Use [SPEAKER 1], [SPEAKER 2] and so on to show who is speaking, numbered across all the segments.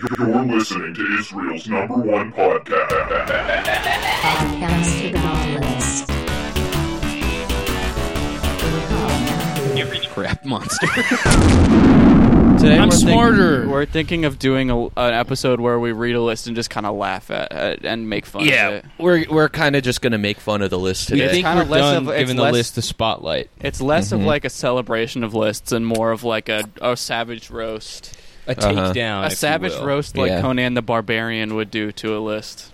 [SPEAKER 1] You're listening to Israel's number one podcast.
[SPEAKER 2] Podcast to the Nautilus.
[SPEAKER 3] crap monster.
[SPEAKER 4] Today
[SPEAKER 3] I'm
[SPEAKER 4] we're think-
[SPEAKER 3] smarter.
[SPEAKER 4] we're thinking of doing a, an episode where we read a list and just kind of laugh at, at and make fun. of
[SPEAKER 5] Yeah,
[SPEAKER 4] it.
[SPEAKER 5] we're we're kind of just gonna make fun of the list
[SPEAKER 3] I
[SPEAKER 5] today.
[SPEAKER 3] think
[SPEAKER 4] kinda
[SPEAKER 3] we're
[SPEAKER 4] less
[SPEAKER 3] done
[SPEAKER 4] of- it's
[SPEAKER 3] giving the
[SPEAKER 4] less-
[SPEAKER 3] list the spotlight.
[SPEAKER 4] it's less
[SPEAKER 3] Mm-hmm.
[SPEAKER 4] of like a celebration of lists and more of like a, a savage roast,
[SPEAKER 3] A
[SPEAKER 5] Uh-huh.
[SPEAKER 3] takedown.
[SPEAKER 4] a
[SPEAKER 3] Oh, if you
[SPEAKER 4] savage
[SPEAKER 3] will.
[SPEAKER 4] roast like
[SPEAKER 5] Yeah.
[SPEAKER 4] Conan the Barbarian would do to a list.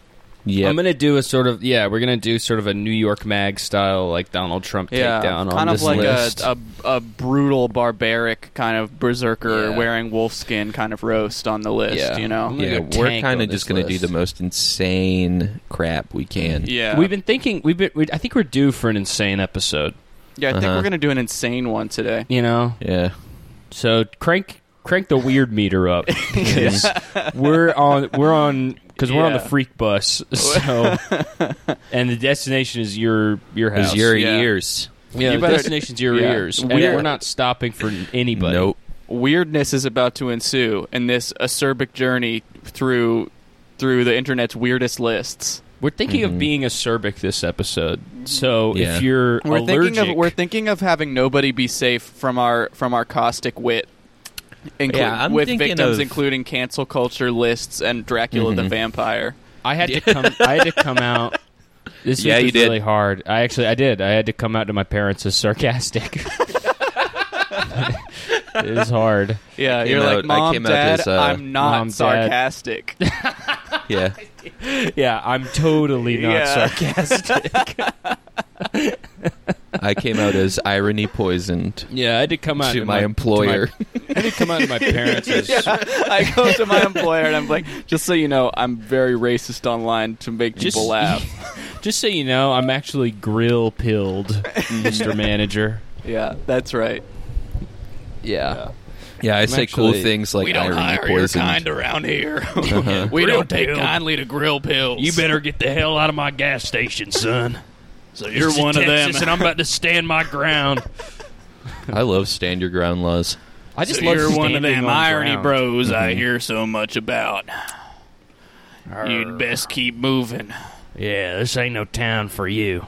[SPEAKER 5] yeah,
[SPEAKER 3] I'm gonna do a sort of yeah. We're gonna do sort of a New York Mag style like Donald Trump
[SPEAKER 4] Yeah,
[SPEAKER 3] takedown on
[SPEAKER 4] kind of
[SPEAKER 3] this
[SPEAKER 4] like
[SPEAKER 3] list.
[SPEAKER 4] A, uh, a a brutal, barbaric kind of berserker
[SPEAKER 3] Yeah.
[SPEAKER 4] wearing wolf skin kind of roast on the list.
[SPEAKER 3] Yeah.
[SPEAKER 4] You
[SPEAKER 3] I'm
[SPEAKER 4] know,
[SPEAKER 3] gonna
[SPEAKER 5] yeah,
[SPEAKER 3] go
[SPEAKER 5] we're
[SPEAKER 3] tank
[SPEAKER 5] kind
[SPEAKER 3] on
[SPEAKER 5] of just
[SPEAKER 3] this
[SPEAKER 5] gonna do
[SPEAKER 3] list.
[SPEAKER 5] the most insane crap we can.
[SPEAKER 4] yeah,
[SPEAKER 3] We've been thinking. We've been. We, I think we're due for an insane episode.
[SPEAKER 4] yeah. I think
[SPEAKER 5] uh-huh.
[SPEAKER 4] we're gonna do an insane one today.
[SPEAKER 3] You know,
[SPEAKER 5] yeah.
[SPEAKER 3] so crank crank the weird meter up. 'Cause We're on. We're on because we're on the
[SPEAKER 4] Yeah.
[SPEAKER 3] freak bus. So, and the destination is your your house.
[SPEAKER 5] It's your
[SPEAKER 4] Yeah.
[SPEAKER 5] ears.
[SPEAKER 3] Yeah,
[SPEAKER 4] You
[SPEAKER 3] the
[SPEAKER 4] better-
[SPEAKER 3] destination's your
[SPEAKER 4] Yeah.
[SPEAKER 3] ears. And
[SPEAKER 4] Weird.
[SPEAKER 3] we're not stopping for anybody.
[SPEAKER 5] Nope.
[SPEAKER 4] weirdness is about to ensue in this acerbic journey through through the internet's weirdest lists.
[SPEAKER 3] We're thinking of being acerbic this episode. So
[SPEAKER 5] Yeah.
[SPEAKER 3] if you're
[SPEAKER 4] We're
[SPEAKER 3] allergic,
[SPEAKER 4] thinking of we're thinking of having nobody be safe from our from our caustic wit. inclu-
[SPEAKER 5] Yeah, I'm
[SPEAKER 4] with
[SPEAKER 5] thinking
[SPEAKER 4] victims
[SPEAKER 5] of-
[SPEAKER 4] including cancel culture lists and Dracula the vampire.
[SPEAKER 3] I had to come. I had to come out. This
[SPEAKER 5] Yeah,
[SPEAKER 3] week
[SPEAKER 5] you
[SPEAKER 3] was
[SPEAKER 5] did.
[SPEAKER 3] really hard. I actually, I did. I had to come out to my parents as sarcastic. it is hard.
[SPEAKER 4] Yeah,
[SPEAKER 5] came
[SPEAKER 4] you're
[SPEAKER 5] out-
[SPEAKER 4] like
[SPEAKER 5] I
[SPEAKER 4] mom,
[SPEAKER 5] came out
[SPEAKER 4] dad.
[SPEAKER 5] as, uh,
[SPEAKER 4] I'm not
[SPEAKER 3] Mom, Dad."
[SPEAKER 4] sarcastic.
[SPEAKER 5] Yeah,
[SPEAKER 3] Yeah, I'm totally not
[SPEAKER 4] Yeah.
[SPEAKER 3] sarcastic.
[SPEAKER 5] I came out as irony poisoned
[SPEAKER 3] Yeah, I had to come out
[SPEAKER 5] to
[SPEAKER 3] to
[SPEAKER 5] my employer.
[SPEAKER 3] to my- I had to come out to my parents as
[SPEAKER 4] I go to my employer and I'm like, just so you know, I'm very racist online to make people
[SPEAKER 3] Just-
[SPEAKER 4] laugh.
[SPEAKER 3] Just so you know, I'm actually grill pilled, Mr. Manager.
[SPEAKER 4] yeah, that's right.
[SPEAKER 3] Yeah.
[SPEAKER 5] yeah, I say cool
[SPEAKER 3] actually-
[SPEAKER 5] things like irony poisoned.
[SPEAKER 4] around here.
[SPEAKER 5] Uh-huh.
[SPEAKER 4] We
[SPEAKER 3] don't take kindly
[SPEAKER 4] to grill pills.
[SPEAKER 6] You better get the hell out of my gas station, son. So you're
[SPEAKER 4] This is
[SPEAKER 6] one of
[SPEAKER 4] Texas
[SPEAKER 6] them, and I'm about to stand my ground.
[SPEAKER 5] I love stand your ground laws.
[SPEAKER 3] I just love
[SPEAKER 6] you're one of
[SPEAKER 3] standing
[SPEAKER 6] them
[SPEAKER 3] on
[SPEAKER 6] irony
[SPEAKER 3] ground.
[SPEAKER 6] bros I
[SPEAKER 4] hear so much about. You'd best keep moving.
[SPEAKER 6] Yeah, this ain't no town for you.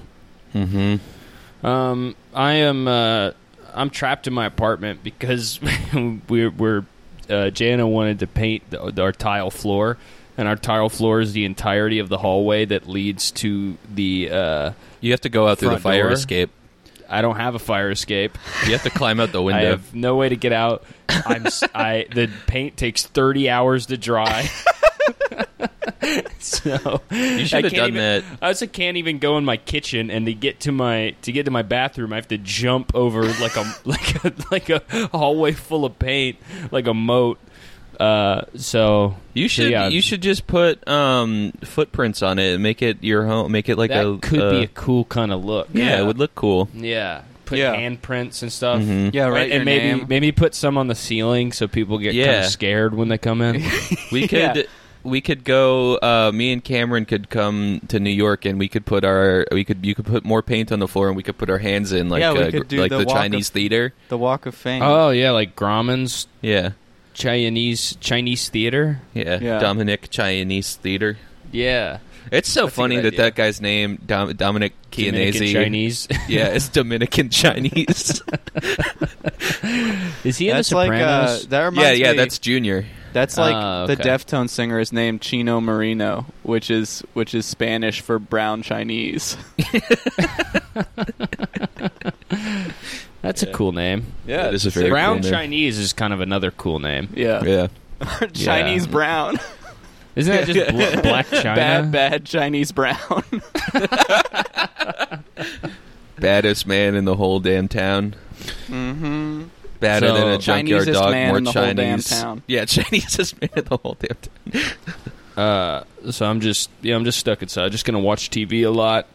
[SPEAKER 3] Um, I am. Uh, I'm trapped in my apartment because we're, we're uh, Jana wanted to paint the, our tile floor, and our tile floor is the entirety of the hallway that leads to the. Uh,
[SPEAKER 5] You have to go out through
[SPEAKER 3] Front
[SPEAKER 5] the fire
[SPEAKER 3] door.
[SPEAKER 5] escape.
[SPEAKER 3] I don't have a fire escape.
[SPEAKER 5] You have to climb out the
[SPEAKER 3] I
[SPEAKER 5] window.
[SPEAKER 3] have no way to get out. I'm s- I the paint takes 30 hours to dry. so
[SPEAKER 5] you should have
[SPEAKER 3] I
[SPEAKER 5] done
[SPEAKER 3] can't
[SPEAKER 5] that.
[SPEAKER 3] even- I also can't even go in my kitchen, and to get to my to get to my bathroom, I have to jump over like a like a like a hallway full of paint, like a moat. Uh, so
[SPEAKER 5] You
[SPEAKER 3] so
[SPEAKER 5] should
[SPEAKER 3] yeah,
[SPEAKER 5] you should just put um, footprints on it and make it your home. Make it like
[SPEAKER 3] that
[SPEAKER 5] a
[SPEAKER 3] could
[SPEAKER 5] uh,
[SPEAKER 3] be a cool kind of look.
[SPEAKER 5] yeah, It would look Mm-hmm. cool.
[SPEAKER 3] yeah. Put
[SPEAKER 4] Yeah.
[SPEAKER 3] handprints and stuff.
[SPEAKER 4] Yeah, write
[SPEAKER 3] And,
[SPEAKER 4] your
[SPEAKER 3] Oh, and maybe
[SPEAKER 4] name.
[SPEAKER 3] maybe put some on the ceiling so people get kind
[SPEAKER 5] Yeah.
[SPEAKER 3] of scared when they come in.
[SPEAKER 5] We
[SPEAKER 4] Yeah.
[SPEAKER 5] could we could go. Uh, me and Cameron could come to New York, and we could put our we could you could put more paint on the floor, and we could put our hands in like
[SPEAKER 4] Yeah, we
[SPEAKER 5] uh,
[SPEAKER 4] could
[SPEAKER 5] gr-
[SPEAKER 4] do
[SPEAKER 5] like
[SPEAKER 4] the
[SPEAKER 5] the,
[SPEAKER 4] walk
[SPEAKER 5] Chinese
[SPEAKER 4] of-
[SPEAKER 5] theater.
[SPEAKER 4] The Walk of Fame.
[SPEAKER 3] oh yeah, like Grauman's
[SPEAKER 5] Yeah,
[SPEAKER 3] Chinese Chinese theater.
[SPEAKER 5] yeah,
[SPEAKER 4] Yeah.
[SPEAKER 5] Dominic Chinese theater.
[SPEAKER 3] Yeah,
[SPEAKER 5] It's so funny
[SPEAKER 3] good
[SPEAKER 5] that
[SPEAKER 3] idea.
[SPEAKER 5] that guy's name Dom- Dominic
[SPEAKER 3] Dominican
[SPEAKER 5] Chianese.
[SPEAKER 3] Chinese.
[SPEAKER 5] Yeah, it's Dominican Chinese.
[SPEAKER 3] Is he in
[SPEAKER 4] that's
[SPEAKER 3] The
[SPEAKER 4] like uh,
[SPEAKER 3] Sopranos?
[SPEAKER 4] that
[SPEAKER 5] yeah,
[SPEAKER 4] reminds
[SPEAKER 5] yeah,
[SPEAKER 4] me.
[SPEAKER 5] that's Junior.
[SPEAKER 4] that's like
[SPEAKER 3] Ah,
[SPEAKER 4] the
[SPEAKER 3] okay.
[SPEAKER 4] Deftone singer is named Chino Marino, which is which is Spanish for brown Chinese.
[SPEAKER 3] That's a cool name.
[SPEAKER 4] Yeah,
[SPEAKER 5] That is a very
[SPEAKER 3] Brown
[SPEAKER 5] cool name.
[SPEAKER 3] Chinese is kind of another cool name.
[SPEAKER 4] yeah.
[SPEAKER 5] Yeah,
[SPEAKER 4] Chinese brown,
[SPEAKER 3] Isn't that just bl- Black China?
[SPEAKER 4] bad bad Chinese brown.
[SPEAKER 5] baddest man in the whole damn town. Mm-hmm. Badder
[SPEAKER 3] So-
[SPEAKER 5] than a junkyard
[SPEAKER 4] Chinesest
[SPEAKER 5] dog,
[SPEAKER 4] man
[SPEAKER 5] more
[SPEAKER 4] in the whole damn
[SPEAKER 5] Chinese.
[SPEAKER 4] town.
[SPEAKER 5] Yeah, Chinesest man in the whole damn town.
[SPEAKER 3] Uh, so I'm just yeah, I'm just stuck inside. Just gonna watch TV a lot.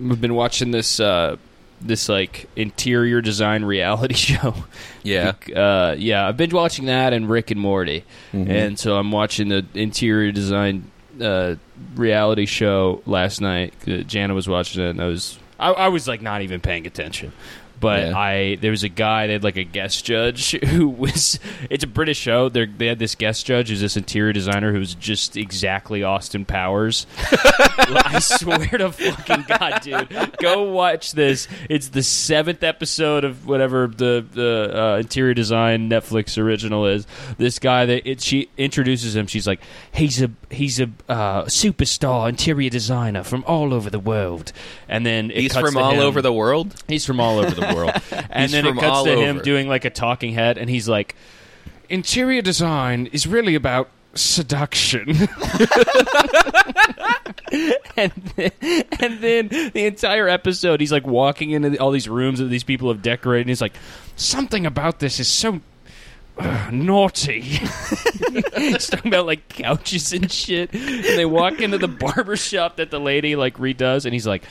[SPEAKER 3] We've been watching this uh, this like interior design reality show.
[SPEAKER 5] Yeah.
[SPEAKER 3] Bec- uh, yeah. I've been watching that and Rick and Morty,
[SPEAKER 5] Mm-hmm.
[SPEAKER 3] and so I'm watching the interior design uh, reality show last night. Uh, Jana was watching it, and I was I, I was like not even paying attention, But
[SPEAKER 5] Yeah.
[SPEAKER 3] I there was a guy they had like a guest judge who was it's a British show. They they had this guest judge who's this interior designer who's just exactly Austin Powers. I swear to fucking god, dude, go watch this. It's the seventh episode of whatever the the uh, interior design Netflix original is. This guy that it she introduces him. She's like, he's a he's a uh, superstar interior designer from all over the world, and then it
[SPEAKER 5] He's
[SPEAKER 3] cuts
[SPEAKER 5] from
[SPEAKER 3] to
[SPEAKER 5] all
[SPEAKER 3] him.
[SPEAKER 5] over the world.
[SPEAKER 3] He's from all over the world. and
[SPEAKER 5] He's
[SPEAKER 3] then it
[SPEAKER 5] from
[SPEAKER 3] cuts
[SPEAKER 5] all
[SPEAKER 3] to him
[SPEAKER 5] over.
[SPEAKER 3] doing like a talking head, and he's like, Interior design is really about seduction. and, then, and then the entire episode, he's like walking into the- all these rooms that these people have decorated, and he's like, Something about this is so. uh, naughty. He's talking about like couches and shit. And they walk into the barber shop that the lady like redoes, and he's like,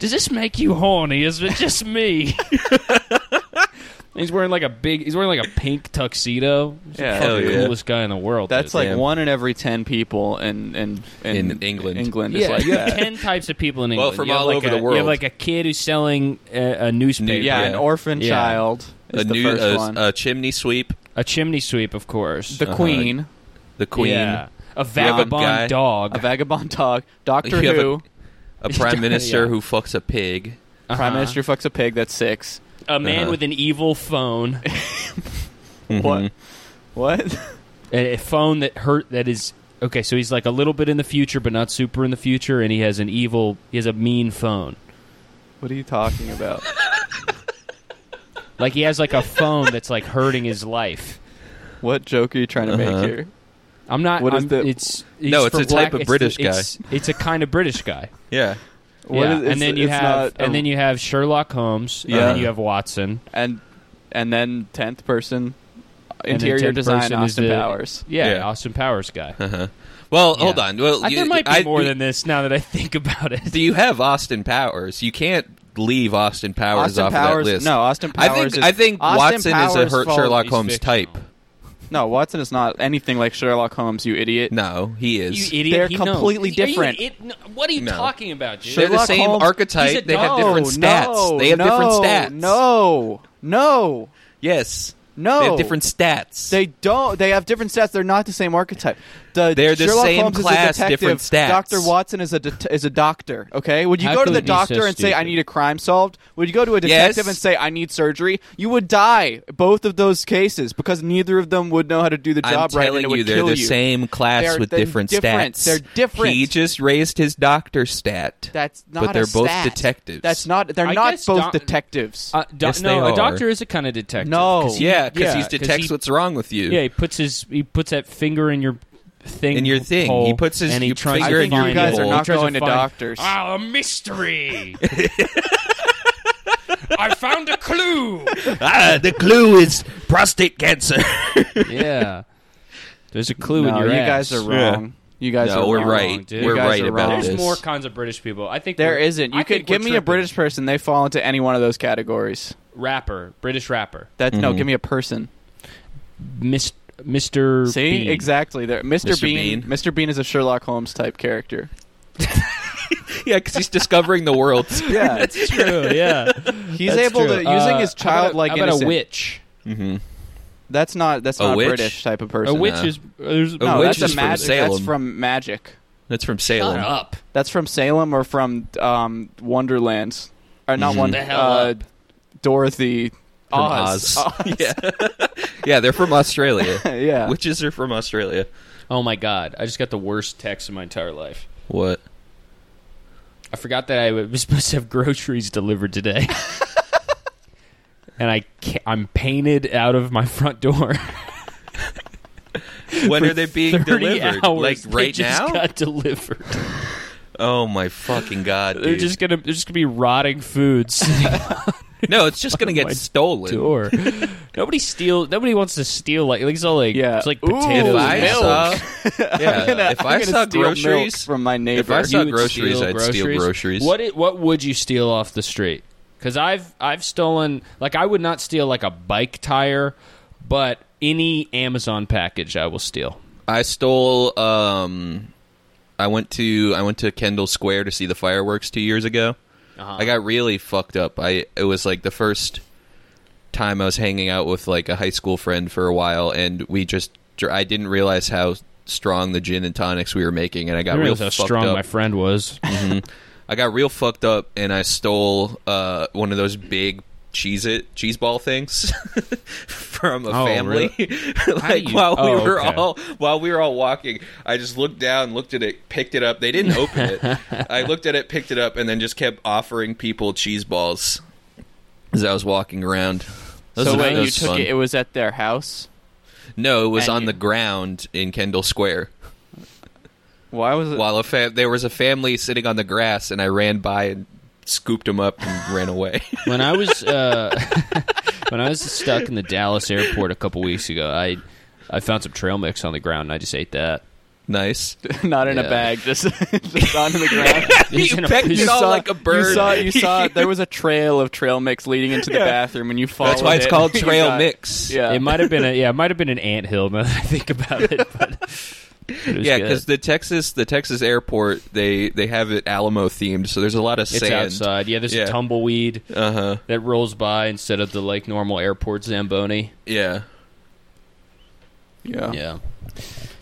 [SPEAKER 3] does this make you horny? Is it just me? he's wearing like a big. He's wearing like a pink tuxedo. He's
[SPEAKER 4] Yeah.
[SPEAKER 3] the
[SPEAKER 5] Hell
[SPEAKER 3] fucking
[SPEAKER 5] yeah.
[SPEAKER 3] coolest guy in the world.
[SPEAKER 4] That's
[SPEAKER 3] dude.
[SPEAKER 4] like
[SPEAKER 5] Yeah.
[SPEAKER 4] one in every ten people in in, in,
[SPEAKER 5] In England.
[SPEAKER 4] England is
[SPEAKER 3] yeah.
[SPEAKER 4] like
[SPEAKER 3] you have
[SPEAKER 4] that.
[SPEAKER 3] ten types of people in England.
[SPEAKER 5] Well, from
[SPEAKER 3] You have
[SPEAKER 5] all
[SPEAKER 3] like
[SPEAKER 5] over
[SPEAKER 3] a-
[SPEAKER 5] the
[SPEAKER 3] You have
[SPEAKER 5] world.
[SPEAKER 3] like a kid who's selling uh, a, a newspaper.
[SPEAKER 4] yeah,
[SPEAKER 5] Yeah.
[SPEAKER 4] an orphan
[SPEAKER 3] Yeah.
[SPEAKER 4] child is
[SPEAKER 5] a
[SPEAKER 4] the
[SPEAKER 5] new
[SPEAKER 4] first
[SPEAKER 5] a, Uh-huh.
[SPEAKER 4] one.
[SPEAKER 5] a chimney sweep,
[SPEAKER 3] a chimney sweep, of course.
[SPEAKER 4] the Queen,
[SPEAKER 5] the queen,
[SPEAKER 3] Yeah. A
[SPEAKER 5] have a
[SPEAKER 3] vagabond
[SPEAKER 5] guy-
[SPEAKER 3] dog.
[SPEAKER 4] a vagabond dog, Doctor
[SPEAKER 5] You have a- Uh-huh.
[SPEAKER 4] Who,
[SPEAKER 5] a prime minister
[SPEAKER 3] Yeah.
[SPEAKER 5] who fucks a pig.
[SPEAKER 3] Uh-huh.
[SPEAKER 4] Prime Minister fucks a pig. That's 6
[SPEAKER 3] A man
[SPEAKER 5] Uh-huh.
[SPEAKER 3] with an evil phone.
[SPEAKER 5] Mm-hmm.
[SPEAKER 4] What? What?
[SPEAKER 3] a a phone that hurt that is okay so he's like a little bit in the future but not super in the future and he has an evil he has a mean phone
[SPEAKER 4] what are you talking about?
[SPEAKER 3] like he has like a phone that's like hurting his life
[SPEAKER 4] what joke are you trying to
[SPEAKER 5] Uh-huh.
[SPEAKER 4] make here?
[SPEAKER 3] i'm not
[SPEAKER 4] What is
[SPEAKER 3] I'm-
[SPEAKER 4] the-
[SPEAKER 3] it's,
[SPEAKER 5] No, it's
[SPEAKER 3] from
[SPEAKER 5] a type of
[SPEAKER 3] it's
[SPEAKER 5] British
[SPEAKER 3] the- it's, it's a kind of british guy
[SPEAKER 5] Yeah,
[SPEAKER 4] What
[SPEAKER 3] yeah.
[SPEAKER 4] is- it's-
[SPEAKER 3] and then you
[SPEAKER 4] it's
[SPEAKER 3] have
[SPEAKER 4] not a-
[SPEAKER 3] and then you have sherlock holmes and
[SPEAKER 4] Yeah.
[SPEAKER 3] then you have watson
[SPEAKER 4] and and then tenth person
[SPEAKER 3] then
[SPEAKER 4] interior
[SPEAKER 3] 10th
[SPEAKER 4] design
[SPEAKER 3] person is
[SPEAKER 4] Austin
[SPEAKER 3] the-
[SPEAKER 4] Powers.
[SPEAKER 3] yeah,
[SPEAKER 5] Yeah.
[SPEAKER 3] austin powers guy
[SPEAKER 5] Well,
[SPEAKER 3] Yeah.
[SPEAKER 5] hold on. Well,
[SPEAKER 3] I-
[SPEAKER 5] you-
[SPEAKER 3] there might be
[SPEAKER 5] I-
[SPEAKER 3] more
[SPEAKER 5] you-
[SPEAKER 3] than this now that i think about it
[SPEAKER 5] Do you have Austin Powers? You can't leave Austin Powers
[SPEAKER 4] Austin
[SPEAKER 5] off
[SPEAKER 4] Powers.
[SPEAKER 5] of that list.
[SPEAKER 4] No, Austin Powers.
[SPEAKER 5] I think
[SPEAKER 4] is,
[SPEAKER 5] I think
[SPEAKER 4] Austin
[SPEAKER 5] Watson is a
[SPEAKER 4] Powers
[SPEAKER 5] hurt
[SPEAKER 4] falls-
[SPEAKER 5] Sherlock
[SPEAKER 3] he's
[SPEAKER 5] Holmes
[SPEAKER 3] fictional.
[SPEAKER 5] type.
[SPEAKER 4] No, Watson is not anything like Sherlock Holmes. You idiot.
[SPEAKER 5] No, he
[SPEAKER 3] you
[SPEAKER 5] is.
[SPEAKER 3] idiot
[SPEAKER 4] They're
[SPEAKER 3] he knows.
[SPEAKER 4] completely
[SPEAKER 3] Are you an
[SPEAKER 4] different.
[SPEAKER 3] id- no, what are you
[SPEAKER 5] No.
[SPEAKER 3] talking about dude?
[SPEAKER 5] They're the
[SPEAKER 4] Sherlock
[SPEAKER 5] same
[SPEAKER 4] Holmes-
[SPEAKER 3] he's
[SPEAKER 5] archetype.
[SPEAKER 3] a
[SPEAKER 5] They have
[SPEAKER 3] dog.
[SPEAKER 5] different stats.
[SPEAKER 4] No,
[SPEAKER 5] they have different
[SPEAKER 4] no,
[SPEAKER 5] stats.
[SPEAKER 4] No, no,
[SPEAKER 5] Yes.
[SPEAKER 4] no.
[SPEAKER 5] They have different stats.
[SPEAKER 4] They don't. They have different stats. They're not the same archetype. The
[SPEAKER 5] They're the
[SPEAKER 4] Sherlock
[SPEAKER 5] same
[SPEAKER 4] Holmes
[SPEAKER 5] class,
[SPEAKER 4] is a detective.
[SPEAKER 5] different stats.
[SPEAKER 4] Doctor Watson is a det- is a doctor. Okay. Would you
[SPEAKER 3] How
[SPEAKER 4] go to
[SPEAKER 3] could
[SPEAKER 4] the
[SPEAKER 3] it be so
[SPEAKER 4] doctor and say I
[SPEAKER 3] stupid?
[SPEAKER 4] need a crime solved? Would you go to a detective
[SPEAKER 5] Yes.
[SPEAKER 4] and say I need surgery? You would die both of those cases because neither of them would know how to do the
[SPEAKER 5] I'm
[SPEAKER 4] job right, and
[SPEAKER 5] telling
[SPEAKER 4] it would
[SPEAKER 5] you, they're
[SPEAKER 4] kill
[SPEAKER 5] the
[SPEAKER 4] you.
[SPEAKER 5] same class
[SPEAKER 4] They're-
[SPEAKER 5] with
[SPEAKER 4] they're
[SPEAKER 5] different,
[SPEAKER 4] different.
[SPEAKER 5] stats.
[SPEAKER 4] They're different.
[SPEAKER 5] He just raised his doctor stat.
[SPEAKER 4] That's not.
[SPEAKER 5] But they're
[SPEAKER 4] a
[SPEAKER 5] both
[SPEAKER 4] stat.
[SPEAKER 5] detectives.
[SPEAKER 4] That's not. They're
[SPEAKER 3] I
[SPEAKER 4] not
[SPEAKER 3] guess
[SPEAKER 4] both
[SPEAKER 3] doc-
[SPEAKER 4] detectives.
[SPEAKER 3] Uh, doc-
[SPEAKER 5] Yes,
[SPEAKER 3] no,
[SPEAKER 5] they
[SPEAKER 3] a
[SPEAKER 5] are.
[SPEAKER 3] doctor is a kind of detective.
[SPEAKER 4] No.
[SPEAKER 3] 'cause he-
[SPEAKER 5] yeah, because
[SPEAKER 3] yeah,
[SPEAKER 5] he detects
[SPEAKER 3] he-
[SPEAKER 5] what's wrong with you.
[SPEAKER 3] Yeah, he puts his he puts that finger in your thing.
[SPEAKER 5] In your thing.
[SPEAKER 3] hole,
[SPEAKER 5] He puts his-
[SPEAKER 3] and he
[SPEAKER 5] you
[SPEAKER 3] tries
[SPEAKER 5] finger
[SPEAKER 3] to
[SPEAKER 5] in your
[SPEAKER 3] find
[SPEAKER 5] guys
[SPEAKER 3] it.
[SPEAKER 5] are
[SPEAKER 3] He
[SPEAKER 5] not
[SPEAKER 3] tries
[SPEAKER 4] going to
[SPEAKER 3] find-
[SPEAKER 4] doctors.
[SPEAKER 3] Ah, a mystery.
[SPEAKER 6] I found a clue.
[SPEAKER 5] Ah, the clue is prostate cancer.
[SPEAKER 3] yeah. There's a clue in
[SPEAKER 4] No,
[SPEAKER 3] your
[SPEAKER 4] you
[SPEAKER 3] ass.
[SPEAKER 4] guys are wrong. You guys
[SPEAKER 5] no,
[SPEAKER 4] are
[SPEAKER 5] we're
[SPEAKER 4] wrong.
[SPEAKER 5] right.
[SPEAKER 3] dude.
[SPEAKER 5] We're
[SPEAKER 4] You guys
[SPEAKER 5] right
[SPEAKER 4] are
[SPEAKER 5] about
[SPEAKER 4] wrong.
[SPEAKER 3] There's
[SPEAKER 5] this.
[SPEAKER 3] more kinds of British people. I think
[SPEAKER 4] There
[SPEAKER 3] we're-
[SPEAKER 4] isn't. You
[SPEAKER 3] I
[SPEAKER 4] could
[SPEAKER 3] think
[SPEAKER 4] give
[SPEAKER 3] we're
[SPEAKER 4] me a
[SPEAKER 3] tripping.
[SPEAKER 4] British person. They fall into any one of those categories.
[SPEAKER 3] rapper, British rapper,
[SPEAKER 4] That no,
[SPEAKER 5] Mm-hmm.
[SPEAKER 4] give me a person.
[SPEAKER 3] Mis- Mr.
[SPEAKER 4] See
[SPEAKER 3] Bean.
[SPEAKER 4] exactly. There, Mr.
[SPEAKER 5] Mr.
[SPEAKER 4] Bean.
[SPEAKER 5] Bean.
[SPEAKER 4] Mr. Bean is a Sherlock Holmes type character.
[SPEAKER 5] yeah, because he's discovering the world.
[SPEAKER 4] Yeah,
[SPEAKER 3] It's true. Yeah,
[SPEAKER 4] he's
[SPEAKER 3] That's
[SPEAKER 4] able to
[SPEAKER 3] true.
[SPEAKER 4] using
[SPEAKER 3] Uh,
[SPEAKER 4] his
[SPEAKER 3] how about a-
[SPEAKER 4] childlike
[SPEAKER 3] How about
[SPEAKER 4] innocence.
[SPEAKER 3] a witch?
[SPEAKER 4] That's not. That's
[SPEAKER 5] A
[SPEAKER 4] not
[SPEAKER 5] witch?
[SPEAKER 4] a British type of
[SPEAKER 3] A
[SPEAKER 4] person.
[SPEAKER 3] witch
[SPEAKER 5] uh,
[SPEAKER 3] is there's a
[SPEAKER 4] no,
[SPEAKER 5] witch
[SPEAKER 4] that's
[SPEAKER 5] is from
[SPEAKER 4] a magic. That's
[SPEAKER 5] Salem.
[SPEAKER 4] from Magic.
[SPEAKER 5] That's from
[SPEAKER 3] Shut
[SPEAKER 5] Salem.
[SPEAKER 3] up.
[SPEAKER 4] That's from Salem or from um, Wonderland, or not Wonder.
[SPEAKER 3] The hell
[SPEAKER 4] uh,
[SPEAKER 3] up.
[SPEAKER 4] Dorothy.
[SPEAKER 5] Mm-hmm. From
[SPEAKER 4] Oz. Oh,
[SPEAKER 5] Oz. yeah. yeah, they're from Australia.
[SPEAKER 4] Yeah.
[SPEAKER 5] Witches are from Australia.
[SPEAKER 3] Oh my god! I just got the worst text of my entire life.
[SPEAKER 5] What?
[SPEAKER 3] I forgot that I was supposed to have groceries delivered today, and I ca I'm painted out of my front door.
[SPEAKER 5] When are they being
[SPEAKER 3] Thirty
[SPEAKER 5] delivered?
[SPEAKER 3] hours,
[SPEAKER 5] Like
[SPEAKER 3] They
[SPEAKER 5] right
[SPEAKER 3] just
[SPEAKER 5] now?
[SPEAKER 3] got delivered.
[SPEAKER 5] Oh my fucking god!
[SPEAKER 3] They're
[SPEAKER 5] dude.
[SPEAKER 3] just gonna they're just gonna be rotting food sitting at
[SPEAKER 5] no, it's just gonna
[SPEAKER 3] my
[SPEAKER 5] get
[SPEAKER 3] the
[SPEAKER 5] stolen.
[SPEAKER 3] door. nobody steal. Nobody wants to steal like, like it's all like
[SPEAKER 4] Yeah.
[SPEAKER 3] it's like
[SPEAKER 4] Ooh,
[SPEAKER 5] If
[SPEAKER 3] potatoes.
[SPEAKER 5] I
[SPEAKER 3] and
[SPEAKER 4] Milk.
[SPEAKER 5] saw, yeah,
[SPEAKER 4] I'm gonna-
[SPEAKER 5] uh, if
[SPEAKER 4] I'm
[SPEAKER 5] I
[SPEAKER 4] gonna
[SPEAKER 5] saw
[SPEAKER 4] steal milk
[SPEAKER 5] groceries
[SPEAKER 4] from my neighbor,
[SPEAKER 5] if I
[SPEAKER 3] You
[SPEAKER 5] saw
[SPEAKER 3] would
[SPEAKER 5] groceries,
[SPEAKER 3] steal
[SPEAKER 5] I'd steal groceries.
[SPEAKER 3] What i- what would you steal off the street? Because I've I've stolen like I would not steal like a bike tire, but any Amazon package I will steal.
[SPEAKER 5] I stole. Um, I went to I went to Kendall Square to see the fireworks two years ago,
[SPEAKER 3] Uh-huh.
[SPEAKER 5] I got really fucked up. I it was like the first time I was hanging out with like a high school friend for a while, and we just dr- I didn't realize how strong the gin and tonics we were making, and I got
[SPEAKER 3] I
[SPEAKER 5] real
[SPEAKER 3] realized how
[SPEAKER 5] fucked
[SPEAKER 3] strong
[SPEAKER 5] up.
[SPEAKER 3] my friend was.
[SPEAKER 5] I got real fucked up and I stole uh, one of those big cheese it cheese ball things from a
[SPEAKER 3] Oh,
[SPEAKER 5] family. like
[SPEAKER 3] you-
[SPEAKER 5] while we
[SPEAKER 3] Oh,
[SPEAKER 5] were
[SPEAKER 3] okay.
[SPEAKER 5] all while we were all walking, I just looked down, looked at it, picked it up. They didn't open it. I looked at it, picked it up, and then just kept offering people cheese balls as I was walking around. Those
[SPEAKER 4] so
[SPEAKER 5] are-
[SPEAKER 4] when
[SPEAKER 5] those
[SPEAKER 4] you took
[SPEAKER 5] fun.
[SPEAKER 4] it, it was at their house.
[SPEAKER 5] no, it was
[SPEAKER 4] and
[SPEAKER 5] on
[SPEAKER 4] you-
[SPEAKER 5] the ground in Kendall Square.
[SPEAKER 4] Why was it?
[SPEAKER 5] While a fa- there was a family sitting on the grass, and I ran by and scooped them up and ran away.
[SPEAKER 3] when I was uh, when I was stuck in the Dallas airport a couple weeks ago, I I found some trail mix on the ground and I just ate that.
[SPEAKER 5] nice.
[SPEAKER 4] Not in
[SPEAKER 3] Yeah.
[SPEAKER 4] a bag, just, just on the ground.
[SPEAKER 3] It was in a-
[SPEAKER 5] pecked
[SPEAKER 3] it
[SPEAKER 5] it
[SPEAKER 3] was-
[SPEAKER 5] all like a bird.
[SPEAKER 4] You saw, you saw there was a trail of trail mix leading into the bathroom, and you followed.
[SPEAKER 5] That's why it's
[SPEAKER 4] it.
[SPEAKER 5] called
[SPEAKER 4] You
[SPEAKER 5] trail
[SPEAKER 4] got-
[SPEAKER 5] mix.
[SPEAKER 4] Yeah,
[SPEAKER 3] It might have been a yeah, it might have been an ant hill now that I think about it. But, but it was
[SPEAKER 5] yeah,
[SPEAKER 3] good.
[SPEAKER 5] because the Texas the Texas airport they they have it Alamo themed, so there's a lot of
[SPEAKER 3] it's
[SPEAKER 5] sand.
[SPEAKER 3] outside. Yeah, there's
[SPEAKER 5] Yeah.
[SPEAKER 3] a tumbleweed
[SPEAKER 5] Uh huh.
[SPEAKER 3] that rolls by instead of the like normal airport Zamboni.
[SPEAKER 5] Yeah.
[SPEAKER 4] yeah.
[SPEAKER 3] Yeah.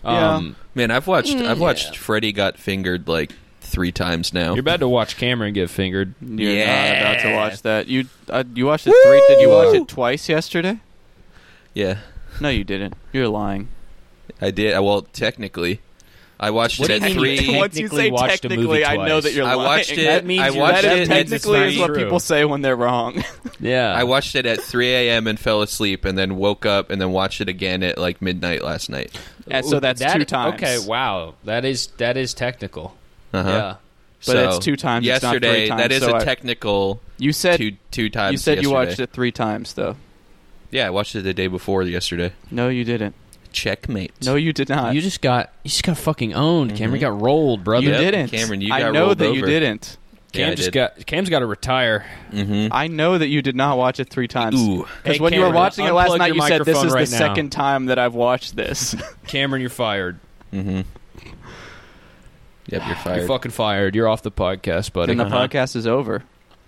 [SPEAKER 4] Yeah.
[SPEAKER 3] Um,
[SPEAKER 5] Man, I've watched I've watched Freddy got fingered like three times now.
[SPEAKER 3] you're about to watch Cameron get fingered.
[SPEAKER 4] You're
[SPEAKER 5] Yeah.
[SPEAKER 4] not about to watch that. You uh, you watched it three? Did you watch it twice yesterday?
[SPEAKER 5] yeah,
[SPEAKER 4] No, you didn't. You're lying.
[SPEAKER 5] I did. I- Well, technically, I watched
[SPEAKER 3] What
[SPEAKER 5] it
[SPEAKER 3] do
[SPEAKER 5] at
[SPEAKER 3] you mean you
[SPEAKER 5] three.
[SPEAKER 3] technically watched a movie
[SPEAKER 4] I know
[SPEAKER 3] twice?
[SPEAKER 4] that you're
[SPEAKER 5] I
[SPEAKER 4] lying.
[SPEAKER 5] watched it.
[SPEAKER 4] That,
[SPEAKER 3] means
[SPEAKER 5] I
[SPEAKER 3] you-
[SPEAKER 5] watched
[SPEAKER 3] that
[SPEAKER 5] it.
[SPEAKER 3] means it's
[SPEAKER 4] technically
[SPEAKER 3] not
[SPEAKER 4] is what
[SPEAKER 3] true.
[SPEAKER 4] people say when they're wrong.
[SPEAKER 3] Yeah.
[SPEAKER 5] I watched it at 3 a.m. and fell asleep, and then woke up and then watched it again at like midnight last night.
[SPEAKER 4] and Uh, so that's
[SPEAKER 3] That-
[SPEAKER 4] two times.
[SPEAKER 3] Okay, wow. That is that is technical.
[SPEAKER 5] Uh-huh.
[SPEAKER 3] Yeah.
[SPEAKER 5] But
[SPEAKER 4] it's two times, it's not three
[SPEAKER 5] Yesterday,
[SPEAKER 4] times,
[SPEAKER 5] that is
[SPEAKER 4] so
[SPEAKER 5] a
[SPEAKER 4] I-
[SPEAKER 5] technical
[SPEAKER 4] You said
[SPEAKER 5] two two times.
[SPEAKER 4] you said you
[SPEAKER 5] yesterday.
[SPEAKER 4] watched it three times though.
[SPEAKER 5] Yeah, I watched it the day before yesterday.
[SPEAKER 4] No, you didn't.
[SPEAKER 5] Checkmate.
[SPEAKER 4] No, you did not.
[SPEAKER 3] You just got you just got fucking owned. Cameron got rolled, brother.
[SPEAKER 4] You
[SPEAKER 5] Yep,
[SPEAKER 4] didn't,
[SPEAKER 5] Cameron, you
[SPEAKER 4] I
[SPEAKER 5] got
[SPEAKER 4] know
[SPEAKER 5] rolled
[SPEAKER 4] that you
[SPEAKER 5] over.
[SPEAKER 4] didn't.
[SPEAKER 3] Cam
[SPEAKER 5] Yeah, I
[SPEAKER 3] just
[SPEAKER 5] did.
[SPEAKER 3] got Cam's got to retire.
[SPEAKER 4] I know that you did not watch it three times.
[SPEAKER 5] Hmm? Ooh.
[SPEAKER 4] Because
[SPEAKER 3] Hey,
[SPEAKER 4] when you were
[SPEAKER 3] Cameron,
[SPEAKER 4] watching it last
[SPEAKER 3] unplug
[SPEAKER 4] night,
[SPEAKER 3] your
[SPEAKER 4] you said this
[SPEAKER 3] microphone
[SPEAKER 4] is
[SPEAKER 3] right
[SPEAKER 4] the
[SPEAKER 3] now."
[SPEAKER 4] second time that I've watched this.
[SPEAKER 3] Cameron, you're fired.
[SPEAKER 5] Yep, you're
[SPEAKER 3] You're
[SPEAKER 5] fired.
[SPEAKER 3] fucking fired. You're off the podcast, buddy.
[SPEAKER 4] and the
[SPEAKER 5] Uh-huh.
[SPEAKER 4] podcast is over.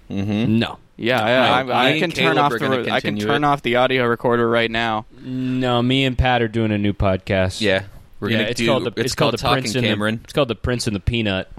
[SPEAKER 3] no.
[SPEAKER 4] Yeah, I,
[SPEAKER 5] Right.
[SPEAKER 4] I, I
[SPEAKER 5] Me
[SPEAKER 4] can
[SPEAKER 5] and
[SPEAKER 4] turn
[SPEAKER 5] Caleb
[SPEAKER 4] off
[SPEAKER 5] are
[SPEAKER 4] the
[SPEAKER 5] gonna
[SPEAKER 4] re- I can
[SPEAKER 5] continue
[SPEAKER 4] turn
[SPEAKER 5] it.
[SPEAKER 4] off the audio recorder right now.
[SPEAKER 3] No, me and Pat are doing a new podcast.
[SPEAKER 5] yeah. We're
[SPEAKER 3] yeah,
[SPEAKER 5] gonna
[SPEAKER 3] it's
[SPEAKER 5] do,
[SPEAKER 3] called the
[SPEAKER 5] it's, called,
[SPEAKER 3] the
[SPEAKER 5] Talking
[SPEAKER 3] Prince and the-
[SPEAKER 5] Cameron.
[SPEAKER 3] it's called the Prince and the Peanut.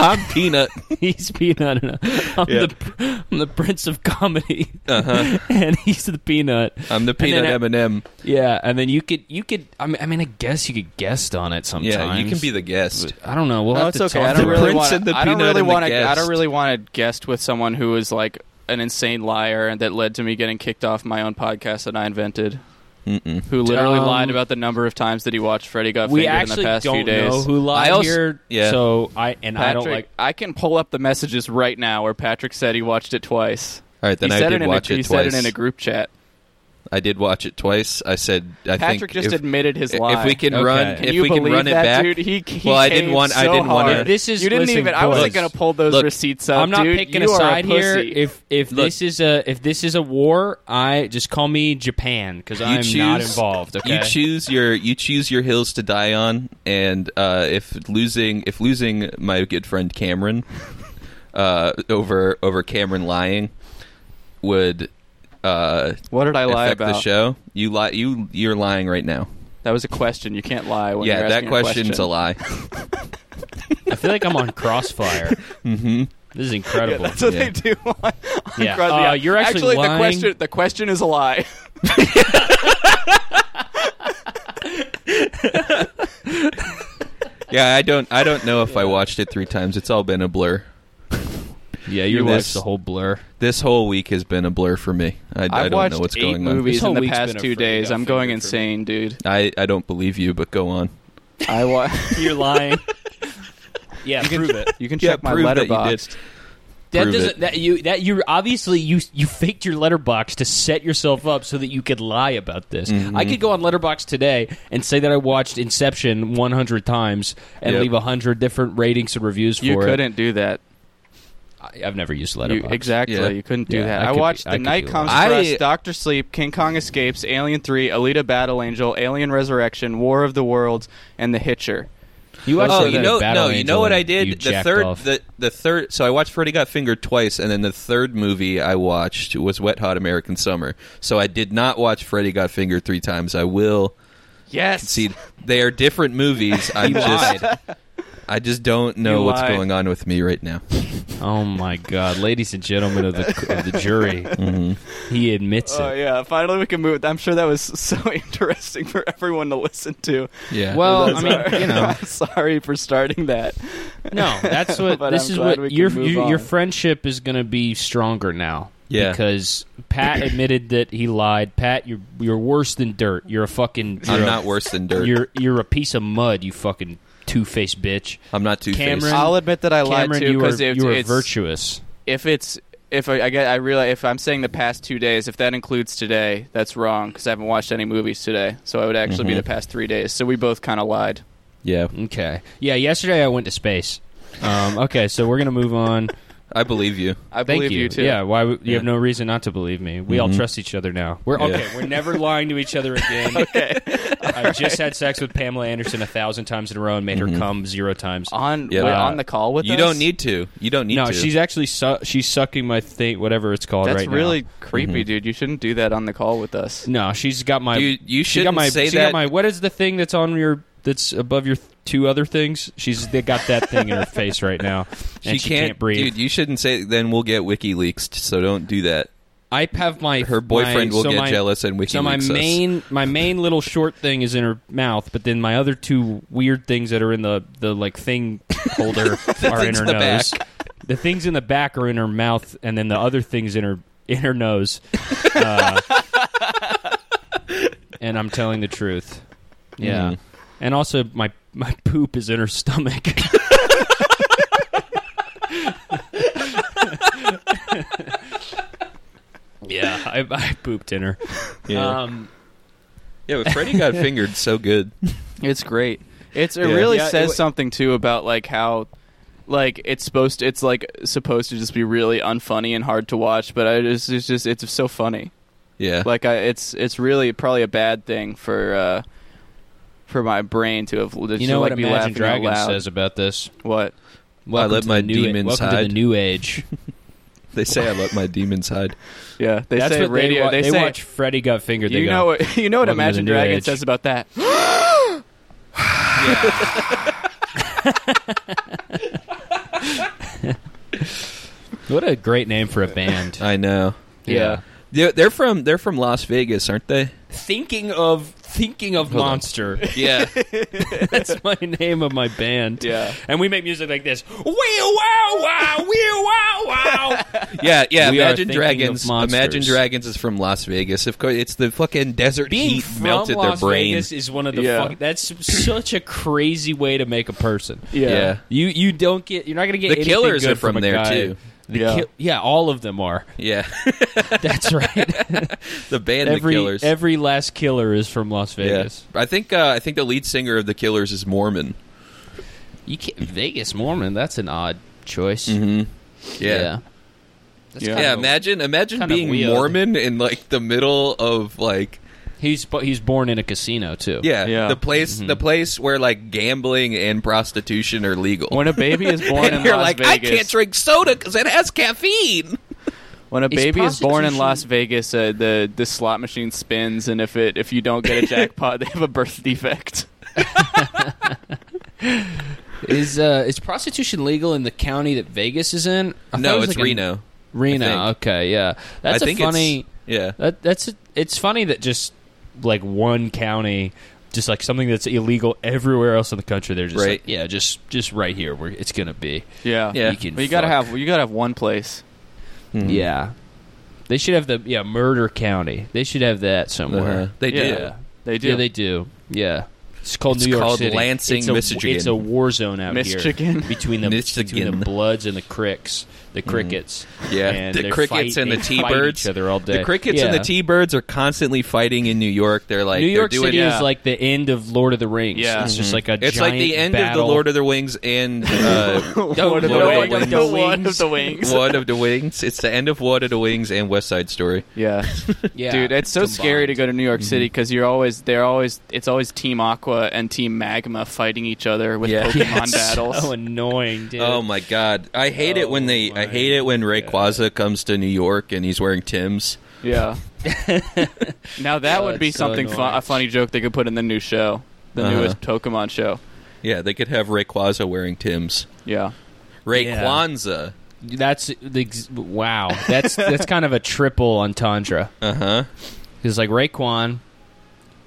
[SPEAKER 5] I'm Peanut.
[SPEAKER 3] He's peanut. And uh, I'm,
[SPEAKER 5] Yeah.
[SPEAKER 3] the, pr- I'm the Prince of Comedy,
[SPEAKER 4] Uh-huh.
[SPEAKER 3] and he's the peanut.
[SPEAKER 5] I'm the Peanut
[SPEAKER 3] then I-
[SPEAKER 5] Eminem.
[SPEAKER 3] Yeah, and then you could you could I mean I, mean, I guess you could guest on it sometimes.
[SPEAKER 5] Yeah, you can be the guest.
[SPEAKER 3] I don't know. We'll
[SPEAKER 4] No,
[SPEAKER 3] have
[SPEAKER 4] it's
[SPEAKER 3] to
[SPEAKER 4] okay.
[SPEAKER 3] talk
[SPEAKER 4] I don't
[SPEAKER 3] to
[SPEAKER 4] really
[SPEAKER 5] Prince
[SPEAKER 3] him.
[SPEAKER 4] want.
[SPEAKER 5] and the
[SPEAKER 4] I don't
[SPEAKER 5] Peanut
[SPEAKER 4] really
[SPEAKER 5] and the
[SPEAKER 4] want to. I don't
[SPEAKER 5] guest.
[SPEAKER 4] really want to guest with someone who is like an insane liar and that led to me getting kicked off my own podcast that I invented. Who literally
[SPEAKER 3] Um,
[SPEAKER 4] lied about the number of times that he watched Freddy Got
[SPEAKER 3] We
[SPEAKER 4] Fingered in
[SPEAKER 3] actually
[SPEAKER 4] the past
[SPEAKER 3] don't
[SPEAKER 4] few days.
[SPEAKER 3] know who lied
[SPEAKER 5] I also-
[SPEAKER 3] here.
[SPEAKER 5] yeah.
[SPEAKER 3] So I and I
[SPEAKER 4] Patrick,
[SPEAKER 3] don't like.
[SPEAKER 4] can pull up the messages right now where Patrick said he watched it twice.
[SPEAKER 5] All right, then
[SPEAKER 4] he
[SPEAKER 5] I
[SPEAKER 4] said
[SPEAKER 5] did
[SPEAKER 4] it in
[SPEAKER 5] watch
[SPEAKER 4] a,
[SPEAKER 5] it
[SPEAKER 4] He
[SPEAKER 5] twice.
[SPEAKER 4] said it in a group chat.
[SPEAKER 5] I did watch it twice. I said I
[SPEAKER 4] Patrick
[SPEAKER 5] think
[SPEAKER 4] just
[SPEAKER 5] if,
[SPEAKER 4] admitted his
[SPEAKER 5] if
[SPEAKER 4] lie.
[SPEAKER 5] we can
[SPEAKER 3] Okay.
[SPEAKER 5] run
[SPEAKER 3] Can
[SPEAKER 5] if
[SPEAKER 4] you
[SPEAKER 5] we can
[SPEAKER 4] believe
[SPEAKER 5] run it
[SPEAKER 4] that,
[SPEAKER 5] back.
[SPEAKER 4] dude? He, he
[SPEAKER 5] well, I
[SPEAKER 4] caved
[SPEAKER 5] didn't want
[SPEAKER 4] So
[SPEAKER 5] I didn't
[SPEAKER 4] hard.
[SPEAKER 5] want to
[SPEAKER 3] This is-
[SPEAKER 4] you didn't
[SPEAKER 3] listen,
[SPEAKER 4] even. I wasn't
[SPEAKER 3] boys.
[SPEAKER 4] going to pull those
[SPEAKER 5] Look,
[SPEAKER 4] receipts up.
[SPEAKER 3] I'm not
[SPEAKER 4] dude.
[SPEAKER 3] picking
[SPEAKER 4] You
[SPEAKER 3] a
[SPEAKER 4] are
[SPEAKER 3] side here.
[SPEAKER 4] pussy.
[SPEAKER 3] If if
[SPEAKER 5] Look.
[SPEAKER 3] this is a if this is a war, I just call me Japan because I'm not involved. Okay.
[SPEAKER 5] You choose your you choose your hills to die on, and uh, if losing if losing my good friend Cameron uh, over over Cameron lying would uh,
[SPEAKER 4] what did I lie
[SPEAKER 5] affect
[SPEAKER 4] about?
[SPEAKER 5] the show, you lie you you're lying right now.
[SPEAKER 4] That was a question. You can't lie when
[SPEAKER 5] yeah,
[SPEAKER 4] you're
[SPEAKER 5] that
[SPEAKER 4] asking
[SPEAKER 5] question's
[SPEAKER 4] a question.
[SPEAKER 5] a lie.
[SPEAKER 3] I feel like I'm on crossfire. mm-hmm. This is
[SPEAKER 4] Yeah,
[SPEAKER 3] incredible.
[SPEAKER 4] that's what
[SPEAKER 5] Yeah.
[SPEAKER 4] they do. on- on
[SPEAKER 3] Yeah.
[SPEAKER 4] Crosby.
[SPEAKER 3] Uh, you're actually
[SPEAKER 4] the
[SPEAKER 3] lying.
[SPEAKER 4] question. The question is a lie.
[SPEAKER 5] yeah, I don't I don't know if I watched it three times. It's all been a blur.
[SPEAKER 3] yeah, your
[SPEAKER 5] This-
[SPEAKER 3] life's a whole blur.
[SPEAKER 5] This whole week has been a blur for me. I, I
[SPEAKER 4] I've
[SPEAKER 5] don't
[SPEAKER 4] watched
[SPEAKER 5] know what's
[SPEAKER 4] eight
[SPEAKER 5] going
[SPEAKER 4] movies
[SPEAKER 3] This whole
[SPEAKER 4] in the
[SPEAKER 3] week's
[SPEAKER 4] past
[SPEAKER 3] been a
[SPEAKER 4] two
[SPEAKER 3] freaking
[SPEAKER 4] days. I'm going
[SPEAKER 3] finger for me.
[SPEAKER 4] insane, dude.
[SPEAKER 5] on. I I don't believe you, but go on.
[SPEAKER 4] I wa-
[SPEAKER 3] You're lying. yeah, prove it.
[SPEAKER 4] You can
[SPEAKER 5] Yeah,
[SPEAKER 4] check my
[SPEAKER 5] prove that you
[SPEAKER 4] letterbox.
[SPEAKER 5] did.
[SPEAKER 3] That
[SPEAKER 5] Prove
[SPEAKER 3] doesn't
[SPEAKER 5] it.
[SPEAKER 3] that you that you obviously you you faked your letterbox to set yourself up so that you could lie about this.
[SPEAKER 5] Mm-hmm.
[SPEAKER 3] I could go on letterbox today and say that I watched Inception 100 times and
[SPEAKER 5] Yep.
[SPEAKER 3] leave 100 different ratings and reviews for
[SPEAKER 4] You
[SPEAKER 3] it.
[SPEAKER 4] couldn't do that.
[SPEAKER 3] I, I've never used
[SPEAKER 4] You,
[SPEAKER 3] letterbox.
[SPEAKER 4] exactly.
[SPEAKER 5] Yeah.
[SPEAKER 4] You couldn't do
[SPEAKER 3] Yeah,
[SPEAKER 4] that.
[SPEAKER 3] I
[SPEAKER 4] I,
[SPEAKER 3] could be-
[SPEAKER 4] watched
[SPEAKER 3] I
[SPEAKER 4] The
[SPEAKER 3] could
[SPEAKER 4] Night
[SPEAKER 3] do
[SPEAKER 4] Comes
[SPEAKER 5] that.
[SPEAKER 4] for
[SPEAKER 5] I-
[SPEAKER 4] Us, Doctor Sleep, King Kong Escapes, Alien Three, Alita: Battle Angel, Alien Resurrection, War of the Worlds, and The Hitcher.
[SPEAKER 3] You watched
[SPEAKER 5] oh,
[SPEAKER 3] that
[SPEAKER 5] you know,
[SPEAKER 3] Battle
[SPEAKER 5] no, you
[SPEAKER 3] Angel
[SPEAKER 5] know what
[SPEAKER 3] and
[SPEAKER 5] I did.
[SPEAKER 3] you
[SPEAKER 5] the
[SPEAKER 3] jacked
[SPEAKER 5] third,
[SPEAKER 3] off.
[SPEAKER 5] the the third. So I watched Freddy Got Fingered twice, and then the third movie I watched was Wet Hot American Summer. So I did not watch Freddy Got Fingered three times. I will
[SPEAKER 4] Yes.
[SPEAKER 5] see they are different movies. I just, I just don't know
[SPEAKER 4] You
[SPEAKER 5] what's
[SPEAKER 4] lied.
[SPEAKER 5] going on with me right now.
[SPEAKER 3] oh my god, ladies and gentlemen of the of the jury,
[SPEAKER 5] Mm-hmm.
[SPEAKER 3] he admits
[SPEAKER 4] Oh
[SPEAKER 3] it.
[SPEAKER 4] yeah! Finally, we can move. I'm sure that was so interesting for everyone to listen to.
[SPEAKER 5] Yeah.
[SPEAKER 3] Well, I mean, you know,
[SPEAKER 4] I'm sorry for starting that.
[SPEAKER 3] no, that's what
[SPEAKER 4] But
[SPEAKER 3] this
[SPEAKER 4] I'm
[SPEAKER 3] is.
[SPEAKER 4] glad we
[SPEAKER 3] What
[SPEAKER 4] can
[SPEAKER 3] your
[SPEAKER 4] move
[SPEAKER 3] your, your
[SPEAKER 4] on.
[SPEAKER 3] friendship is going to be stronger now.
[SPEAKER 5] Yeah.
[SPEAKER 3] because Pat admitted that he lied. Pat, you're you're worse than dirt. You're a fucking.
[SPEAKER 5] I'm
[SPEAKER 3] you're a-
[SPEAKER 5] not worse than dirt.
[SPEAKER 3] You're you're a piece of mud. You fucking two faced bitch.
[SPEAKER 5] I'm not too faced.
[SPEAKER 3] Cameron-
[SPEAKER 4] I'll admit that I lied
[SPEAKER 3] Cameron,
[SPEAKER 4] too
[SPEAKER 3] you are
[SPEAKER 4] because if,
[SPEAKER 3] you are
[SPEAKER 4] it's
[SPEAKER 3] virtuous.
[SPEAKER 4] if it's if I, I get I realize if I'm saying the past two days, if that includes today, that's wrong because I haven't watched any movies today. So I would actually
[SPEAKER 3] Mm-hmm.
[SPEAKER 4] be the past three days. So we both kind of lied.
[SPEAKER 5] Yeah,
[SPEAKER 3] Okay. Yeah. Yesterday I went to space. Um, okay, so we're gonna move on.
[SPEAKER 5] I believe you.
[SPEAKER 4] I
[SPEAKER 3] Thank
[SPEAKER 4] believe you, too.
[SPEAKER 3] Yeah, why would- you
[SPEAKER 5] Yeah. Mm-hmm.
[SPEAKER 3] have no reason not to believe me. We all trust each other now. We're
[SPEAKER 5] Yeah.
[SPEAKER 3] okay. We're never lying to each other again. okay. I've just had sex with Pamela Anderson a thousand times in a row and made
[SPEAKER 5] Mm-hmm.
[SPEAKER 3] her come zero times.
[SPEAKER 4] On
[SPEAKER 5] Yeah.
[SPEAKER 4] wait,
[SPEAKER 5] Uh,
[SPEAKER 4] on the call with
[SPEAKER 5] You
[SPEAKER 4] us?
[SPEAKER 5] don't need to. You don't need
[SPEAKER 3] no,
[SPEAKER 5] to.
[SPEAKER 3] she's actually su- she's sucking my thing, whatever it's called
[SPEAKER 4] That's
[SPEAKER 3] right now. Mm-hmm.
[SPEAKER 4] really creepy, dude. You shouldn't do that on the call with us.
[SPEAKER 3] No, she's got my.
[SPEAKER 5] You- you
[SPEAKER 3] she got
[SPEAKER 5] shouldn't
[SPEAKER 3] my,
[SPEAKER 5] say
[SPEAKER 3] she Got
[SPEAKER 5] that.
[SPEAKER 3] my. What is the thing that's on your? That's above your th- two other things. She's they got that thing in her face right now,
[SPEAKER 5] She
[SPEAKER 3] and she can't, breathe.
[SPEAKER 5] Dude, you shouldn't say. Then we'll get WikiLeaks. So don't do that.
[SPEAKER 3] I have my
[SPEAKER 5] Her boyfriend
[SPEAKER 3] my-
[SPEAKER 5] will
[SPEAKER 3] so
[SPEAKER 5] get
[SPEAKER 3] my-
[SPEAKER 5] jealous and WikiLeaks
[SPEAKER 3] So my
[SPEAKER 5] us.
[SPEAKER 3] main my main little short thing is in her mouth, but then my other two weird things that are in the the like thing holder are in
[SPEAKER 5] things
[SPEAKER 3] her
[SPEAKER 5] in the
[SPEAKER 3] nose. The things in the back are in her mouth, and then the other things in her in her nose. Uh, and I'm telling the truth. Yeah,
[SPEAKER 5] Mm.
[SPEAKER 3] and also my my poop is in her stomach. yeah, I, I pooped in her.
[SPEAKER 5] Yeah,
[SPEAKER 3] Um,
[SPEAKER 5] yeah. But Freddy got fingered so good.
[SPEAKER 4] It's great. It's it
[SPEAKER 5] Yeah.
[SPEAKER 4] really
[SPEAKER 5] Yeah, it
[SPEAKER 4] says
[SPEAKER 5] wa-
[SPEAKER 4] something too about like how like it's supposed to, it's like supposed to just be really unfunny and hard to watch, but I just it's just it's so funny.
[SPEAKER 5] Yeah,
[SPEAKER 4] Like I it's it's really probably a bad thing for uh for my brain to have to
[SPEAKER 3] you know
[SPEAKER 4] like
[SPEAKER 3] what
[SPEAKER 4] be
[SPEAKER 3] Imagine
[SPEAKER 4] laughing out
[SPEAKER 3] Dragons
[SPEAKER 4] loud.
[SPEAKER 3] says about this?
[SPEAKER 4] What?
[SPEAKER 3] Welcome
[SPEAKER 5] let
[SPEAKER 3] to
[SPEAKER 5] my
[SPEAKER 3] the new
[SPEAKER 5] demons
[SPEAKER 3] welcome to
[SPEAKER 5] hide.
[SPEAKER 3] the new age.
[SPEAKER 5] they say I let my demons hide.
[SPEAKER 4] Yeah, they
[SPEAKER 3] That's
[SPEAKER 4] say
[SPEAKER 3] what
[SPEAKER 4] radio.
[SPEAKER 3] They, wa-
[SPEAKER 4] say
[SPEAKER 3] watch Freddy Got Fingered.
[SPEAKER 4] you
[SPEAKER 3] they go,
[SPEAKER 4] know what you know what
[SPEAKER 3] Welcome to the
[SPEAKER 4] Imagine
[SPEAKER 3] new
[SPEAKER 4] Dragons
[SPEAKER 3] age.
[SPEAKER 4] says about that.
[SPEAKER 3] what a great name for a band.
[SPEAKER 5] I know.
[SPEAKER 4] Yeah.
[SPEAKER 5] They're, they're from they're from Las Vegas, aren't they?
[SPEAKER 3] Thinking of thinking of
[SPEAKER 5] Hold on.
[SPEAKER 3] monster.
[SPEAKER 5] Yeah,
[SPEAKER 3] That's my name of my band.
[SPEAKER 4] Yeah.
[SPEAKER 3] and we make music like this. Wee wow wow wee wow wow.
[SPEAKER 5] yeah, yeah.
[SPEAKER 3] We are
[SPEAKER 5] Imagine
[SPEAKER 3] thinking of
[SPEAKER 5] Dragons.
[SPEAKER 3] monsters.
[SPEAKER 5] Imagine Dragons is from Las Vegas. Of course, it's the fucking desert
[SPEAKER 3] Being
[SPEAKER 5] heat
[SPEAKER 3] from
[SPEAKER 5] melted
[SPEAKER 3] Las
[SPEAKER 5] their brain.
[SPEAKER 3] Vegas is one of the
[SPEAKER 4] Yeah.
[SPEAKER 3] fuck, that's such a crazy way to make a person.
[SPEAKER 5] yeah.
[SPEAKER 3] You you don't get you're not gonna get
[SPEAKER 5] The
[SPEAKER 3] anything
[SPEAKER 5] Killers
[SPEAKER 3] good
[SPEAKER 5] are from
[SPEAKER 3] a
[SPEAKER 5] there,
[SPEAKER 3] guy.
[SPEAKER 5] too.
[SPEAKER 3] The
[SPEAKER 4] Yeah.
[SPEAKER 3] yeah. yeah, all of them are.
[SPEAKER 5] yeah,
[SPEAKER 3] That's right.
[SPEAKER 5] The band,
[SPEAKER 3] every
[SPEAKER 5] the Killers.
[SPEAKER 3] every last killer is from Las
[SPEAKER 5] yeah,
[SPEAKER 3] Vegas.
[SPEAKER 5] I think uh, I think the lead singer of the Killers is Mormon.
[SPEAKER 3] You can't Vegas Mormon. That's an odd choice.
[SPEAKER 5] Mm-hmm. yeah.
[SPEAKER 3] That's
[SPEAKER 4] Yeah.
[SPEAKER 3] kind
[SPEAKER 5] Yeah,
[SPEAKER 3] of a-
[SPEAKER 5] imagine imagine
[SPEAKER 3] kinda
[SPEAKER 5] being
[SPEAKER 3] weird.
[SPEAKER 5] Mormon in like the middle of like
[SPEAKER 3] He's bu- he's born in a casino too.
[SPEAKER 5] yeah,
[SPEAKER 4] Yeah.
[SPEAKER 5] the place
[SPEAKER 3] Mm-hmm.
[SPEAKER 5] the place where like gambling and prostitution are legal.
[SPEAKER 4] When a baby is born in
[SPEAKER 5] you're
[SPEAKER 4] Las
[SPEAKER 5] like,
[SPEAKER 4] Vegas,
[SPEAKER 5] I can't drink soda because it has caffeine.
[SPEAKER 4] When a
[SPEAKER 3] Is
[SPEAKER 4] baby is born in
[SPEAKER 3] prostitution-
[SPEAKER 4] Las Vegas, uh, the the slot machine spins, and if it if you don't get a jackpot, they have a birth defect.
[SPEAKER 3] Is uh is prostitution legal in the county that Vegas is in? I thought it
[SPEAKER 5] No,
[SPEAKER 3] was
[SPEAKER 5] it's
[SPEAKER 3] like in
[SPEAKER 5] Reno.
[SPEAKER 3] Reno.
[SPEAKER 5] I think.
[SPEAKER 3] Okay, yeah. That's
[SPEAKER 5] I
[SPEAKER 3] a
[SPEAKER 5] think
[SPEAKER 3] funny
[SPEAKER 5] It's, yeah,
[SPEAKER 3] That, that's it's funny that just like one county, just like something that's illegal everywhere else in the country, they're just
[SPEAKER 5] Right.
[SPEAKER 3] like, yeah, just just right here where it's gonna be.
[SPEAKER 4] Yeah,
[SPEAKER 5] Yeah.
[SPEAKER 3] You can
[SPEAKER 4] But you gotta
[SPEAKER 3] fuck.
[SPEAKER 4] have you gotta have one place.
[SPEAKER 5] Mm-hmm.
[SPEAKER 3] yeah. They should have the yeah murder county. They should have that somewhere.
[SPEAKER 5] Uh, they
[SPEAKER 4] Yeah.
[SPEAKER 5] do.
[SPEAKER 3] yeah,
[SPEAKER 4] They do.
[SPEAKER 3] Yeah, they do. Yeah. It's called
[SPEAKER 5] It's
[SPEAKER 3] New York
[SPEAKER 5] called
[SPEAKER 3] City.
[SPEAKER 5] Lansing,
[SPEAKER 3] it's a,
[SPEAKER 5] Michigan.
[SPEAKER 3] It's a war zone out
[SPEAKER 4] Michigan?
[SPEAKER 3] here between the between the
[SPEAKER 5] Michigan. Mm-hmm.
[SPEAKER 3] Bloods and the Cricks, the Crickets.
[SPEAKER 5] Yeah,
[SPEAKER 3] and
[SPEAKER 5] the
[SPEAKER 3] they
[SPEAKER 5] crickets
[SPEAKER 3] fight-
[SPEAKER 5] and the
[SPEAKER 3] they fight
[SPEAKER 5] T-birds.
[SPEAKER 3] each other all day.
[SPEAKER 5] The crickets and
[SPEAKER 3] Yeah.
[SPEAKER 5] the T-birds are constantly fighting in New York. They're like
[SPEAKER 3] New York
[SPEAKER 5] they're doing
[SPEAKER 3] City
[SPEAKER 4] Yeah.
[SPEAKER 3] is like the end of Lord of the Rings.
[SPEAKER 4] Yeah.
[SPEAKER 3] it's just like a
[SPEAKER 5] Mm-hmm. It's like the end of the Lord of the Wings and uh,
[SPEAKER 3] Lord
[SPEAKER 5] of the
[SPEAKER 4] One
[SPEAKER 5] Wings.
[SPEAKER 4] the One of the wings.
[SPEAKER 5] One of the Wings. It's the end of One of the Wings and West Side Story.
[SPEAKER 4] Yeah. dude, it's so scary to go to New York City because you're always they're always it's always Team Aqua Aqua and Team Magma fighting each other with
[SPEAKER 5] Yeah.
[SPEAKER 4] Pokemon
[SPEAKER 5] Yes.
[SPEAKER 4] battles.
[SPEAKER 3] So annoying, dude.
[SPEAKER 5] Oh my god! I hate it when they. I
[SPEAKER 3] my
[SPEAKER 5] hate it when Rayquaza comes to New York and he's wearing Tim's.
[SPEAKER 4] Yeah. now that
[SPEAKER 3] Oh,
[SPEAKER 4] would be
[SPEAKER 3] it's so
[SPEAKER 4] something fun,
[SPEAKER 3] annoying.
[SPEAKER 4] a funny joke they could put in the new show, the
[SPEAKER 5] Uh-huh.
[SPEAKER 4] newest Pokemon show.
[SPEAKER 5] Yeah, they could have Rayquaza wearing Tim's.
[SPEAKER 4] Yeah.
[SPEAKER 5] Rayquaza.
[SPEAKER 3] That's the ex- wow. That's that's kind of a triple entendre.
[SPEAKER 5] Uh huh.
[SPEAKER 3] Because like Raekwon,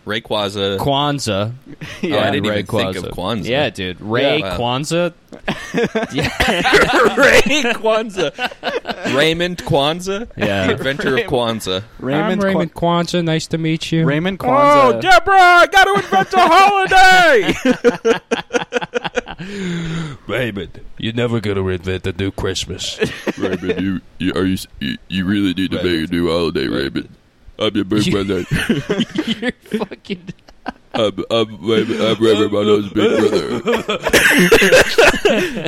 [SPEAKER 5] Rayquaza.
[SPEAKER 3] Kwanzaa.
[SPEAKER 5] Oh, I didn't
[SPEAKER 3] and
[SPEAKER 5] even think of
[SPEAKER 3] Rayquaza.
[SPEAKER 5] Kwanzaa.
[SPEAKER 3] Yeah, dude. Ray
[SPEAKER 5] Yeah. Wow.
[SPEAKER 3] Kwanzaa. yeah.
[SPEAKER 5] Ray Kwanzaa. Raymond Kwanzaa.
[SPEAKER 3] Yeah.
[SPEAKER 5] The Inventor of Kwanzaa.
[SPEAKER 4] Raymond
[SPEAKER 3] I'm Raymond Kwanzaa. Nice to meet you.
[SPEAKER 4] Raymond Kwanzaa.
[SPEAKER 5] Deborah! I got to invent a holiday.
[SPEAKER 6] Raymond, you're never going to invent a new Christmas.
[SPEAKER 7] Raymond, you, you are you, s- you you really need to make a new holiday, Raymond. I'm your big brother.
[SPEAKER 3] You're fucking.
[SPEAKER 7] I'm I'm Raymond, I'm Raymond Mono's big brother.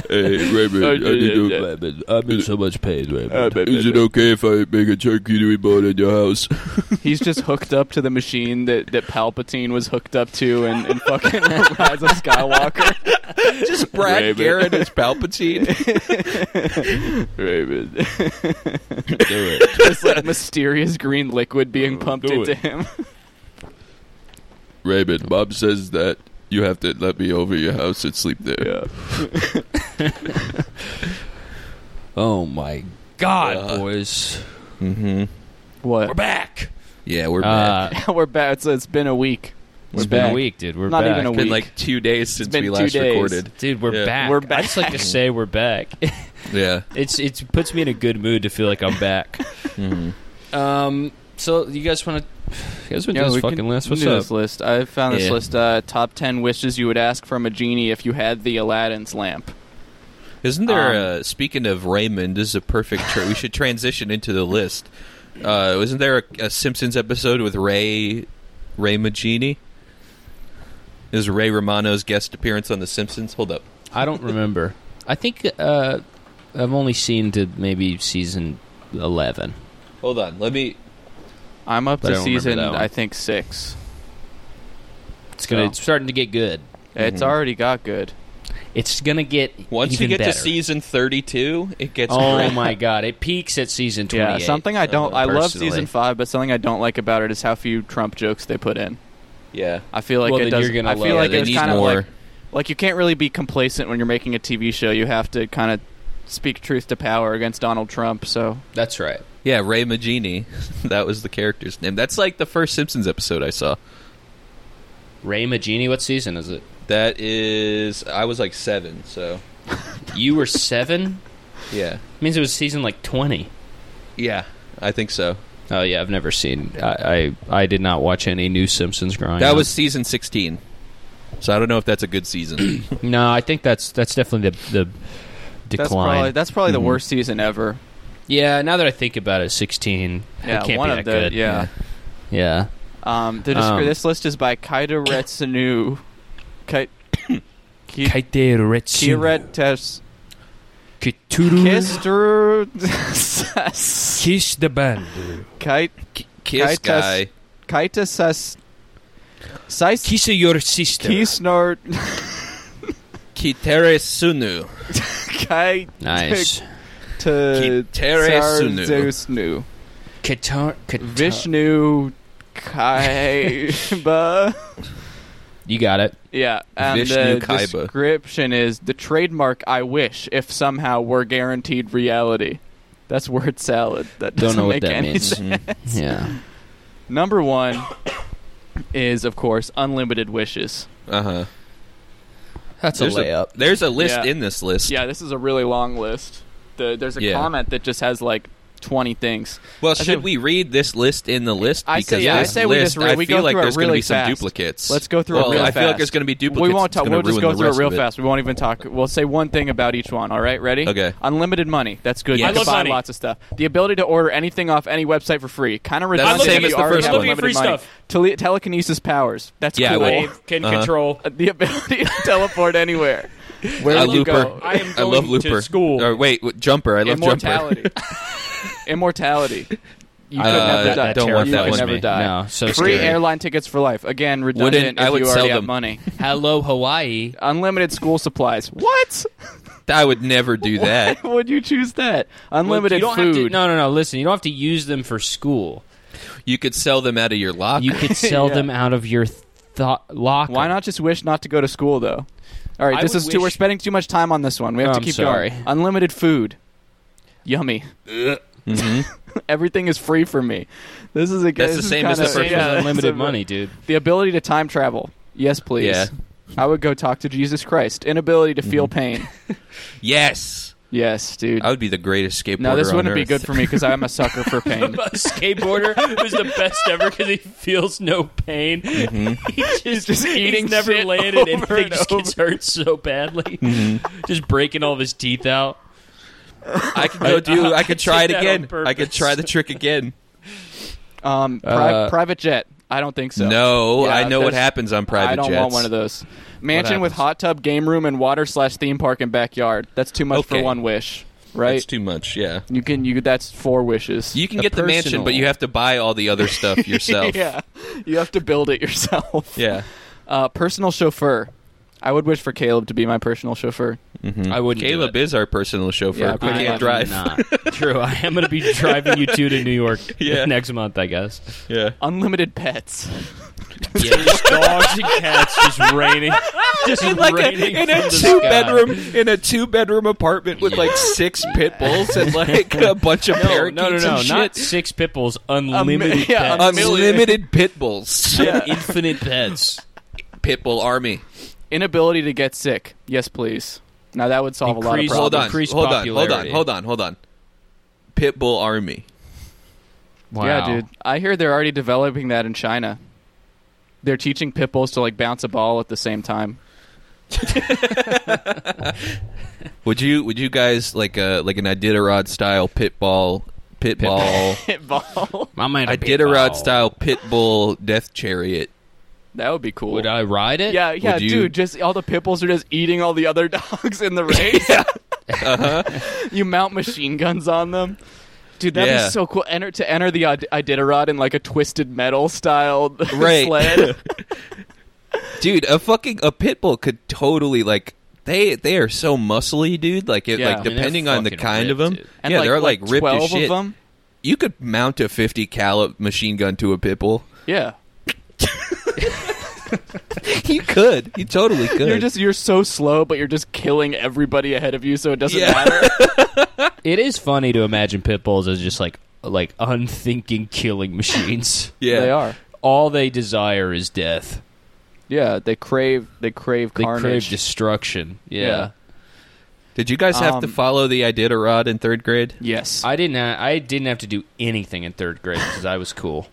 [SPEAKER 7] hey
[SPEAKER 4] Oh,
[SPEAKER 7] Raymond, I need to,
[SPEAKER 6] Raymond, I'm in so much pain, Raymond.
[SPEAKER 7] is it okay if I make a charcuterie board in your house?
[SPEAKER 4] He's just hooked up to the machine that, that Palpatine was hooked up to and, and fucking Rise of Skywalker.
[SPEAKER 5] Just Brad
[SPEAKER 7] Raymond.
[SPEAKER 5] Garrett as Palpatine.
[SPEAKER 4] Raymond.
[SPEAKER 7] Do it.
[SPEAKER 4] Just like mysterious green liquid being pumped
[SPEAKER 6] do
[SPEAKER 4] into
[SPEAKER 6] it.
[SPEAKER 4] him.
[SPEAKER 7] Raymond, mom says that you have to let me over your house and sleep there.
[SPEAKER 3] Oh my god,
[SPEAKER 5] Uh,
[SPEAKER 3] boys.
[SPEAKER 5] mm-hmm.
[SPEAKER 4] What?
[SPEAKER 3] back.
[SPEAKER 5] Yeah, we're back.
[SPEAKER 3] Uh,
[SPEAKER 4] We're back. It's, it's been a week.
[SPEAKER 3] it's
[SPEAKER 5] We're
[SPEAKER 3] been
[SPEAKER 5] back.
[SPEAKER 3] a week, dude. We're
[SPEAKER 4] Not
[SPEAKER 3] back.
[SPEAKER 4] even a
[SPEAKER 5] It's been
[SPEAKER 4] week.
[SPEAKER 5] like two days since
[SPEAKER 4] been
[SPEAKER 5] we
[SPEAKER 4] two
[SPEAKER 5] last
[SPEAKER 4] days.
[SPEAKER 5] recorded.
[SPEAKER 3] Dude, we're
[SPEAKER 5] Yeah.
[SPEAKER 3] back.
[SPEAKER 4] We're back.
[SPEAKER 3] I just like to say we're back.
[SPEAKER 5] Yeah.
[SPEAKER 3] it's it's puts me in a good mood to feel like I'm back. Um. So you guys want to? You guys want to do this
[SPEAKER 4] we can
[SPEAKER 3] fucking list? What's
[SPEAKER 4] do
[SPEAKER 3] up?
[SPEAKER 4] this list? I found this
[SPEAKER 5] Yeah.
[SPEAKER 4] list. Uh, top ten wishes you would ask from a genie if you had the Aladdin's lamp.
[SPEAKER 5] Isn't there?
[SPEAKER 4] Um,
[SPEAKER 5] uh, speaking of Raymond, this is a perfect. Tra- we should transition into the list. Uh, isn't there a, a Simpsons episode with Ray Ray Magini? Is Ray Romano's guest appearance on The Simpsons? Hold up.
[SPEAKER 3] I don't remember. I think uh, I've only seen to maybe season eleven.
[SPEAKER 5] Hold on. Let me.
[SPEAKER 4] I'm up
[SPEAKER 3] But I
[SPEAKER 4] to
[SPEAKER 3] don't remember
[SPEAKER 4] season
[SPEAKER 3] that one.
[SPEAKER 4] I think six.
[SPEAKER 3] It's gonna.
[SPEAKER 4] Oh.
[SPEAKER 3] It's starting to get good.
[SPEAKER 4] It's already got good.
[SPEAKER 3] It's gonna get
[SPEAKER 5] Once
[SPEAKER 3] even
[SPEAKER 5] you get
[SPEAKER 3] better.
[SPEAKER 5] to season thirty-two, it gets.
[SPEAKER 3] Oh
[SPEAKER 5] great.
[SPEAKER 3] my god! It peaks at season twenty.
[SPEAKER 4] Yeah, something I don't.
[SPEAKER 5] uh,
[SPEAKER 4] I love
[SPEAKER 5] personally.
[SPEAKER 4] season five, but something I don't like about it is how few Trump jokes they put in.
[SPEAKER 5] Yeah.
[SPEAKER 4] I feel like
[SPEAKER 3] Well,
[SPEAKER 4] it
[SPEAKER 3] then
[SPEAKER 4] does.
[SPEAKER 3] you're gonna
[SPEAKER 4] I
[SPEAKER 3] love
[SPEAKER 4] feel
[SPEAKER 3] it.
[SPEAKER 4] like
[SPEAKER 5] they
[SPEAKER 4] it's
[SPEAKER 5] need
[SPEAKER 4] kind of
[SPEAKER 5] more.
[SPEAKER 4] like like you can't really be complacent when you're making a TV show. You have to kind of speak truth to power against Donald Trump. So
[SPEAKER 3] That's right.
[SPEAKER 5] Yeah, Ray Magini. that was the character's name. That's like the first Simpsons episode I saw.
[SPEAKER 3] Ray Magini, what season is it?
[SPEAKER 5] That is. I was like seven, so.
[SPEAKER 3] You were seven.
[SPEAKER 5] Yeah.
[SPEAKER 3] means it was season like twenty.
[SPEAKER 5] Yeah. I think so.
[SPEAKER 3] Oh yeah, I've never seen. I I, I did not watch any new Simpsons growing.
[SPEAKER 5] That
[SPEAKER 3] up.
[SPEAKER 5] was season 16. So I don't know if that's a good season.
[SPEAKER 3] no. I think that's that's definitely the the
[SPEAKER 4] that's probably
[SPEAKER 3] decline.
[SPEAKER 4] that's probably the worst season ever.
[SPEAKER 3] yeah. Now that I think about it, sixteen.
[SPEAKER 4] Yeah,
[SPEAKER 3] it can't
[SPEAKER 4] one
[SPEAKER 3] be
[SPEAKER 4] of
[SPEAKER 3] that
[SPEAKER 4] the
[SPEAKER 3] good.
[SPEAKER 4] yeah.
[SPEAKER 3] Yeah.
[SPEAKER 4] Um, the descri-
[SPEAKER 3] Um,
[SPEAKER 4] this list is by Kaida Retsunu. Ki- Ki-
[SPEAKER 3] Kaiteretsu.
[SPEAKER 4] Kiretes
[SPEAKER 3] Kituru.
[SPEAKER 4] Kistru
[SPEAKER 3] Kiss the band.
[SPEAKER 4] Kite
[SPEAKER 5] Kiss
[SPEAKER 4] Kites-
[SPEAKER 5] guy.
[SPEAKER 4] Kaita Sas Sais
[SPEAKER 3] Kiss your sister.
[SPEAKER 4] Kisnor
[SPEAKER 5] Kitere Sunu.
[SPEAKER 4] Kite
[SPEAKER 3] Nice.
[SPEAKER 4] to
[SPEAKER 5] Kitere Sunu.
[SPEAKER 4] Zeusnu
[SPEAKER 3] Kitar. Kitar.
[SPEAKER 4] Vishnu Kaiba
[SPEAKER 3] You got it.
[SPEAKER 4] Yeah, and
[SPEAKER 5] Vishnu
[SPEAKER 4] the
[SPEAKER 5] Kaiba.
[SPEAKER 4] description is the trademark I wish if somehow were guaranteed reality. That's word salad. That
[SPEAKER 3] Don't
[SPEAKER 4] doesn't
[SPEAKER 3] know what
[SPEAKER 4] make
[SPEAKER 3] that
[SPEAKER 4] any
[SPEAKER 3] means.
[SPEAKER 5] Mm-hmm.
[SPEAKER 4] sense.
[SPEAKER 3] Yeah.
[SPEAKER 4] Number one is, of course, unlimited wishes.
[SPEAKER 5] Uh huh.
[SPEAKER 3] That's
[SPEAKER 5] There's a, there's a list
[SPEAKER 4] Yeah.
[SPEAKER 5] in this list.
[SPEAKER 4] Yeah, this is a really long list. The, there's a
[SPEAKER 5] Yeah.
[SPEAKER 4] comment that just has like 20 things.
[SPEAKER 5] Well,
[SPEAKER 4] I
[SPEAKER 5] should
[SPEAKER 4] say-
[SPEAKER 5] we read this list in the list?
[SPEAKER 4] I
[SPEAKER 5] Because
[SPEAKER 4] say- yeah, I
[SPEAKER 5] this
[SPEAKER 4] say we
[SPEAKER 5] list,
[SPEAKER 4] just read-
[SPEAKER 5] I
[SPEAKER 4] we
[SPEAKER 5] feel
[SPEAKER 4] go
[SPEAKER 5] like
[SPEAKER 4] through it
[SPEAKER 5] there's going
[SPEAKER 4] really
[SPEAKER 5] to be some
[SPEAKER 4] fast.
[SPEAKER 5] duplicates.
[SPEAKER 4] Let's go through
[SPEAKER 5] Well,
[SPEAKER 4] it real
[SPEAKER 5] I
[SPEAKER 4] fast.
[SPEAKER 5] feel like there's going to be duplicates.
[SPEAKER 4] We won't
[SPEAKER 5] It's
[SPEAKER 4] talk.
[SPEAKER 5] gonna
[SPEAKER 4] We'll just
[SPEAKER 5] ruin
[SPEAKER 4] go
[SPEAKER 5] the
[SPEAKER 4] through it
[SPEAKER 5] rest
[SPEAKER 4] real
[SPEAKER 5] of
[SPEAKER 4] fast. We won't even talk. We'll say one thing about each one. All right, ready?
[SPEAKER 5] Okay.
[SPEAKER 4] Unlimited money. That's good.
[SPEAKER 5] Yeah.
[SPEAKER 4] You
[SPEAKER 5] I
[SPEAKER 4] can
[SPEAKER 5] love
[SPEAKER 4] buy
[SPEAKER 6] money.
[SPEAKER 4] lots of stuff. The ability to order anything off any website for free. Kind of redundant.
[SPEAKER 5] the same
[SPEAKER 4] if
[SPEAKER 5] as
[SPEAKER 4] you
[SPEAKER 5] the
[SPEAKER 4] already
[SPEAKER 5] first
[SPEAKER 4] have
[SPEAKER 5] one.
[SPEAKER 4] unlimited
[SPEAKER 6] Free
[SPEAKER 4] money.
[SPEAKER 6] stuff.
[SPEAKER 4] Tele- telekinesis powers. That's
[SPEAKER 5] Yeah, I
[SPEAKER 4] cool.
[SPEAKER 5] would-
[SPEAKER 6] I can control.
[SPEAKER 4] Uh, The ability to teleport anywhere. Where
[SPEAKER 5] I
[SPEAKER 4] you
[SPEAKER 5] Uh, Looper.
[SPEAKER 4] go.
[SPEAKER 6] I am going
[SPEAKER 5] I love Looper.
[SPEAKER 6] to school.
[SPEAKER 5] Or wait, w- Jumper. I love Jumper.
[SPEAKER 4] Immortality. Immortality. You
[SPEAKER 3] I don't,
[SPEAKER 4] couldn't
[SPEAKER 3] want
[SPEAKER 4] have
[SPEAKER 3] that,
[SPEAKER 4] that,
[SPEAKER 5] die.
[SPEAKER 3] that
[SPEAKER 5] Uh, Don't want that one.
[SPEAKER 3] terrifies me.
[SPEAKER 5] Never
[SPEAKER 4] die.
[SPEAKER 3] No, so
[SPEAKER 4] Free
[SPEAKER 3] scary.
[SPEAKER 4] airline tickets for life. Again, redundant
[SPEAKER 5] Wouldn't- I
[SPEAKER 4] if
[SPEAKER 5] would
[SPEAKER 4] you
[SPEAKER 5] sell
[SPEAKER 4] already have
[SPEAKER 5] them.
[SPEAKER 4] money.
[SPEAKER 3] Hello Hawaii.
[SPEAKER 4] Unlimited school supplies. What?
[SPEAKER 5] I would never do that.
[SPEAKER 4] Why would you choose that? Unlimited
[SPEAKER 3] you don't
[SPEAKER 4] food.
[SPEAKER 3] Have to, no, no, no. Listen, you don't have to use them for school.
[SPEAKER 5] You could sell them out of your locker.
[SPEAKER 3] You could sell them out of your thought locker.
[SPEAKER 4] Why not just wish not to go to school though? All right,
[SPEAKER 3] I
[SPEAKER 4] this
[SPEAKER 3] would
[SPEAKER 4] is too. We're
[SPEAKER 3] wish-
[SPEAKER 4] spending too much time on this one. We have
[SPEAKER 3] Oh,
[SPEAKER 4] to
[SPEAKER 3] I'm
[SPEAKER 4] keep
[SPEAKER 3] sorry.
[SPEAKER 4] going. Unlimited food. Yummy.
[SPEAKER 5] Mhm.
[SPEAKER 4] Everything is free for me. This is a.
[SPEAKER 5] That's the
[SPEAKER 4] this is
[SPEAKER 5] same as
[SPEAKER 4] kinda-
[SPEAKER 5] the first
[SPEAKER 3] Same
[SPEAKER 4] yeah,
[SPEAKER 3] as
[SPEAKER 4] it's
[SPEAKER 3] unlimited
[SPEAKER 4] a-
[SPEAKER 3] money, dude?
[SPEAKER 4] The ability to time travel. Yes, please.
[SPEAKER 5] Yeah.
[SPEAKER 4] I would go talk to Jesus Christ. Inability to feel
[SPEAKER 3] Mm-hmm.
[SPEAKER 4] pain.
[SPEAKER 5] Yes,
[SPEAKER 4] Yes, dude.
[SPEAKER 5] I would be the greatest skateboarder.
[SPEAKER 4] no, this
[SPEAKER 5] on
[SPEAKER 4] wouldn't be
[SPEAKER 5] Earth.
[SPEAKER 4] good for me because I'm a sucker for pain.
[SPEAKER 3] A skateboarder who's the best ever because he feels no pain.
[SPEAKER 5] Mm-hmm.
[SPEAKER 3] He's just,
[SPEAKER 4] just
[SPEAKER 3] he's
[SPEAKER 4] eating
[SPEAKER 3] never
[SPEAKER 4] shit
[SPEAKER 3] landed and
[SPEAKER 4] over and
[SPEAKER 3] things gets hurt so badly.
[SPEAKER 5] Mm-hmm.
[SPEAKER 3] Just breaking all of his teeth out.
[SPEAKER 5] I could go do. I, could try it
[SPEAKER 3] did that on
[SPEAKER 5] again. I could
[SPEAKER 3] purpose.
[SPEAKER 5] try the trick again.
[SPEAKER 4] Um, pri-
[SPEAKER 3] Uh,
[SPEAKER 4] private jet. I don't think so.
[SPEAKER 5] no,
[SPEAKER 4] Yeah,
[SPEAKER 5] I know what
[SPEAKER 4] there's-
[SPEAKER 5] happens on private
[SPEAKER 4] I don't
[SPEAKER 5] jets.
[SPEAKER 4] want one of those. Mansion with
[SPEAKER 5] happens?
[SPEAKER 4] hot tub, game room, and water slash theme park and backyard. That's too much for
[SPEAKER 5] Okay.
[SPEAKER 4] one wish,
[SPEAKER 5] That's
[SPEAKER 4] right?
[SPEAKER 5] too much. Yeah,
[SPEAKER 4] you can you. That's four wishes.
[SPEAKER 5] you can
[SPEAKER 3] A
[SPEAKER 5] get the mansion, but
[SPEAKER 3] personal-
[SPEAKER 5] you have to buy all the other stuff yourself.
[SPEAKER 4] yeah, you have to build it yourself.
[SPEAKER 5] yeah.
[SPEAKER 4] Uh, personal chauffeur. I would wish for Caleb to be my personal chauffeur.
[SPEAKER 3] I wouldn't.
[SPEAKER 5] Caleb
[SPEAKER 3] do it.
[SPEAKER 5] is our personal chauffeur.
[SPEAKER 4] Yeah,
[SPEAKER 5] we
[SPEAKER 4] pretty
[SPEAKER 5] can't
[SPEAKER 4] much.
[SPEAKER 5] drive.
[SPEAKER 3] Not. True. I am going to be driving you two to New York
[SPEAKER 5] Yeah.
[SPEAKER 3] next month, I guess.
[SPEAKER 5] Yeah.
[SPEAKER 4] Unlimited pets.
[SPEAKER 3] Yeah, just dogs and cats just raining, just
[SPEAKER 5] In like a,
[SPEAKER 3] raining
[SPEAKER 5] in
[SPEAKER 3] from
[SPEAKER 5] a
[SPEAKER 3] the
[SPEAKER 5] two
[SPEAKER 3] sky.
[SPEAKER 5] bedroom in a two bedroom apartment with like six pit bulls and like a bunch of
[SPEAKER 3] No,
[SPEAKER 5] parakeets
[SPEAKER 3] no, no, no,
[SPEAKER 5] and
[SPEAKER 3] not
[SPEAKER 5] shit.
[SPEAKER 3] six pit bulls, unlimited
[SPEAKER 4] Um, yeah,
[SPEAKER 3] pets,
[SPEAKER 5] Unlimited pit bulls.
[SPEAKER 3] infinite pets,
[SPEAKER 5] Pit bull army.
[SPEAKER 4] Inability to get sick. Yes, please. Now that would solve
[SPEAKER 3] Increase-
[SPEAKER 4] a lot of
[SPEAKER 5] Hold
[SPEAKER 4] problems.
[SPEAKER 5] on.
[SPEAKER 3] Increase
[SPEAKER 5] Hold on. Hold on.
[SPEAKER 3] popularity.
[SPEAKER 5] Hold on. Hold on. Pit bull army.
[SPEAKER 3] Wow.
[SPEAKER 4] Yeah, dude. I hear they're already developing that in China. They're teaching pit bulls to like bounce a ball at the same time.
[SPEAKER 5] Would you would you guys like a like an Iditarod style pit ball pit ball
[SPEAKER 4] Pit ball.
[SPEAKER 3] My man,
[SPEAKER 5] Iditarod style pit bull death chariot?
[SPEAKER 4] That would be cool.
[SPEAKER 3] Would I ride it?
[SPEAKER 4] Yeah, yeah,
[SPEAKER 5] Would you-
[SPEAKER 4] dude. Just all the pit bulls are just eating all the other dogs in the race.
[SPEAKER 5] Uh-huh.
[SPEAKER 4] you mount machine guns on them. Dude, that'd
[SPEAKER 5] Yeah.
[SPEAKER 4] be so cool. Enter to enter the Id- Iditarod in like a twisted metal style
[SPEAKER 5] Right.
[SPEAKER 4] sled.
[SPEAKER 5] Dude, a fucking a pit bull could totally like they they are so muscly, dude. Like it,
[SPEAKER 4] Yeah.
[SPEAKER 5] like
[SPEAKER 4] I mean,
[SPEAKER 3] they're
[SPEAKER 5] depending on the
[SPEAKER 3] fucking
[SPEAKER 5] kind of
[SPEAKER 3] ripped,
[SPEAKER 5] them,
[SPEAKER 3] dude.
[SPEAKER 4] And
[SPEAKER 5] yeah,
[SPEAKER 4] like,
[SPEAKER 5] they're like, ripped
[SPEAKER 4] twelve
[SPEAKER 5] as shit.
[SPEAKER 4] of them.
[SPEAKER 5] You could mount a fifty cal machine gun to a pit bull.
[SPEAKER 4] Yeah,
[SPEAKER 5] you could, you totally could.
[SPEAKER 4] you're just you're so slow, but you're just killing everybody ahead of you, so it doesn't
[SPEAKER 5] Yeah.
[SPEAKER 4] matter.
[SPEAKER 3] It is funny to imagine pit bulls as just like like unthinking killing machines.
[SPEAKER 5] yeah,
[SPEAKER 4] They are.
[SPEAKER 3] All they desire is death.
[SPEAKER 4] Yeah, they crave they crave
[SPEAKER 3] They
[SPEAKER 4] carnage.
[SPEAKER 3] crave destruction. Yeah.
[SPEAKER 4] Yeah.
[SPEAKER 5] Did you guys have to
[SPEAKER 4] Um,
[SPEAKER 5] follow the Iditarod in third grade?
[SPEAKER 4] yes, I,
[SPEAKER 3] I didn't. Ha- I didn't have to do anything in third grade because I was cool.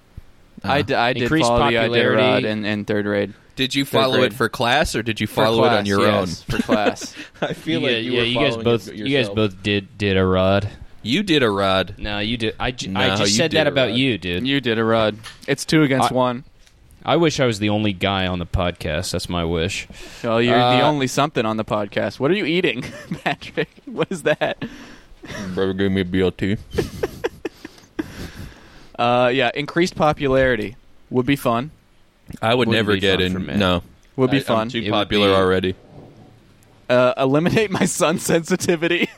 [SPEAKER 4] I, d- I did
[SPEAKER 3] Increased
[SPEAKER 4] follow the
[SPEAKER 3] popularity.
[SPEAKER 4] Iditarod in, in third grade.
[SPEAKER 5] Did you follow
[SPEAKER 4] grade.
[SPEAKER 5] it for class or did you
[SPEAKER 4] For
[SPEAKER 5] follow it on
[SPEAKER 4] class,
[SPEAKER 5] your
[SPEAKER 4] yes, for class.
[SPEAKER 5] own? I feel
[SPEAKER 3] yeah, yeah, you guys both. You guys both did did a rod.
[SPEAKER 5] You did a rod.
[SPEAKER 3] No, you did. I, ju-
[SPEAKER 5] No,
[SPEAKER 3] I just
[SPEAKER 5] you
[SPEAKER 3] said
[SPEAKER 5] did
[SPEAKER 3] that
[SPEAKER 5] a
[SPEAKER 3] about
[SPEAKER 5] rod.
[SPEAKER 3] you, dude.
[SPEAKER 4] You did a rod. It's two against
[SPEAKER 3] I-
[SPEAKER 4] one.
[SPEAKER 3] I wish I was the only guy on the podcast. That's my wish.
[SPEAKER 4] Well, you're the
[SPEAKER 3] Uh,
[SPEAKER 4] only something on the podcast. What are you eating, Patrick? What is that?
[SPEAKER 5] Brother gave me a BLT.
[SPEAKER 4] Uh, yeah, increased popularity would be fun.
[SPEAKER 5] I would
[SPEAKER 3] Wouldn't
[SPEAKER 5] never
[SPEAKER 3] be
[SPEAKER 5] get
[SPEAKER 3] fun for
[SPEAKER 5] in.
[SPEAKER 3] me.
[SPEAKER 5] No,
[SPEAKER 4] Would be
[SPEAKER 5] I- I'm
[SPEAKER 4] fun.
[SPEAKER 5] too
[SPEAKER 3] It would
[SPEAKER 5] popular
[SPEAKER 3] be-
[SPEAKER 5] already.
[SPEAKER 4] Uh, eliminate my sun sensitivity.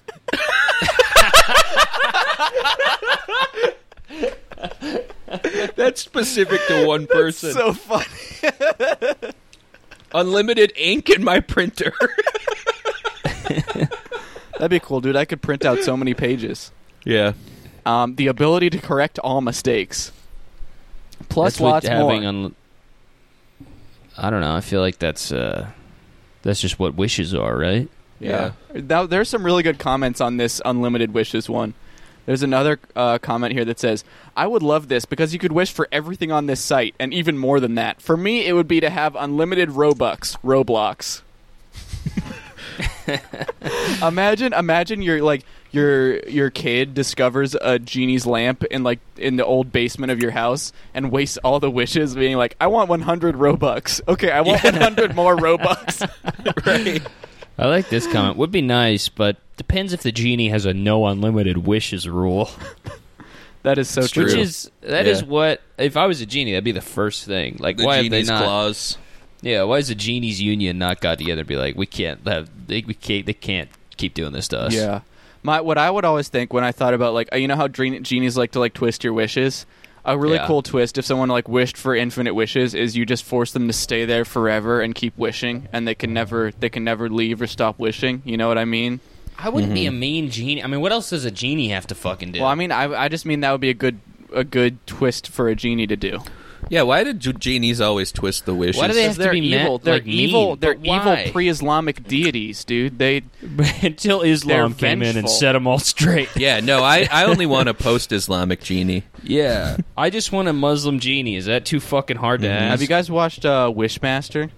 [SPEAKER 5] That's specific to one person.
[SPEAKER 4] so funny.
[SPEAKER 5] Unlimited ink in my printer.
[SPEAKER 4] That'd be cool, dude. I could print out so many pages.
[SPEAKER 5] yeah.
[SPEAKER 4] Um, the ability to correct all mistakes. Plus
[SPEAKER 3] That's what
[SPEAKER 4] lots more.
[SPEAKER 3] having unl- I don't know. I feel like that's uh, that's just what wishes are, right?
[SPEAKER 4] Yeah. Now, there's some really good comments on this unlimited wishes one. There's another uh, comment here that says, I would love this because you could wish for everything on this site and even more than that. For me, it would be to have unlimited Robux, Roblox. imagine imagine your like your your kid discovers a genie's lamp in like in the old basement of your house and wastes all the wishes being like I want 100 robux. Okay, I want 100 more robux.
[SPEAKER 3] I like this comment. Would be nice, but depends if the genie has a no unlimited wishes rule.
[SPEAKER 4] That is so true.
[SPEAKER 3] Which
[SPEAKER 5] true.
[SPEAKER 3] is that is
[SPEAKER 5] Yeah.
[SPEAKER 3] what if I was a genie, that'd be the first thing. Like
[SPEAKER 5] The
[SPEAKER 3] why have they
[SPEAKER 5] genie's
[SPEAKER 3] not?
[SPEAKER 5] claws.
[SPEAKER 3] Yeah, why is the genies union not got together and be like, we can't have they we can't they can't keep doing this to us.
[SPEAKER 4] Yeah. My what I would always think when I thought about like uh, you know how dream, genies like to like twist your wishes. A really
[SPEAKER 3] Yeah.
[SPEAKER 4] cool twist if someone like wished for infinite wishes is you just force them to stay there forever and keep wishing and they can never they can never leave or stop wishing. You know what I mean?
[SPEAKER 3] I wouldn't be a mean genie. I mean, what else does a genie have to fucking do?
[SPEAKER 4] Mm-hmm. Well, I mean I I just mean that would be a good a good twist for a genie to do.
[SPEAKER 5] Yeah, why did ge- genies always twist the wishes?
[SPEAKER 3] Why do they have
[SPEAKER 4] Because they're
[SPEAKER 3] to be ma-
[SPEAKER 4] evil. they're
[SPEAKER 3] like mean,
[SPEAKER 4] evil.
[SPEAKER 3] but
[SPEAKER 4] They're
[SPEAKER 3] why?
[SPEAKER 4] evil pre-Islamic deities, dude. They
[SPEAKER 3] until Islam
[SPEAKER 4] They're
[SPEAKER 3] came in and
[SPEAKER 4] vengeful.
[SPEAKER 3] set them all straight.
[SPEAKER 5] yeah, no, I, I only want a post-Islamic genie.
[SPEAKER 3] yeah, I just want a Muslim genie. Is that too fucking hard to ask?
[SPEAKER 4] Mm-hmm. Have you guys watched uh, Wishmaster?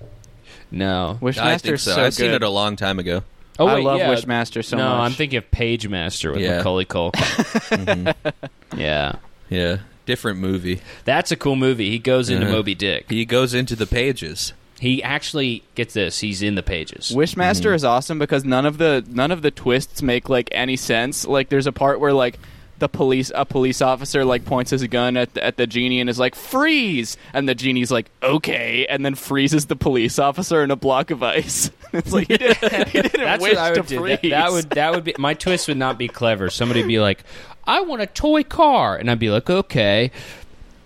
[SPEAKER 3] no.
[SPEAKER 4] Wishmaster
[SPEAKER 5] I think
[SPEAKER 4] is
[SPEAKER 5] so.
[SPEAKER 4] so
[SPEAKER 5] I've seen it
[SPEAKER 4] good.
[SPEAKER 5] a long time ago.
[SPEAKER 3] Oh,
[SPEAKER 4] I
[SPEAKER 3] wait,
[SPEAKER 4] love
[SPEAKER 3] yeah.
[SPEAKER 4] Wishmaster so
[SPEAKER 3] no,
[SPEAKER 4] much.
[SPEAKER 3] I'm thinking of Page Master with
[SPEAKER 5] Yeah.
[SPEAKER 3] Macaulay Culkin. Mm-hmm. Yeah,
[SPEAKER 5] Yeah, different movie.
[SPEAKER 3] that's a cool movie. He goes into
[SPEAKER 5] Yeah.
[SPEAKER 4] Uh-huh.
[SPEAKER 3] Moby Dick.
[SPEAKER 5] He goes into the pages.
[SPEAKER 3] He actually gets this. He's in the pages.
[SPEAKER 4] Wishmaster
[SPEAKER 3] Mm-hmm.
[SPEAKER 4] is awesome because none of the none of the twists make like any sense. Like there's a part where like the police a police officer like points his gun at the, at the genie and is like freeze and the genie's like okay and then freezes the police officer in a block of ice. it's like he, did, he didn't
[SPEAKER 3] That's
[SPEAKER 4] wish
[SPEAKER 3] what I would
[SPEAKER 4] to
[SPEAKER 3] do.
[SPEAKER 4] freeze.
[SPEAKER 3] That, that would that would be my twist would not be clever. Somebody would be like, "I want a toy car," and I'd be like, "Okay,"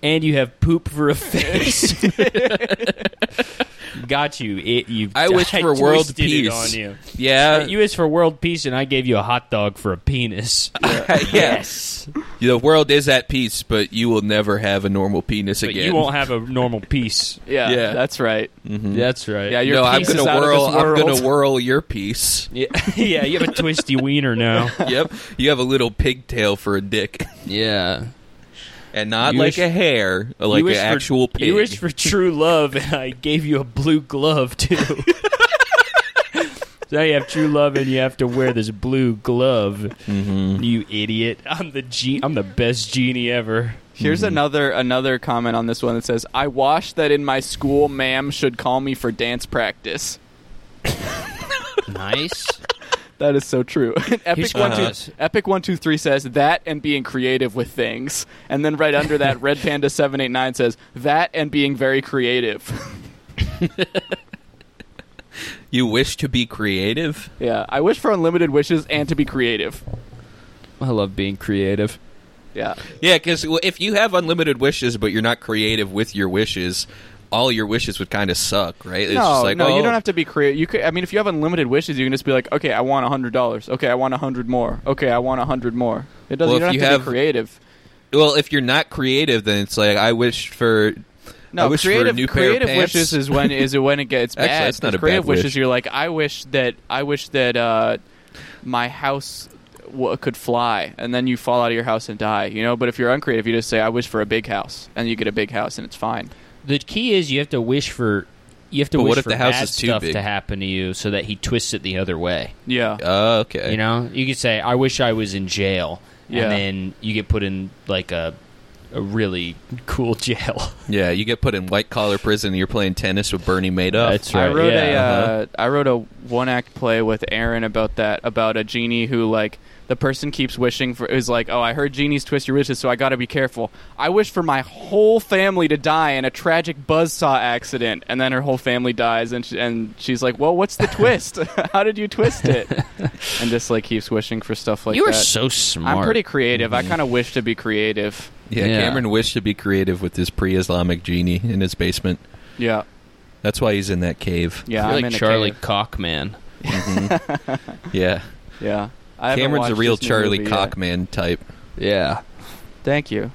[SPEAKER 3] and you have poop for a face. Got you. It, you.
[SPEAKER 5] I wish for world
[SPEAKER 3] twisted it
[SPEAKER 5] peace. Uh,
[SPEAKER 3] on you.
[SPEAKER 5] Yeah,
[SPEAKER 3] You wish for world peace, and I gave you a hot dog for a penis.
[SPEAKER 5] yes. The world is at peace, but you will never have a normal penis
[SPEAKER 3] But
[SPEAKER 5] again.
[SPEAKER 3] you won't have a normal peace.
[SPEAKER 4] yeah,
[SPEAKER 5] Yeah.
[SPEAKER 4] that's right.
[SPEAKER 5] Mm-hmm.
[SPEAKER 3] That's right.
[SPEAKER 4] Yeah, your
[SPEAKER 5] no, I'm
[SPEAKER 4] piece
[SPEAKER 5] gonna
[SPEAKER 4] is out
[SPEAKER 5] whirl.
[SPEAKER 4] of this
[SPEAKER 5] I'm
[SPEAKER 4] world.
[SPEAKER 5] gonna whirl your piece.
[SPEAKER 3] yeah, yeah. You have a twisty wiener now.
[SPEAKER 5] yep, you have a little pigtail for a dick,
[SPEAKER 3] Yeah.
[SPEAKER 5] and not
[SPEAKER 3] You
[SPEAKER 5] like
[SPEAKER 3] wish-
[SPEAKER 5] a hair, like
[SPEAKER 3] You
[SPEAKER 5] an
[SPEAKER 3] wish for-
[SPEAKER 5] actual pig.
[SPEAKER 3] You wish for true love, and I gave you a blue glove too. so now you have true love, and you have to wear this blue glove.
[SPEAKER 5] Mm-hmm.
[SPEAKER 3] You idiot! I'm the ge- I'm the best genie ever.
[SPEAKER 4] Here's another another comment on this one that says, "I wash that in my school. Ma'am should call me for dance practice."
[SPEAKER 3] Nice.
[SPEAKER 4] That is so true. Epic
[SPEAKER 3] Here's
[SPEAKER 4] one
[SPEAKER 5] one.
[SPEAKER 4] two Epic one two three says that and being creative with things, and then right under that, Red Panda seven eight nine says that and being very creative.
[SPEAKER 5] you wish to be creative.
[SPEAKER 4] yeah, I wish for unlimited wishes and to be creative.
[SPEAKER 3] I love being creative.
[SPEAKER 4] Yeah,
[SPEAKER 5] Yeah, because if you have unlimited wishes, but you're not creative with your wishes, all your wishes would kind of suck, right? It's
[SPEAKER 4] no,
[SPEAKER 5] just like, oh,
[SPEAKER 4] no,
[SPEAKER 5] well,
[SPEAKER 4] you don't have to be creative. You could, I mean, if you have unlimited wishes, you can just be like, okay, I want a hundred dollars. Okay, I want a hundred more. Okay, I want a hundred more. It doesn't.
[SPEAKER 5] Well, if you
[SPEAKER 4] you don't have to
[SPEAKER 5] have-
[SPEAKER 4] be creative.
[SPEAKER 5] Well, if you're not creative, then it's like I wish for.
[SPEAKER 4] No,
[SPEAKER 5] I wish for a
[SPEAKER 4] creative
[SPEAKER 5] new pair of
[SPEAKER 4] creative
[SPEAKER 5] pants.
[SPEAKER 4] wishes is when is it when it gets
[SPEAKER 5] Actually,
[SPEAKER 4] bad.
[SPEAKER 5] that's not
[SPEAKER 4] Because
[SPEAKER 5] a bad
[SPEAKER 4] creative wishes
[SPEAKER 5] wish.
[SPEAKER 4] you're like I wish that I wish that uh, my house w- could fly and then you fall out of your house and die, you know? But if you're uncreative, you just say I wish for a big house and you get a big house and it's fine.
[SPEAKER 3] The key is you have to wish for. You have to
[SPEAKER 5] But
[SPEAKER 3] wish
[SPEAKER 5] what if
[SPEAKER 3] for
[SPEAKER 5] the house
[SPEAKER 3] bad
[SPEAKER 5] is too
[SPEAKER 3] stuff
[SPEAKER 5] big?
[SPEAKER 3] to happen to you, so that he twists it the other way.
[SPEAKER 4] Yeah.
[SPEAKER 5] Uh, okay,
[SPEAKER 3] You know, you could say, "I wish I was in jail,"
[SPEAKER 4] Yeah.
[SPEAKER 3] and then you get put in like a a really cool jail.
[SPEAKER 5] yeah, you get put in white collar prison. and You're playing tennis with Bernie Madoff.
[SPEAKER 3] That's
[SPEAKER 4] I
[SPEAKER 3] right,
[SPEAKER 4] wrote
[SPEAKER 3] yeah,
[SPEAKER 4] a
[SPEAKER 5] uh-huh.
[SPEAKER 4] uh, I wrote a one act play with Aaron about that about a genie who like the person keeps wishing for is like oh I heard genies twist your wishes so I got to be careful I wish for my whole family to die in a tragic buzzsaw accident and then her whole family dies and sh and she's like well what's the twist how did you twist it and just like keeps wishing for stuff like
[SPEAKER 3] you are
[SPEAKER 4] that.
[SPEAKER 3] so smart. Mm-hmm.
[SPEAKER 4] I'm pretty creative I kind of wish to be creative
[SPEAKER 5] Yeah,
[SPEAKER 3] Yeah.
[SPEAKER 5] Cameron wished to be creative with his pre-Islamic genie in his basement.
[SPEAKER 4] yeah
[SPEAKER 5] That's why he's in that cave.
[SPEAKER 4] yeah
[SPEAKER 3] You're
[SPEAKER 4] I'm
[SPEAKER 3] like
[SPEAKER 4] in a
[SPEAKER 3] Charlie
[SPEAKER 4] cave.
[SPEAKER 3] Cockman.
[SPEAKER 5] Yeah.
[SPEAKER 4] yeah I haven't
[SPEAKER 5] Cameron's a
[SPEAKER 4] watched
[SPEAKER 5] real
[SPEAKER 4] this new
[SPEAKER 5] Charlie
[SPEAKER 4] movie yet.
[SPEAKER 5] Cockman type.
[SPEAKER 3] Yeah.
[SPEAKER 4] thank you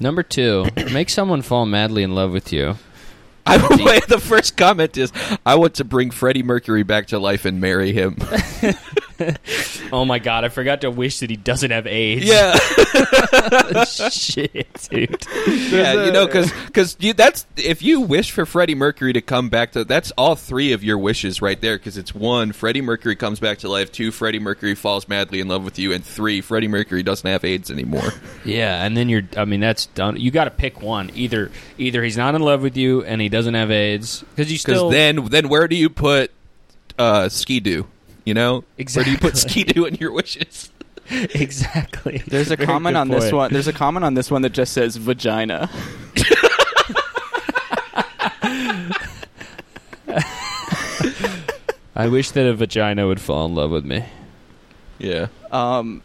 [SPEAKER 3] Number two, make someone fall madly in love with you.
[SPEAKER 5] I the first comment is I want to bring Freddie Mercury back to life and marry him.
[SPEAKER 3] Oh my god, I forgot to wish that he doesn't have AIDS.
[SPEAKER 5] yeah.
[SPEAKER 3] Shit, dude.
[SPEAKER 5] yeah, you know cuz cuz you that's if you wish for Freddie Mercury to come back to that's all three of your wishes right there cuz it's one Freddie Mercury comes back to life, two Freddie Mercury falls madly in love with you and three Freddie Mercury doesn't have AIDS anymore.
[SPEAKER 3] Yeah, and then you're I mean that's done. You got to pick one. Either either he's not in love with you and he doesn't have AIDS cuz you still
[SPEAKER 5] Because then, then where do you put uh, Ski Doo? You know, Where do you put
[SPEAKER 3] Exactly.
[SPEAKER 5] Ski Doo in your wishes?
[SPEAKER 3] exactly.
[SPEAKER 4] There's a
[SPEAKER 3] Very
[SPEAKER 4] comment
[SPEAKER 3] good
[SPEAKER 4] on this
[SPEAKER 3] point.
[SPEAKER 4] one. There's a comment on this one that just says vagina.
[SPEAKER 3] I wish that a vagina would fall in love with me.
[SPEAKER 5] Yeah.
[SPEAKER 4] Um,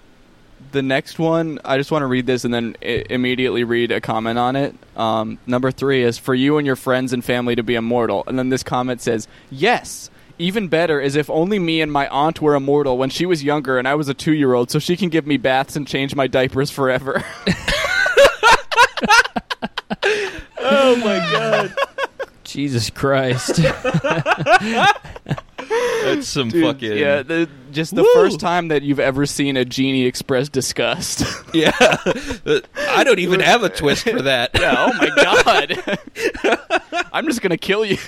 [SPEAKER 4] the next one, I just want to read this and then I- immediately read a comment on it. Um, number three is for you and your friends and family to be immortal. And then this comment says, Yes, even better is if only me and my aunt were immortal when she was younger and I was a two year old, so she can give me baths and change my diapers forever.
[SPEAKER 3] Jesus Christ.
[SPEAKER 5] That's some fucking
[SPEAKER 4] yeah, the, just the first time that you've ever seen a genie express disgust.
[SPEAKER 5] Yeah. I don't even have a twist for that.
[SPEAKER 4] oh my god. I'm just going to kill you.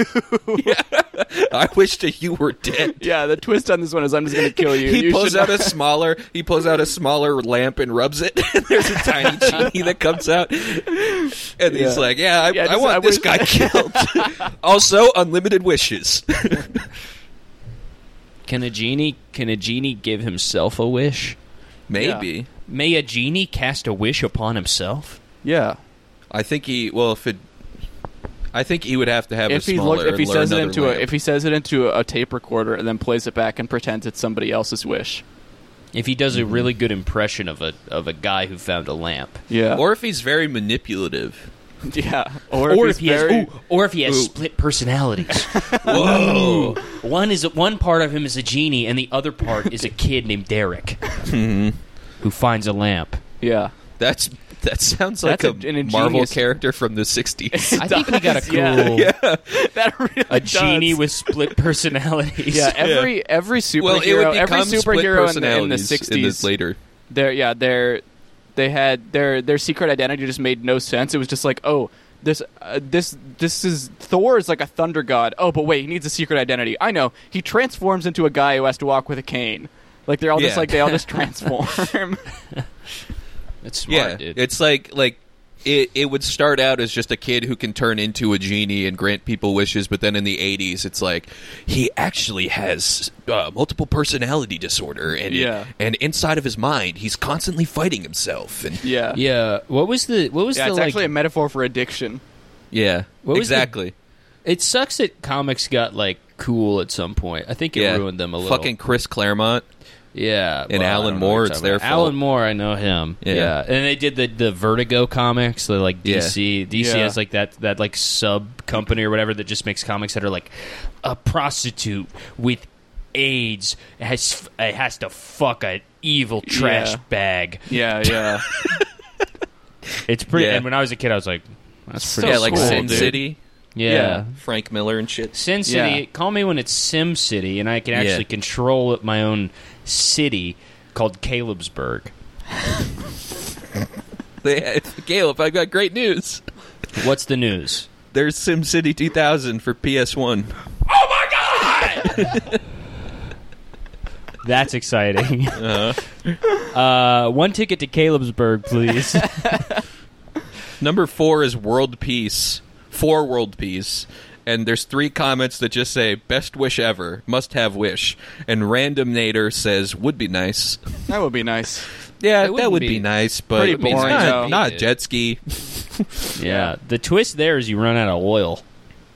[SPEAKER 5] I wish that you were dead.
[SPEAKER 4] yeah, the twist on this one is I'm just going to kill you.
[SPEAKER 5] He
[SPEAKER 4] You
[SPEAKER 5] pulls
[SPEAKER 4] should
[SPEAKER 5] out
[SPEAKER 4] not-
[SPEAKER 5] a smaller. He pulls out a smaller lamp and rubs it. and There's a tiny genie that comes out, and he's like, "Yeah, I,
[SPEAKER 4] Yeah,
[SPEAKER 5] I
[SPEAKER 4] just-
[SPEAKER 5] want
[SPEAKER 4] I
[SPEAKER 5] this
[SPEAKER 4] wish-
[SPEAKER 5] guy killed." also, unlimited wishes.
[SPEAKER 3] Can a genie can a genie give himself a wish?
[SPEAKER 5] Maybe
[SPEAKER 3] May a genie cast a wish upon himself?
[SPEAKER 4] Yeah.
[SPEAKER 5] I think he. Well, if it, I think he would have to have
[SPEAKER 4] if
[SPEAKER 5] a
[SPEAKER 4] he
[SPEAKER 5] smaller.
[SPEAKER 4] look, if he
[SPEAKER 5] or
[SPEAKER 4] says it
[SPEAKER 5] another
[SPEAKER 4] into
[SPEAKER 5] lamp.
[SPEAKER 4] a if he says it into a, a tape recorder and then plays it back and pretends it's somebody else's wish.
[SPEAKER 3] If he does a really good impression of a of a guy who found a lamp.
[SPEAKER 4] Yeah.
[SPEAKER 5] or if he's very manipulative.
[SPEAKER 4] yeah. Or,
[SPEAKER 3] Or
[SPEAKER 4] if,
[SPEAKER 3] if, he has,
[SPEAKER 4] very,
[SPEAKER 3] ooh, or if he has
[SPEAKER 5] Ooh.
[SPEAKER 3] split personalities.
[SPEAKER 5] Whoa!
[SPEAKER 3] one is one part of him is a genie, and the other part is a kid named Derek,
[SPEAKER 4] Mm-hmm.
[SPEAKER 3] who finds a lamp.
[SPEAKER 4] yeah.
[SPEAKER 5] That's that sounds like
[SPEAKER 4] That's a-
[SPEAKER 5] a,
[SPEAKER 4] an ingenious-
[SPEAKER 5] Marvel character from the '60s.
[SPEAKER 3] I think we got a cool
[SPEAKER 4] Yeah. That really
[SPEAKER 3] a
[SPEAKER 4] does.
[SPEAKER 3] genie with split personalities.
[SPEAKER 4] yeah, every every superhero
[SPEAKER 5] well, it would
[SPEAKER 4] every
[SPEAKER 5] become split
[SPEAKER 4] superhero in the, in the
[SPEAKER 5] personalities in the
[SPEAKER 4] 60s
[SPEAKER 5] later.
[SPEAKER 4] their yeah their they had their their secret identity just made no sense. It was just like oh this uh, this this is Thor is like a thunder god. Oh, but wait, he needs a secret identity. I know he transforms into a guy who has to walk with a cane. Like they're all just
[SPEAKER 5] Yeah.
[SPEAKER 4] like they all just transform.
[SPEAKER 3] That's smart,
[SPEAKER 5] yeah,
[SPEAKER 3] dude.
[SPEAKER 5] it's like like it, it would start out as just a kid who can turn into a genie and grant people wishes, but then in the '80s, it's like he actually has uh, multiple personality disorder, and it-
[SPEAKER 4] Yeah.
[SPEAKER 5] and inside of his mind, he's constantly fighting himself. And
[SPEAKER 4] yeah,
[SPEAKER 3] yeah. What was the what was
[SPEAKER 4] Yeah,
[SPEAKER 3] the
[SPEAKER 4] it's
[SPEAKER 3] like?
[SPEAKER 4] actually a metaphor for addiction.
[SPEAKER 5] yeah,
[SPEAKER 3] What was the-
[SPEAKER 5] exactly.
[SPEAKER 3] it sucks that comics got like cool at some point. I think it
[SPEAKER 5] yeah,
[SPEAKER 3] ruined them a little.
[SPEAKER 5] Fucking Chris Claremont.
[SPEAKER 3] yeah.
[SPEAKER 5] and
[SPEAKER 3] well, I
[SPEAKER 5] Alan
[SPEAKER 3] don't know what
[SPEAKER 5] Moore,
[SPEAKER 3] you're
[SPEAKER 5] it's
[SPEAKER 3] talking about.
[SPEAKER 5] their fault.
[SPEAKER 3] Alan Moore. I know him.
[SPEAKER 5] Yeah.
[SPEAKER 3] Yeah. and they did the the Vertigo comics. The like
[SPEAKER 5] Yeah.
[SPEAKER 3] DC DC
[SPEAKER 4] Yeah.
[SPEAKER 3] has like that that like sub company or whatever that just makes comics that are like a prostitute with AIDS has uh, has to fuck an evil trash
[SPEAKER 4] Yeah.
[SPEAKER 3] bag.
[SPEAKER 4] Yeah, yeah,
[SPEAKER 3] It's pretty.
[SPEAKER 5] Yeah.
[SPEAKER 3] And when I was a kid, I was like, that's
[SPEAKER 4] So
[SPEAKER 3] pretty.
[SPEAKER 5] yeah, like
[SPEAKER 4] cool,
[SPEAKER 5] Sin
[SPEAKER 4] dude.
[SPEAKER 5] City,
[SPEAKER 3] Yeah.
[SPEAKER 4] Yeah.
[SPEAKER 5] Frank Miller and shit.
[SPEAKER 3] Sin City.
[SPEAKER 4] Yeah.
[SPEAKER 3] Call me when it's Sim City, and I can
[SPEAKER 5] Yeah.
[SPEAKER 3] actually control my own city called Calebsburg.
[SPEAKER 5] They, Caleb, I've got great news.
[SPEAKER 3] What's the news?
[SPEAKER 5] There's SimCity 2000 for PS1.
[SPEAKER 3] That's exciting. Uh, one ticket to Calebsburg, please.
[SPEAKER 5] Number four is World Peace. Four World Peace. And there's three comments that just say, best wish ever, must have wish. And Random Nader says, would be nice.
[SPEAKER 4] that would be nice.
[SPEAKER 5] Yeah,
[SPEAKER 3] It
[SPEAKER 5] that
[SPEAKER 3] wouldn't
[SPEAKER 5] would be,
[SPEAKER 3] be-
[SPEAKER 5] nice, but
[SPEAKER 4] pretty boring,
[SPEAKER 5] it's not,
[SPEAKER 4] though.
[SPEAKER 5] not jet ski.
[SPEAKER 3] yeah. The twist there is you run out of oil.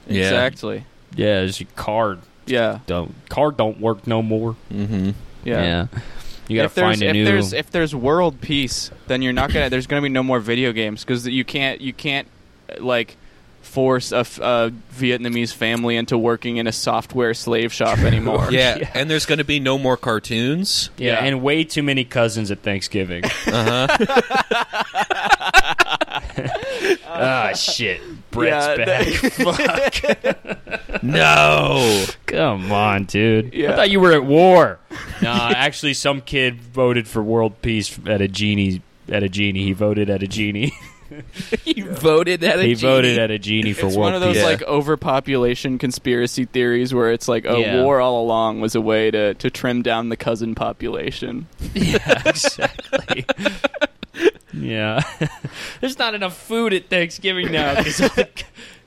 [SPEAKER 5] Yeah.
[SPEAKER 4] Exactly.
[SPEAKER 3] Yeah, it's your car
[SPEAKER 4] Yeah,
[SPEAKER 3] don't car don't work no more.
[SPEAKER 4] yeah.
[SPEAKER 3] You gotta
[SPEAKER 4] if there's,
[SPEAKER 3] find a
[SPEAKER 4] if
[SPEAKER 3] new.
[SPEAKER 4] There's, if there's world peace, then you're not gonna. There's gonna be no more video games because you can't. You can't uh, like force a, f- a Vietnamese family into working in a software slave shop anymore.
[SPEAKER 5] Yeah, and there's going to be no more cartoons.
[SPEAKER 3] yeah,
[SPEAKER 4] yeah. Uh-huh.
[SPEAKER 3] and way too many cousins at Thanksgiving. Ah, shit. Brett's
[SPEAKER 4] Yeah,
[SPEAKER 3] back.
[SPEAKER 5] No!
[SPEAKER 3] Come on, dude.
[SPEAKER 4] Yeah.
[SPEAKER 3] Oh. I thought you were at war. nah, actually, some kid voted for world peace at a genie. At a genie, he voted at a genie.
[SPEAKER 5] he voted at a genie.
[SPEAKER 3] he voted at a genie for
[SPEAKER 4] It's
[SPEAKER 3] world
[SPEAKER 4] one of those
[SPEAKER 3] peace.
[SPEAKER 5] Yeah.
[SPEAKER 4] like overpopulation conspiracy theories where it's like, oh,
[SPEAKER 3] Yeah.
[SPEAKER 4] war all along was a way to, to trim down the cousin population.
[SPEAKER 3] yeah, exactly. yeah, there's not enough food at Thanksgiving now because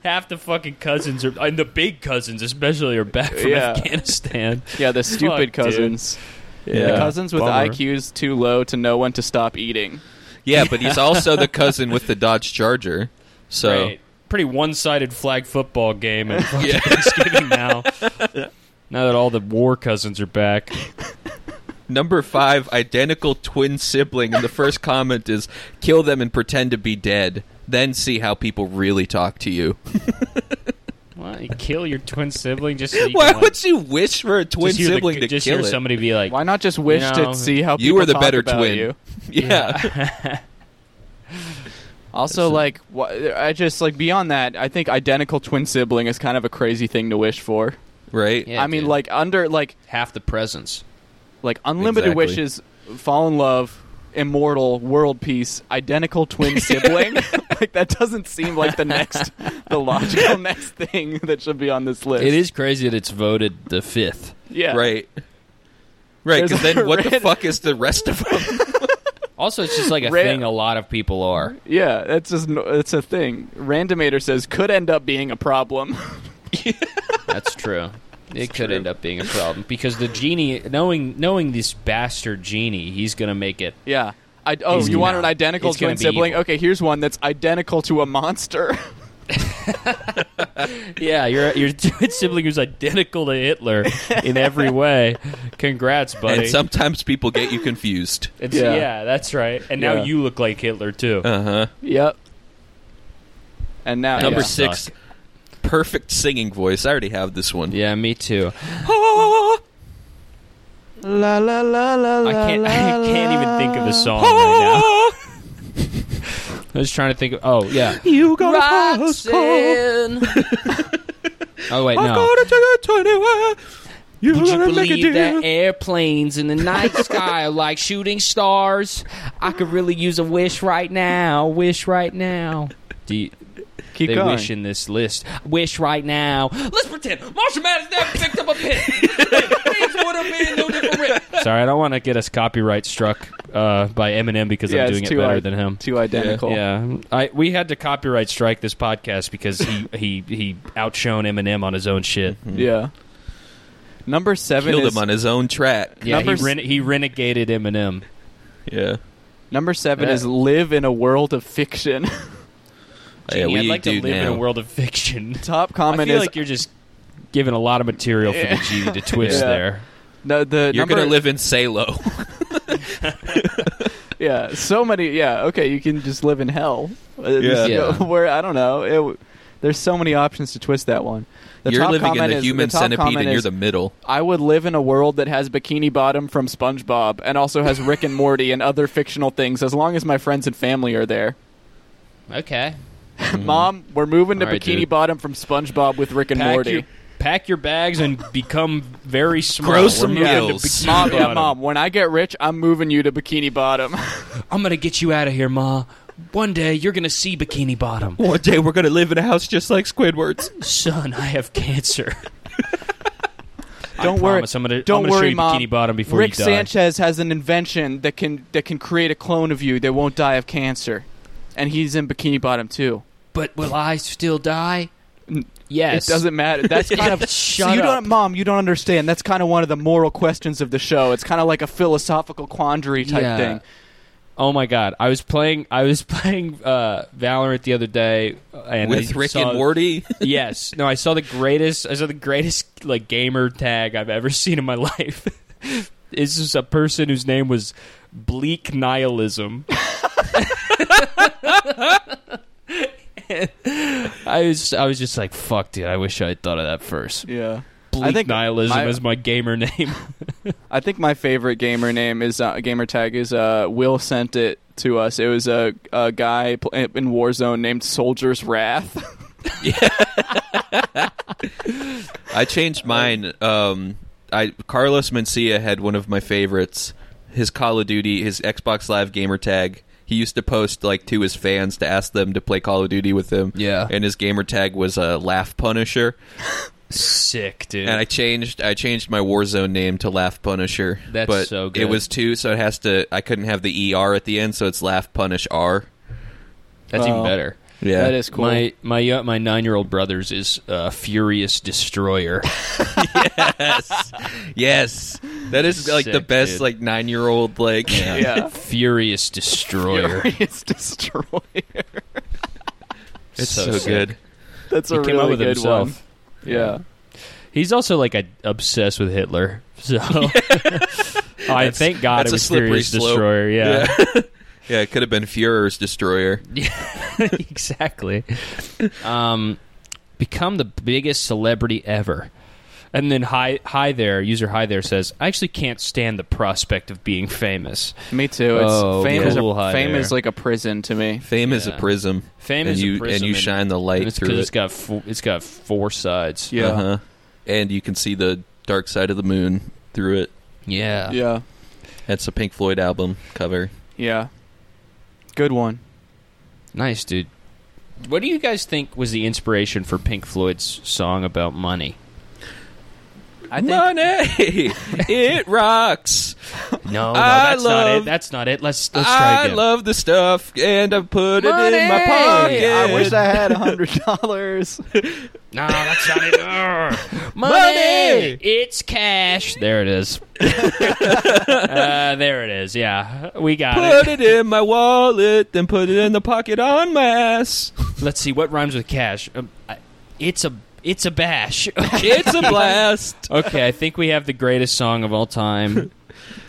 [SPEAKER 3] half the fucking cousins are, and the big cousins especially, are back from
[SPEAKER 4] Yeah.
[SPEAKER 3] Afghanistan.
[SPEAKER 4] Yeah, the
[SPEAKER 3] Fuck,
[SPEAKER 4] stupid
[SPEAKER 3] dude.
[SPEAKER 4] cousins. The cousins with
[SPEAKER 3] Bummer.
[SPEAKER 4] IQs too low to know when to stop eating.
[SPEAKER 5] Yeah, but he's also the cousin with the Dodge Charger. So
[SPEAKER 3] Right. Pretty one-sided flag football game at fucking Thanksgiving now. Now that all the war cousins are back,
[SPEAKER 5] number five, identical twin sibling, and the first comment is kill them and pretend to be dead. Then see how people really talk to you.
[SPEAKER 3] why don't you kill your twin sibling just so you
[SPEAKER 5] Why
[SPEAKER 3] can, like,
[SPEAKER 5] would you wish for a twin
[SPEAKER 3] just hear the-
[SPEAKER 5] sibling to
[SPEAKER 3] just
[SPEAKER 5] kill
[SPEAKER 3] hear
[SPEAKER 5] it?
[SPEAKER 3] somebody be like,
[SPEAKER 4] Why not just wish
[SPEAKER 3] No.
[SPEAKER 4] to see how
[SPEAKER 5] you
[SPEAKER 4] people
[SPEAKER 5] were the
[SPEAKER 4] talk
[SPEAKER 5] better
[SPEAKER 4] about
[SPEAKER 5] twin.
[SPEAKER 4] you?
[SPEAKER 5] Yeah.
[SPEAKER 4] Also, like, wha- I just like beyond that. I think identical twin sibling is kind of a crazy thing to wish for.
[SPEAKER 5] right?
[SPEAKER 3] Yeah,
[SPEAKER 4] I mean,
[SPEAKER 3] dude.
[SPEAKER 4] like under like
[SPEAKER 3] half the presents.
[SPEAKER 4] like unlimited
[SPEAKER 5] Exactly.
[SPEAKER 4] wishes, fall in love, immortal, world peace, identical twin sibling. like that doesn't seem like the next, the logical next thing that should be on this list.
[SPEAKER 3] It is crazy that it's voted the fifth.
[SPEAKER 4] yeah,
[SPEAKER 5] Right. Right,
[SPEAKER 4] There's
[SPEAKER 5] because then what the
[SPEAKER 4] red-
[SPEAKER 5] fuck is the rest of them?
[SPEAKER 3] Also, it's just like a
[SPEAKER 4] Rare.
[SPEAKER 3] thing a lot of people are.
[SPEAKER 4] Yeah, that's just no- it's a thing. Randomator says could end up being a problem.
[SPEAKER 3] That's true. It could end up being a problem because the genie, knowing knowing this bastard genie, he's gonna make it.
[SPEAKER 4] yeah. I, oh,
[SPEAKER 3] He's
[SPEAKER 4] you want an
[SPEAKER 3] gonna-
[SPEAKER 4] identical
[SPEAKER 3] it's gonna
[SPEAKER 4] twin
[SPEAKER 3] be
[SPEAKER 4] sibling?
[SPEAKER 3] evil.
[SPEAKER 4] Okay, here's one that's identical to a monster.
[SPEAKER 3] Yeah, your your twin sibling who's identical to Hitler in every way. Congrats, buddy.
[SPEAKER 5] and sometimes people get you confused.
[SPEAKER 3] It's- yeah.
[SPEAKER 4] Yeah.
[SPEAKER 3] that's right. And now
[SPEAKER 4] Yeah.
[SPEAKER 3] you look like Hitler too.
[SPEAKER 5] Uh huh.
[SPEAKER 4] Yep. And now
[SPEAKER 5] Number
[SPEAKER 4] yeah.
[SPEAKER 5] six,
[SPEAKER 3] Suck.
[SPEAKER 5] perfect singing voice. I already have this one.
[SPEAKER 3] yeah, me too.
[SPEAKER 4] Ah. La la la la
[SPEAKER 3] I
[SPEAKER 4] la. Ah.
[SPEAKER 3] can't. I can't even think of the song right now. I was trying to think. of... Oh yeah.
[SPEAKER 5] You got
[SPEAKER 3] oh wait, no.
[SPEAKER 5] You
[SPEAKER 3] Would you believe that airplanes in the night sky are like shooting stars? I could really use a wish right now. Wish right now. Do you,
[SPEAKER 4] Keep
[SPEAKER 3] they
[SPEAKER 4] going.
[SPEAKER 3] wish in this list? Wish right now. Let's pretend Marshall Mathers never picked up a pen. Things would have been no different. Sorry, I don't want to get us copyright struck uh, by Eminem because
[SPEAKER 4] yeah,
[SPEAKER 3] I'm
[SPEAKER 4] it's
[SPEAKER 3] doing it
[SPEAKER 4] too
[SPEAKER 3] better
[SPEAKER 4] i-
[SPEAKER 3] than him.
[SPEAKER 4] Too identical.
[SPEAKER 3] Yeah, I we had to copyright strike this podcast because he he he outshone Eminem on his own shit.
[SPEAKER 4] Yeah. Number seven
[SPEAKER 5] Killed
[SPEAKER 4] is
[SPEAKER 5] him on his own track.
[SPEAKER 3] Yeah,
[SPEAKER 4] Numbers-
[SPEAKER 3] he, rene- he renegaded Eminem.
[SPEAKER 5] Yeah.
[SPEAKER 4] number seven
[SPEAKER 3] Yeah.
[SPEAKER 4] is live in a world of fiction.
[SPEAKER 5] Oh, Yeah, what
[SPEAKER 3] Genie, I'd
[SPEAKER 5] do you
[SPEAKER 3] like to
[SPEAKER 5] do
[SPEAKER 3] live in a
[SPEAKER 5] now?
[SPEAKER 3] world of fiction.
[SPEAKER 4] Top
[SPEAKER 3] I
[SPEAKER 4] comment
[SPEAKER 3] feel
[SPEAKER 4] is
[SPEAKER 3] like you're just giving a lot of material for the genie to twist
[SPEAKER 4] Yeah.
[SPEAKER 3] there.
[SPEAKER 4] no, the
[SPEAKER 5] You're
[SPEAKER 4] number,
[SPEAKER 5] gonna live in Salo.
[SPEAKER 4] Yeah, so many. Yeah, okay, you can just live in hell. Uh, just
[SPEAKER 3] Yeah.
[SPEAKER 4] go Where I don't know. It, w- there's so many options to twist that one. The
[SPEAKER 5] you're
[SPEAKER 4] top
[SPEAKER 5] living in
[SPEAKER 4] comment
[SPEAKER 5] the
[SPEAKER 4] is-
[SPEAKER 5] human
[SPEAKER 4] top
[SPEAKER 5] centipede,
[SPEAKER 4] comment
[SPEAKER 5] and you're
[SPEAKER 4] is,
[SPEAKER 5] the middle.
[SPEAKER 4] I would live in a world that has Bikini Bottom from SpongeBob and also has Rick and Morty and other fictional things as long as my friends and family are there.
[SPEAKER 3] Okay.
[SPEAKER 4] Mom, we're moving to
[SPEAKER 3] Mm-hmm. All right,
[SPEAKER 4] Bikini
[SPEAKER 3] dude.
[SPEAKER 4] Bottom from SpongeBob with Rick and
[SPEAKER 3] Pack
[SPEAKER 4] Morty.
[SPEAKER 3] your, pack your bags and become very small.
[SPEAKER 5] Grow
[SPEAKER 3] We're
[SPEAKER 5] some
[SPEAKER 3] moving to
[SPEAKER 5] gills.
[SPEAKER 3] Bikini
[SPEAKER 4] Mom, yeah,
[SPEAKER 3] Bottom.
[SPEAKER 4] mom, when I get rich, I'm moving you to Bikini Bottom.
[SPEAKER 3] I'm going to get you out of here, Ma. One day you're going to see Bikini Bottom.
[SPEAKER 5] One day we're gonna live in a house just like Squidward's.
[SPEAKER 3] Son, I have cancer.
[SPEAKER 4] don't
[SPEAKER 3] I
[SPEAKER 4] worry.
[SPEAKER 3] promise I'm going to
[SPEAKER 4] Don't worry,
[SPEAKER 3] show you
[SPEAKER 4] Mom.
[SPEAKER 3] Bikini Bottom before
[SPEAKER 4] Rick
[SPEAKER 3] you die.
[SPEAKER 4] Sanchez has an invention that can that can create a clone of you that won't die of cancer, and he's in Bikini Bottom too.
[SPEAKER 3] But will I still die? Yes.
[SPEAKER 4] It doesn't matter. That's kind of
[SPEAKER 3] Shut
[SPEAKER 4] so you
[SPEAKER 3] up.
[SPEAKER 4] don't, mom. You don't understand. That's kind of one of the moral questions of the show. It's kind of like a philosophical quandary type
[SPEAKER 3] Yeah.
[SPEAKER 4] thing.
[SPEAKER 3] Oh my god! I was playing. I was playing uh, Valorant the other day, and
[SPEAKER 5] With
[SPEAKER 3] I
[SPEAKER 5] Rick
[SPEAKER 3] saw-
[SPEAKER 5] and Morty,
[SPEAKER 3] Yes. No, I saw the greatest. I saw the greatest like gamer tag I've ever seen in my life. this is a person whose name was Bleak Nihilism. I was I was just like fuck, dude. I wish I had thought of that first.
[SPEAKER 4] Yeah.
[SPEAKER 3] Bleak
[SPEAKER 4] think
[SPEAKER 3] nihilism
[SPEAKER 4] my-
[SPEAKER 3] is my gamer name.
[SPEAKER 4] I think my favorite gamer name is uh, gamer tag is uh, Will sent it to us. It was a, a guy pl- in Warzone named Soldier's Wrath.
[SPEAKER 5] I changed mine. Um, I Carlos Mencia had one of my favorites. His Call of Duty, his Xbox Live gamer tag. He used to post like to his fans to ask them to play Call of Duty with him.
[SPEAKER 3] Yeah.
[SPEAKER 5] and his gamer tag was a uh, Laugh Punisher.
[SPEAKER 3] Sick, dude.
[SPEAKER 5] And I changed I changed my Warzone name to Laugh Punisher.
[SPEAKER 3] That's
[SPEAKER 5] but
[SPEAKER 3] so good.
[SPEAKER 5] It was two, so it E has to. I couldn't have the ER at the end, so it's Laugh Punish R.
[SPEAKER 3] That's even
[SPEAKER 4] Well,
[SPEAKER 3] better.
[SPEAKER 5] Yeah.
[SPEAKER 4] That is cool.
[SPEAKER 3] My my yo- my nine year old brother's is uh, Furious Destroyer.
[SPEAKER 5] yes. Yes. That is like the
[SPEAKER 3] Sick,
[SPEAKER 5] best
[SPEAKER 3] dude.
[SPEAKER 5] like 9-year-old like
[SPEAKER 4] yeah.
[SPEAKER 3] Furious Destroyer.
[SPEAKER 4] Furious Destroyer.
[SPEAKER 5] It's
[SPEAKER 3] So
[SPEAKER 5] so,
[SPEAKER 3] sick.
[SPEAKER 5] good.
[SPEAKER 4] That's a
[SPEAKER 3] he
[SPEAKER 4] really
[SPEAKER 3] came up with
[SPEAKER 4] good
[SPEAKER 3] himself.
[SPEAKER 4] one. Yeah.
[SPEAKER 3] He's also like a, obsessed with Hitler. So I thank God
[SPEAKER 5] that's
[SPEAKER 3] it
[SPEAKER 5] a
[SPEAKER 3] was
[SPEAKER 5] slippery
[SPEAKER 3] Furious
[SPEAKER 5] slope.
[SPEAKER 3] Destroyer. Yeah,
[SPEAKER 5] Yeah, it could have been Fuhrer's destroyer.
[SPEAKER 3] exactly. Um, become the biggest celebrity ever. And then hi hi there user hi there says I actually can't stand the prospect of being famous.
[SPEAKER 4] Me too. It's
[SPEAKER 3] Oh,
[SPEAKER 4] fame,
[SPEAKER 3] yeah.
[SPEAKER 4] is,
[SPEAKER 3] Cool
[SPEAKER 4] a,
[SPEAKER 3] high
[SPEAKER 4] fame
[SPEAKER 3] there.
[SPEAKER 4] is like a prison to me.
[SPEAKER 5] Fame is a
[SPEAKER 3] Yeah.
[SPEAKER 5] prism.
[SPEAKER 3] Fame
[SPEAKER 5] and
[SPEAKER 3] is
[SPEAKER 5] you
[SPEAKER 3] a prism
[SPEAKER 5] and you shine the light
[SPEAKER 3] it's
[SPEAKER 5] through
[SPEAKER 3] it's got four, it's got four sides.
[SPEAKER 4] Yeah.
[SPEAKER 5] Uh-huh. And you can see the dark side of the moon through it.
[SPEAKER 3] yeah.
[SPEAKER 4] Yeah.
[SPEAKER 5] That's a Pink Floyd album cover.
[SPEAKER 4] Yeah. Good one.
[SPEAKER 3] Nice, dude. What do you guys think was the inspiration for Pink Floyd's song about money?
[SPEAKER 4] I think
[SPEAKER 5] Money, it rocks. I
[SPEAKER 3] No, no, that's not
[SPEAKER 5] love-
[SPEAKER 3] it. That's not it. Let's let's try
[SPEAKER 5] I
[SPEAKER 3] again.
[SPEAKER 5] love the stuff, and I put it in my
[SPEAKER 3] Money!
[SPEAKER 5] pocket.
[SPEAKER 4] I wish I had a hundred dollars.
[SPEAKER 3] no, that's not it. Urgh. money.
[SPEAKER 5] Money!
[SPEAKER 3] It's cash. There it is. uh, there it is. Yeah, we got
[SPEAKER 5] Put
[SPEAKER 3] it.
[SPEAKER 5] it in my wallet, then put it in the pocket on my ass.
[SPEAKER 3] Let's see what rhymes with cash. Um, I- it's a it's a bash.
[SPEAKER 5] It's a blast.
[SPEAKER 3] okay, I think we have the greatest song of all time.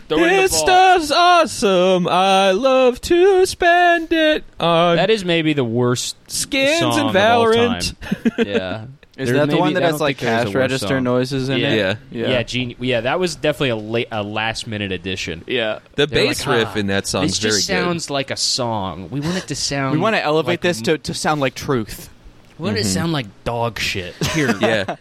[SPEAKER 3] Throw in the
[SPEAKER 5] this
[SPEAKER 3] ball.
[SPEAKER 5] stuff's awesome. I love to spend it on
[SPEAKER 3] That is maybe the worst
[SPEAKER 5] skins
[SPEAKER 3] song
[SPEAKER 5] and
[SPEAKER 3] of all time.
[SPEAKER 5] Valorant.
[SPEAKER 3] Yeah.
[SPEAKER 4] Is
[SPEAKER 3] There
[SPEAKER 4] that the
[SPEAKER 3] maybe-
[SPEAKER 4] one that
[SPEAKER 3] I
[SPEAKER 4] has
[SPEAKER 3] don't
[SPEAKER 4] like
[SPEAKER 3] think there's a
[SPEAKER 4] cash
[SPEAKER 3] worse
[SPEAKER 4] register
[SPEAKER 3] song.
[SPEAKER 4] noises in
[SPEAKER 3] Yeah.
[SPEAKER 4] it?
[SPEAKER 5] Yeah.
[SPEAKER 3] Yeah, yeah, geni- yeah, that was definitely a late, a last minute addition.
[SPEAKER 4] Yeah.
[SPEAKER 5] The
[SPEAKER 3] They're
[SPEAKER 5] bass
[SPEAKER 3] like,
[SPEAKER 5] riff
[SPEAKER 3] "Ah,
[SPEAKER 5] in that song
[SPEAKER 3] This
[SPEAKER 5] is very
[SPEAKER 3] just sounds like a song. We want it to sound.
[SPEAKER 4] We want to elevate
[SPEAKER 3] like-
[SPEAKER 4] this to, to sound like truth.
[SPEAKER 3] We want it to sound like dog shit. Here,
[SPEAKER 5] good. Yeah.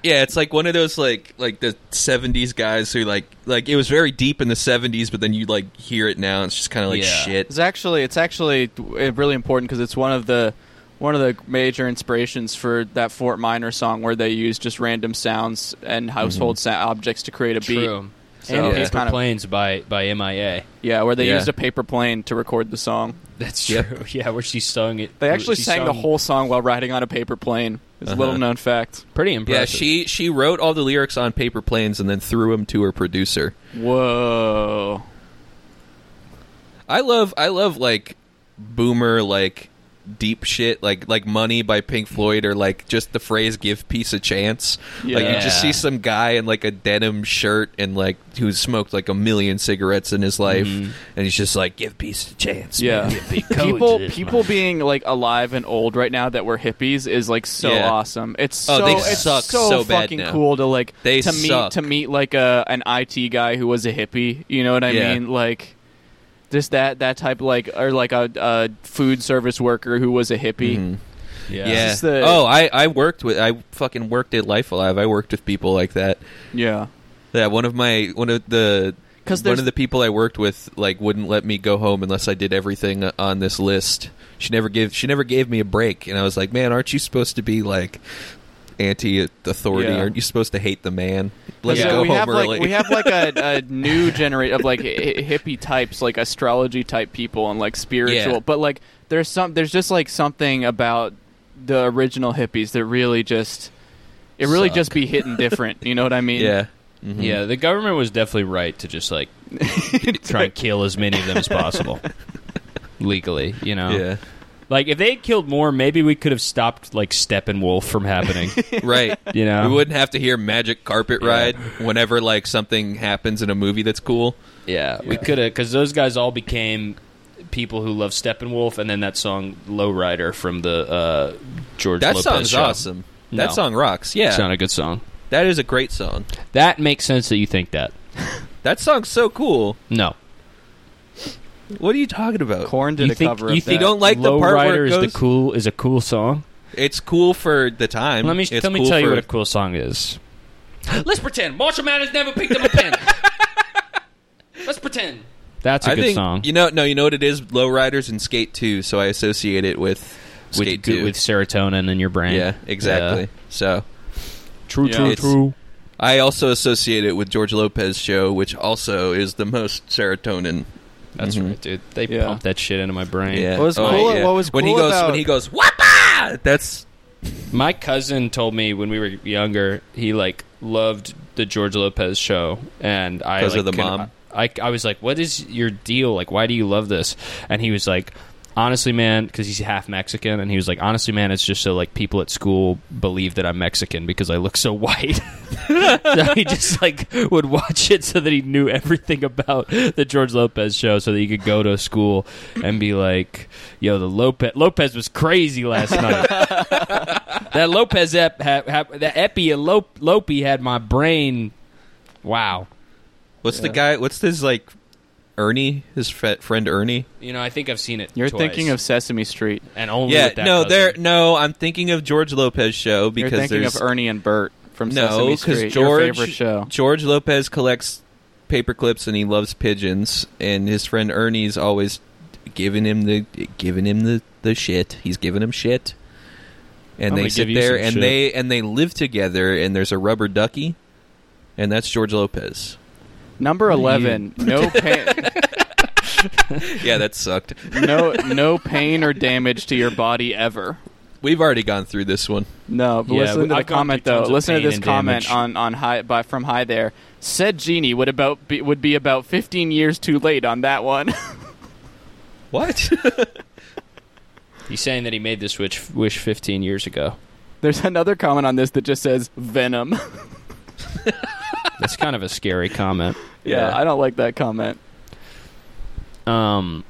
[SPEAKER 5] Yeah, it's like one of those like like the '70s guys who like like it was very deep in the '70s, but then you like hear it now, and it's just kind of like
[SPEAKER 3] Yeah.
[SPEAKER 5] shit.
[SPEAKER 4] It's actually it's actually uh, really important because it's one of the one of the major inspirations for that Fort Minor song where they use just random sounds and household sou- objects to create a beat.
[SPEAKER 3] true.
[SPEAKER 4] So
[SPEAKER 3] and
[SPEAKER 5] it's
[SPEAKER 3] paper
[SPEAKER 4] kind of-
[SPEAKER 3] planes by by MIA.
[SPEAKER 4] Yeah, where they
[SPEAKER 5] Yeah.
[SPEAKER 4] used a paper plane to record the song.
[SPEAKER 3] That's true.
[SPEAKER 5] Yep.
[SPEAKER 3] Yeah, where she sung it.
[SPEAKER 4] They actually
[SPEAKER 3] she
[SPEAKER 4] sang the
[SPEAKER 3] sung-
[SPEAKER 4] whole song while riding on a paper plane. It's a little known fact.
[SPEAKER 3] Pretty
[SPEAKER 5] Yeah,
[SPEAKER 3] impressive.
[SPEAKER 5] she she wrote all the lyrics on paper planes and then threw them to her producer.
[SPEAKER 4] Whoa.
[SPEAKER 5] I love I love like boomer like deep shit like like money by Pink Floyd or like just the phrase give peace a chance. Like you just
[SPEAKER 3] Yeah.
[SPEAKER 5] see some guy in like a denim shirt and like who's smoked like a million cigarettes in his life and he's just like give peace a chance.
[SPEAKER 4] Mm-hmm. Yeah.
[SPEAKER 5] man."
[SPEAKER 4] people people being like alive and old right now that were hippies is like so
[SPEAKER 5] Yeah.
[SPEAKER 4] awesome. It's
[SPEAKER 5] Oh,
[SPEAKER 4] so
[SPEAKER 5] they
[SPEAKER 4] it's
[SPEAKER 5] suck
[SPEAKER 4] so,
[SPEAKER 5] so bad
[SPEAKER 4] fucking
[SPEAKER 5] now.
[SPEAKER 4] cool to like
[SPEAKER 5] They
[SPEAKER 4] to meet
[SPEAKER 5] suck.
[SPEAKER 4] to meet like a an IT guy who was a hippie. You know what I
[SPEAKER 5] Yeah.
[SPEAKER 4] mean? Like just that that type like or like a, a food service worker who was a hippie.
[SPEAKER 5] Mm-hmm.
[SPEAKER 3] Yeah.
[SPEAKER 5] Yeah.
[SPEAKER 4] just the-
[SPEAKER 5] oh, I I worked with I fucking worked at Life Alive. I worked with people like that.
[SPEAKER 4] Yeah.
[SPEAKER 5] Yeah, one of my one of the
[SPEAKER 4] 'Cause
[SPEAKER 5] one
[SPEAKER 4] there's-
[SPEAKER 5] of the people I worked with like wouldn't let me go home unless I did everything on this list. She never gave she never gave me a break, and I was like, "Man, aren't you supposed to be like anti-authority?
[SPEAKER 4] Yeah.
[SPEAKER 5] Aren't you supposed to hate the man? Let's
[SPEAKER 4] Yeah,
[SPEAKER 5] go
[SPEAKER 4] we
[SPEAKER 5] home
[SPEAKER 4] have
[SPEAKER 5] early."
[SPEAKER 4] like we have like a, a new generation of like hi- hippie types, like astrology type people and like spiritual.
[SPEAKER 5] Yeah.
[SPEAKER 4] But like there's some there's just like something about the original hippies that really just it really
[SPEAKER 3] Suck.
[SPEAKER 4] just be hitting different. You know what I mean?
[SPEAKER 5] yeah,
[SPEAKER 3] Yeah, the government was definitely right to just like try and kill as many of them as possible legally. You know,
[SPEAKER 4] Oh.
[SPEAKER 5] yeah,
[SPEAKER 3] like if they had killed more, maybe we could have stopped like Steppenwolf from happening.
[SPEAKER 5] right.
[SPEAKER 3] You know,
[SPEAKER 5] we wouldn't have to hear "Magic Carpet Ride" whenever like something happens in a movie that's cool.
[SPEAKER 3] Yeah, we could have because those guys all became people who love Steppenwolf, and then that song "Lowrider" from the uh, George.
[SPEAKER 5] That
[SPEAKER 3] Lopez
[SPEAKER 5] song's
[SPEAKER 3] show.
[SPEAKER 5] awesome.
[SPEAKER 3] No.
[SPEAKER 5] That song rocks. Yeah,
[SPEAKER 3] It's not a good song.
[SPEAKER 5] that is a great song.
[SPEAKER 3] That makes sense that you think that.
[SPEAKER 5] That song's so cool.
[SPEAKER 3] No,
[SPEAKER 5] What are you talking about?
[SPEAKER 4] Corn did
[SPEAKER 3] you
[SPEAKER 4] a
[SPEAKER 3] think
[SPEAKER 4] cover
[SPEAKER 3] you think
[SPEAKER 4] of that.
[SPEAKER 5] You don't like the
[SPEAKER 3] Low
[SPEAKER 5] part where
[SPEAKER 3] Rider
[SPEAKER 5] it
[SPEAKER 3] is
[SPEAKER 5] goes-
[SPEAKER 3] the cool is a cool song.
[SPEAKER 5] It's cool for the time.
[SPEAKER 3] Let me
[SPEAKER 5] It's
[SPEAKER 3] let me
[SPEAKER 5] cool
[SPEAKER 3] tell you
[SPEAKER 5] for-
[SPEAKER 3] what a cool song is. Let's pretend Marshall Mathers never picked up a pen. Let's pretend. That's a
[SPEAKER 5] I
[SPEAKER 3] good
[SPEAKER 5] think
[SPEAKER 3] song.
[SPEAKER 5] you know. No, you know what it is. Lowriders and Skate Two. So I associate it with
[SPEAKER 3] with,
[SPEAKER 5] Skate
[SPEAKER 3] good-
[SPEAKER 5] Two.
[SPEAKER 3] with serotonin in your brain.
[SPEAKER 5] yeah, exactly. So
[SPEAKER 3] True,
[SPEAKER 4] Yeah.
[SPEAKER 3] true,
[SPEAKER 5] It's-
[SPEAKER 3] true.
[SPEAKER 5] I also associate it with George Lopez show, which also is the most serotonin
[SPEAKER 3] That's right, dude. They
[SPEAKER 4] Yeah.
[SPEAKER 3] pumped that shit into my brain.
[SPEAKER 5] Mm-hmm. Yeah.
[SPEAKER 4] What was
[SPEAKER 5] Oh,
[SPEAKER 4] cool-
[SPEAKER 5] yeah.
[SPEAKER 4] what was
[SPEAKER 5] when he
[SPEAKER 4] cool
[SPEAKER 5] goes
[SPEAKER 4] about-
[SPEAKER 5] when he goes whoppa? That's
[SPEAKER 3] My cousin told me when we were younger, he like loved the George Lopez show, and I
[SPEAKER 5] 'Cause
[SPEAKER 3] like,
[SPEAKER 5] of the
[SPEAKER 3] couldn't-
[SPEAKER 5] mom?
[SPEAKER 3] I I was like, "What is your deal? Like, why do you love this?" And he was like, "Honestly, man, because he's half Mexican." And he was like, "Honestly, man, it's just so like people at school believe that I'm Mexican because I look so white." so he just like would watch it so that he knew everything about the George Lopez show, so that he could go to school and be like, "Yo, the Lopez Lopez was crazy last night." that Lopez ep, ha, ha, that Epi and Lop, Lopi had my brain. Wow.
[SPEAKER 5] what's the guy? What's his like? Ernie, his fr- friend Ernie.
[SPEAKER 3] You know, I think I've seen it.
[SPEAKER 4] You're
[SPEAKER 3] twice.
[SPEAKER 4] thinking of Sesame Street.
[SPEAKER 3] and only
[SPEAKER 5] yeah,
[SPEAKER 3] with that
[SPEAKER 5] no,
[SPEAKER 3] cousin.
[SPEAKER 5] there. No, I'm thinking of George Lopez show because
[SPEAKER 4] You're thinking
[SPEAKER 5] there's
[SPEAKER 4] of Ernie and Bert from
[SPEAKER 5] no
[SPEAKER 4] Sesame
[SPEAKER 5] because
[SPEAKER 4] Street.
[SPEAKER 5] George
[SPEAKER 4] your favorite show.
[SPEAKER 5] George Lopez collects paper clips and he loves pigeons and his friend Ernie's always giving him the giving him the the shit. He's giving him shit. And
[SPEAKER 3] I'm
[SPEAKER 5] they
[SPEAKER 3] gonna
[SPEAKER 5] sit
[SPEAKER 3] give you
[SPEAKER 5] there
[SPEAKER 3] some
[SPEAKER 5] and
[SPEAKER 3] shit.
[SPEAKER 5] they and they live together and there's a rubber ducky and that's George Lopez.
[SPEAKER 4] Number eleven. No pain.
[SPEAKER 5] Yeah, that sucked.
[SPEAKER 4] no no pain or damage to your body ever.
[SPEAKER 5] We've already gone through this one.
[SPEAKER 4] No, but
[SPEAKER 3] Yeah,
[SPEAKER 4] listen to the
[SPEAKER 3] I've gone
[SPEAKER 4] comment
[SPEAKER 3] through
[SPEAKER 4] though.
[SPEAKER 3] tons of
[SPEAKER 4] Listen to
[SPEAKER 3] pain
[SPEAKER 4] this
[SPEAKER 3] and
[SPEAKER 4] comment
[SPEAKER 3] damage.
[SPEAKER 4] on on high by from high there. Said genie would about be, would be about 15 years too late on that one.
[SPEAKER 5] What?
[SPEAKER 3] He's saying that he made this wish, wish 15 years ago.
[SPEAKER 4] There's another comment on this that just says venom.
[SPEAKER 3] That's kind of a scary comment.
[SPEAKER 4] yeah,
[SPEAKER 5] Yeah.
[SPEAKER 4] I don't like that comment.
[SPEAKER 3] Um,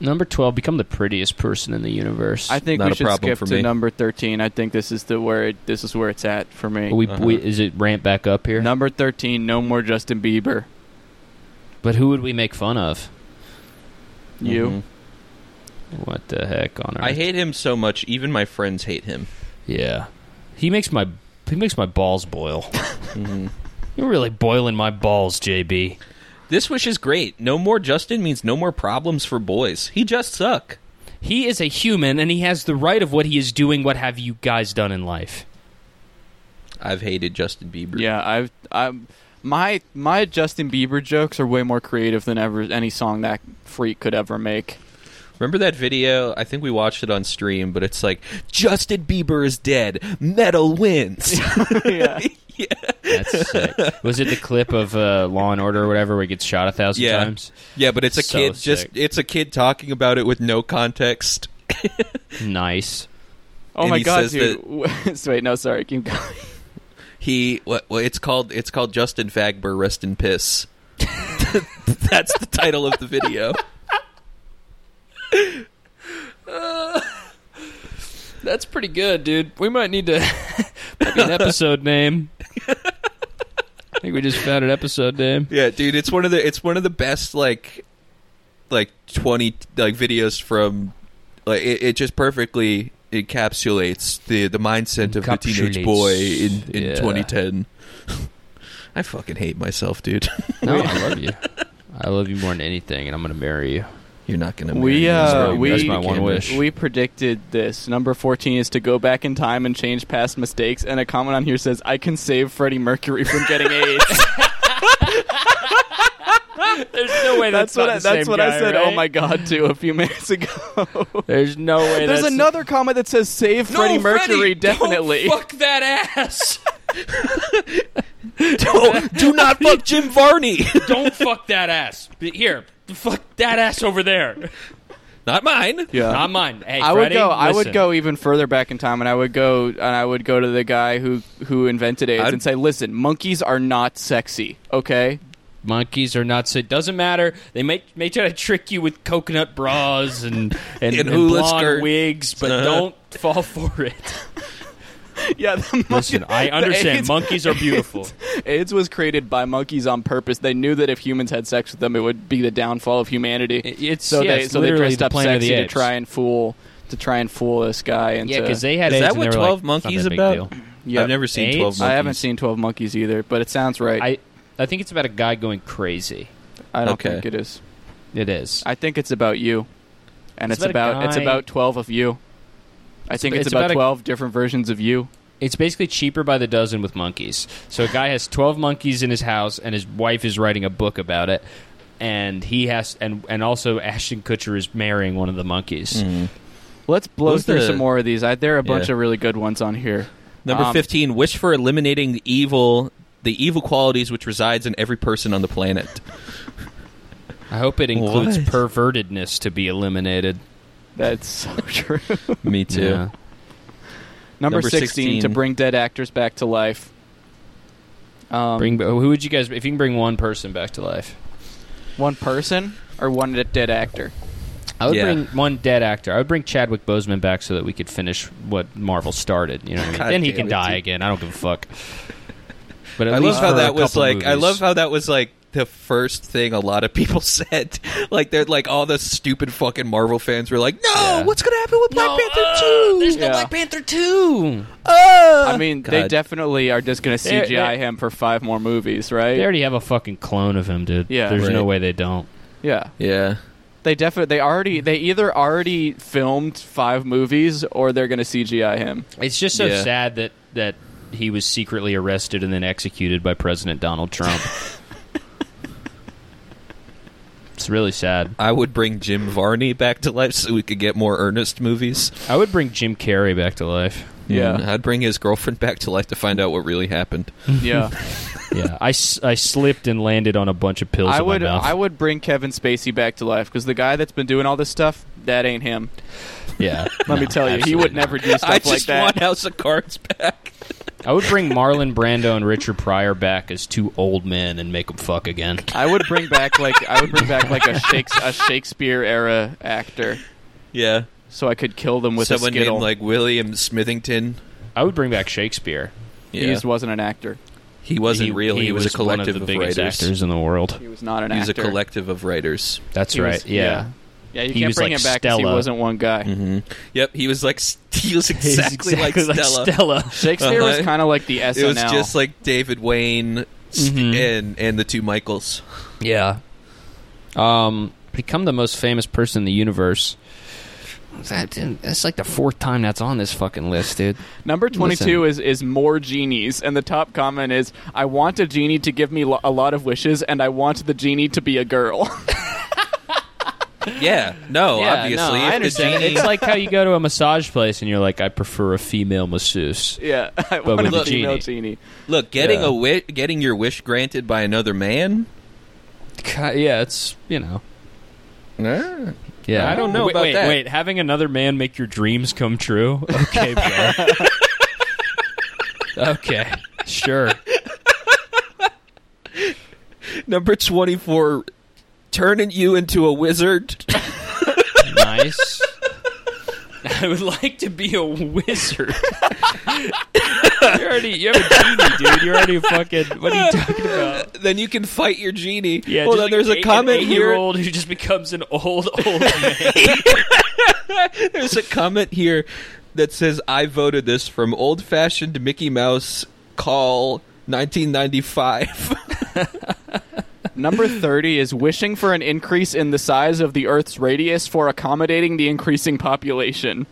[SPEAKER 3] number 12, become the prettiest person in the universe.
[SPEAKER 4] I think
[SPEAKER 5] Not
[SPEAKER 4] we
[SPEAKER 5] a
[SPEAKER 4] should
[SPEAKER 5] problem
[SPEAKER 4] skip
[SPEAKER 5] for
[SPEAKER 4] to
[SPEAKER 5] me.
[SPEAKER 4] number 13. I think this is the where it, this is where it's at for me.
[SPEAKER 3] we,
[SPEAKER 5] Uh-huh.
[SPEAKER 3] we, is it ramp back up here?
[SPEAKER 4] number 13, no more Justin Bieber.
[SPEAKER 3] But who would we make fun of?
[SPEAKER 4] You.
[SPEAKER 5] Mhm.
[SPEAKER 3] What the heck on earth?
[SPEAKER 5] I hate him so much even my friends hate him.
[SPEAKER 3] Yeah, he makes my he makes my balls boil.
[SPEAKER 4] Mm-hmm.
[SPEAKER 5] Mhm.
[SPEAKER 3] You're really boiling my balls, JB.
[SPEAKER 5] This wish is great. No more Justin means no more problems for boys. He just suck.
[SPEAKER 3] He is a human, and he has the right of what he is doing. What have you guys done in life?
[SPEAKER 5] I've hated Justin
[SPEAKER 3] Mm-hmm.
[SPEAKER 5] Bieber.
[SPEAKER 4] Yeah, I've I'm my my Justin Bieber jokes are way more creative than ever any song that freak could ever make.
[SPEAKER 5] Remember that video? I think we watched it on stream, but it's like Justin Bieber is dead. Metal wins.
[SPEAKER 4] yeah.
[SPEAKER 3] That's sick. Was it the clip of uh, Law and Order or whatever where he gets shot a thousand
[SPEAKER 5] Yeah.
[SPEAKER 3] times?
[SPEAKER 5] yeah, but it's a
[SPEAKER 3] So
[SPEAKER 5] kid just
[SPEAKER 3] sick.
[SPEAKER 5] it's a kid talking about it with no context.
[SPEAKER 3] Nice.
[SPEAKER 4] Oh
[SPEAKER 5] And
[SPEAKER 4] my
[SPEAKER 5] he
[SPEAKER 4] god,
[SPEAKER 5] says
[SPEAKER 4] dude. Wait, no, sorry. Keep going.
[SPEAKER 5] He what, well, it's called it's called Justin Fagber rest in piss. That's the title of the video.
[SPEAKER 3] That's pretty good, dude. We might need to maybe an episode name. I think we just found an episode name.
[SPEAKER 5] Yeah, dude, it's one of the it's one of the best like like 20 like videos from like it, it just perfectly encapsulates the the mindset of the teenage
[SPEAKER 3] Encapsulates.
[SPEAKER 5] boy in in
[SPEAKER 3] Yeah.
[SPEAKER 5] 2010. I fucking hate myself, dude.
[SPEAKER 3] No, I love you. I love you more than anything, and I'm gonna marry you.
[SPEAKER 5] You're not going to
[SPEAKER 4] We uh
[SPEAKER 3] my-
[SPEAKER 4] we
[SPEAKER 3] that's my one wish.
[SPEAKER 4] we predicted this. Number 14 is to go back in time and change past mistakes and a comment on here says I can save Freddie Mercury from getting AIDS.
[SPEAKER 3] There's no way
[SPEAKER 4] that's what I, that's what I said. Oh my
[SPEAKER 3] god.
[SPEAKER 4] god, too a few minutes ago.
[SPEAKER 3] There's no way.
[SPEAKER 4] There's
[SPEAKER 3] that's
[SPEAKER 4] another comment that says save Freddie Mercury definitely.
[SPEAKER 3] fuck that ass.
[SPEAKER 5] don't, do not fuck Jim Varney.
[SPEAKER 3] don't fuck that ass. Here, fuck that ass over there.
[SPEAKER 5] not mine.
[SPEAKER 4] Yeah.
[SPEAKER 3] Not mine. Hey,
[SPEAKER 4] I
[SPEAKER 3] Freddie,
[SPEAKER 4] would go. I would
[SPEAKER 3] listen.
[SPEAKER 4] go even further back in time, and I would go and I would go to the guy who who invented AIDS
[SPEAKER 5] I'd-
[SPEAKER 4] and say, "Listen, monkeys are not sexy. Okay,
[SPEAKER 3] Monkeys are nuts. It doesn't matter. They may may try to trick you with coconut bras and and,
[SPEAKER 5] And
[SPEAKER 3] and,
[SPEAKER 5] hula
[SPEAKER 3] blonde
[SPEAKER 5] skirts.
[SPEAKER 3] wigs, but
[SPEAKER 5] Uh-huh.
[SPEAKER 3] don't fall for it.
[SPEAKER 4] yeah. The monkey,
[SPEAKER 3] Listen, I understand.
[SPEAKER 4] AIDS
[SPEAKER 3] monkeys are beautiful.
[SPEAKER 4] AIDS was created by monkeys on purpose. They knew that if humans had sex with them, it would be the downfall of humanity.
[SPEAKER 3] It- it's-
[SPEAKER 4] so
[SPEAKER 3] yeah,
[SPEAKER 4] they
[SPEAKER 3] it's
[SPEAKER 4] so they
[SPEAKER 3] literally
[SPEAKER 4] dressed
[SPEAKER 3] the
[SPEAKER 4] up
[SPEAKER 3] Planet of the
[SPEAKER 4] sexy to
[SPEAKER 3] Apes.
[SPEAKER 4] try and fool to try and fool this guy. Into,
[SPEAKER 3] yeah, because they had
[SPEAKER 5] Is
[SPEAKER 3] AIDS
[SPEAKER 5] that
[SPEAKER 3] and
[SPEAKER 5] what
[SPEAKER 3] they were
[SPEAKER 5] 12
[SPEAKER 3] like, "It's not
[SPEAKER 5] Monkeys
[SPEAKER 3] that big
[SPEAKER 5] about?
[SPEAKER 3] deal."
[SPEAKER 4] Yep.
[SPEAKER 5] I've never seen
[SPEAKER 3] AIDS?
[SPEAKER 5] 12 monkeys.
[SPEAKER 4] I haven't seen Twelve Monkeys either, but it sounds right. I,
[SPEAKER 3] I I think it's about a guy going crazy.
[SPEAKER 4] don't
[SPEAKER 5] Okay.
[SPEAKER 4] think it is.
[SPEAKER 3] It is.
[SPEAKER 4] I think it's about you, and it's,
[SPEAKER 3] It's
[SPEAKER 4] about,
[SPEAKER 3] about a
[SPEAKER 4] it's
[SPEAKER 3] guy-
[SPEAKER 4] about twelve of you. I think
[SPEAKER 3] ab-
[SPEAKER 4] it's,
[SPEAKER 3] it's
[SPEAKER 4] about,
[SPEAKER 3] about a-
[SPEAKER 4] twelve different versions of you.
[SPEAKER 3] It's basically cheaper by the dozen with monkeys. So a guy has 12 monkeys in his house and his wife is writing a book about it. and he has and and also Ashton Kutcher is marrying one of the monkeys.
[SPEAKER 5] Hmm.
[SPEAKER 4] Let's blow
[SPEAKER 5] What's
[SPEAKER 4] through
[SPEAKER 5] the-
[SPEAKER 4] some more of these. I, there are a bunch
[SPEAKER 5] Yeah.
[SPEAKER 4] of really good ones on here.
[SPEAKER 5] Number
[SPEAKER 4] Um,
[SPEAKER 5] fifteen: wish for eliminating the evil, the evil qualities which resides in every person on the planet.
[SPEAKER 3] I hope it includes
[SPEAKER 5] What?
[SPEAKER 3] pervertedness to be eliminated.
[SPEAKER 4] That's so true.
[SPEAKER 5] Me too.
[SPEAKER 3] Yeah.
[SPEAKER 4] Number,
[SPEAKER 5] Number
[SPEAKER 4] 16,
[SPEAKER 5] 16.
[SPEAKER 4] to bring dead actors back to life. Um,
[SPEAKER 3] Bring who would you guys if you can bring one person back to life?
[SPEAKER 4] one person or one de- dead actor?
[SPEAKER 3] I would
[SPEAKER 5] Yeah.
[SPEAKER 3] bring one dead actor. I would bring Chadwick Boseman back so that we could finish what Marvel started. You know, what I mean?
[SPEAKER 5] God
[SPEAKER 3] then he
[SPEAKER 5] damn
[SPEAKER 3] can
[SPEAKER 5] it,
[SPEAKER 3] die
[SPEAKER 5] dude.
[SPEAKER 3] again. I don't give a fuck. But at
[SPEAKER 5] I
[SPEAKER 3] least
[SPEAKER 5] love how
[SPEAKER 3] for a
[SPEAKER 5] that was
[SPEAKER 3] couple
[SPEAKER 5] like. I
[SPEAKER 3] movies.
[SPEAKER 5] love how that was like the first thing a lot of people said. Like they're like all the stupid fucking Marvel fans were like, "No,
[SPEAKER 3] Yeah.
[SPEAKER 5] what's gonna happen with Black
[SPEAKER 3] No,
[SPEAKER 5] Panther
[SPEAKER 3] uh,
[SPEAKER 5] two?
[SPEAKER 3] There's no
[SPEAKER 4] Yeah.
[SPEAKER 3] Black Panther two.
[SPEAKER 4] I mean, they
[SPEAKER 5] God.
[SPEAKER 4] definitely are just going to
[SPEAKER 3] They're-
[SPEAKER 4] CGI him for five more movies,
[SPEAKER 3] They
[SPEAKER 4] right?
[SPEAKER 3] already have a fucking clone of him, dude.
[SPEAKER 4] Yeah.
[SPEAKER 3] There's no
[SPEAKER 5] Right.
[SPEAKER 3] way they don't.
[SPEAKER 4] Yeah,
[SPEAKER 5] Yeah,
[SPEAKER 4] they definitely they already they either already filmed five movies or they're going to CGI him.
[SPEAKER 3] It's just so
[SPEAKER 5] Yeah.
[SPEAKER 3] sad that that he was secretly arrested and then executed by President Donald Trump. it's really sad.
[SPEAKER 5] I would bring Jim Varney back to life so we could get more earnest movies.
[SPEAKER 3] I would bring Jim Carrey back to life.
[SPEAKER 4] Yeah.
[SPEAKER 5] Mm, I'd bring his girlfriend back to life to find out what really happened.
[SPEAKER 4] Yeah,
[SPEAKER 3] Yeah, I, s- I slipped and landed on a bunch of pills.
[SPEAKER 4] I
[SPEAKER 3] in
[SPEAKER 4] would
[SPEAKER 3] My mouth.
[SPEAKER 4] I would bring Kevin Spacey back to life because the guy that's been doing all this stuff that ain't him.
[SPEAKER 3] Yeah,
[SPEAKER 4] Let me
[SPEAKER 3] No,
[SPEAKER 4] tell you, he
[SPEAKER 3] absolutely
[SPEAKER 4] would
[SPEAKER 3] not.
[SPEAKER 4] never do stuff
[SPEAKER 5] I
[SPEAKER 4] like
[SPEAKER 5] just
[SPEAKER 4] that.
[SPEAKER 5] want House of Cards back.
[SPEAKER 3] I would bring Marlon Brando and Richard Pryor back as two old men and make them fuck again.
[SPEAKER 4] I would bring back like I would bring back like a, Shakes- a Shakespeare era actor,
[SPEAKER 5] Yeah,
[SPEAKER 4] so I could kill them with
[SPEAKER 5] someone
[SPEAKER 4] a skittle.
[SPEAKER 5] named like William Smithington.
[SPEAKER 3] I would bring back Shakespeare.
[SPEAKER 5] Yeah.
[SPEAKER 4] He just wasn't an actor.
[SPEAKER 5] He wasn't
[SPEAKER 3] He-
[SPEAKER 5] real. He, was, a
[SPEAKER 3] one
[SPEAKER 5] collective
[SPEAKER 3] of
[SPEAKER 5] of,
[SPEAKER 3] the biggest
[SPEAKER 5] writers.
[SPEAKER 3] actors in the world.
[SPEAKER 4] He was not an
[SPEAKER 5] He was a
[SPEAKER 4] actor.
[SPEAKER 5] collective of writers.
[SPEAKER 3] That's
[SPEAKER 4] He
[SPEAKER 3] right.
[SPEAKER 4] was-
[SPEAKER 3] yeah.
[SPEAKER 4] yeah. Yeah, you
[SPEAKER 3] He
[SPEAKER 4] can't
[SPEAKER 3] was
[SPEAKER 4] bring
[SPEAKER 3] like
[SPEAKER 4] him back because he
[SPEAKER 3] Stella.
[SPEAKER 4] wasn't one guy.
[SPEAKER 5] Mm. Mm-hmm. Yep, he was like he was
[SPEAKER 3] He's
[SPEAKER 5] exactly, like Stella.
[SPEAKER 4] Shakespeare was
[SPEAKER 5] Uh-huh.
[SPEAKER 4] kind of like the SNL.
[SPEAKER 5] It was just like David Wayne st-
[SPEAKER 3] Mhm.
[SPEAKER 5] and and the two Michaels.
[SPEAKER 3] Yeah. Um, become the most famous person in the universe. That didn't- that's like the fourth time that's on this fucking list, dude.
[SPEAKER 4] Number twenty-two is is more genies, and the top comment is, "I want a genie to give me lo- a lot of wishes, and I want the genie to be a girl."
[SPEAKER 5] Yeah, no, obviously.
[SPEAKER 3] I
[SPEAKER 5] if the
[SPEAKER 3] understand.
[SPEAKER 5] genie-
[SPEAKER 3] It's like how you go to a massage place and you're like, I prefer a female masseuse.
[SPEAKER 4] yeah, I want a
[SPEAKER 3] with a
[SPEAKER 4] female genie.
[SPEAKER 3] genie.
[SPEAKER 5] look, getting
[SPEAKER 3] Yeah.
[SPEAKER 5] a wi- getting your wish granted by another man.
[SPEAKER 3] Ki- Yeah, it's you know. Yeah,
[SPEAKER 5] I don't know
[SPEAKER 3] wait,
[SPEAKER 5] about
[SPEAKER 3] wait,
[SPEAKER 5] that.
[SPEAKER 3] Wait, having another man make your dreams come true? Okay, bro. okay, sure.
[SPEAKER 5] Number twenty four, turning you into a wizard.
[SPEAKER 3] Nice. I would like to be a wizard. You're already, you have a genie, dude. You're already fucking. What are you talking about?
[SPEAKER 5] then you can fight your genie.
[SPEAKER 3] Yeah,
[SPEAKER 5] Hold
[SPEAKER 3] just
[SPEAKER 5] on,
[SPEAKER 3] like
[SPEAKER 5] there's
[SPEAKER 3] an
[SPEAKER 5] a
[SPEAKER 3] eight-
[SPEAKER 5] comment
[SPEAKER 3] an year
[SPEAKER 5] here.
[SPEAKER 3] old who just becomes an old old man.
[SPEAKER 5] There's a comment here that says, "I voted this from old fashioned Mickey Mouse call 1995."
[SPEAKER 4] Number 30 is wishing for an increase in the size of the Earth's radius for accommodating the increasing population.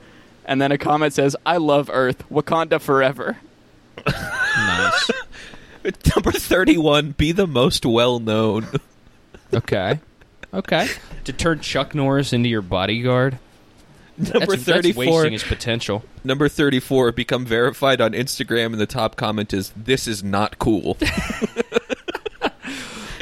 [SPEAKER 4] And then a comment says, I love Earth, Wakanda forever.
[SPEAKER 3] nice.
[SPEAKER 5] Number 31, be the most well known.
[SPEAKER 3] Okay. Okay. To turn Chuck Norris into your bodyguard.
[SPEAKER 5] Number
[SPEAKER 3] that's, that's
[SPEAKER 5] 34,
[SPEAKER 3] wasting his potential.
[SPEAKER 5] number 34, become verified on Instagram and the top comment is this is not cool.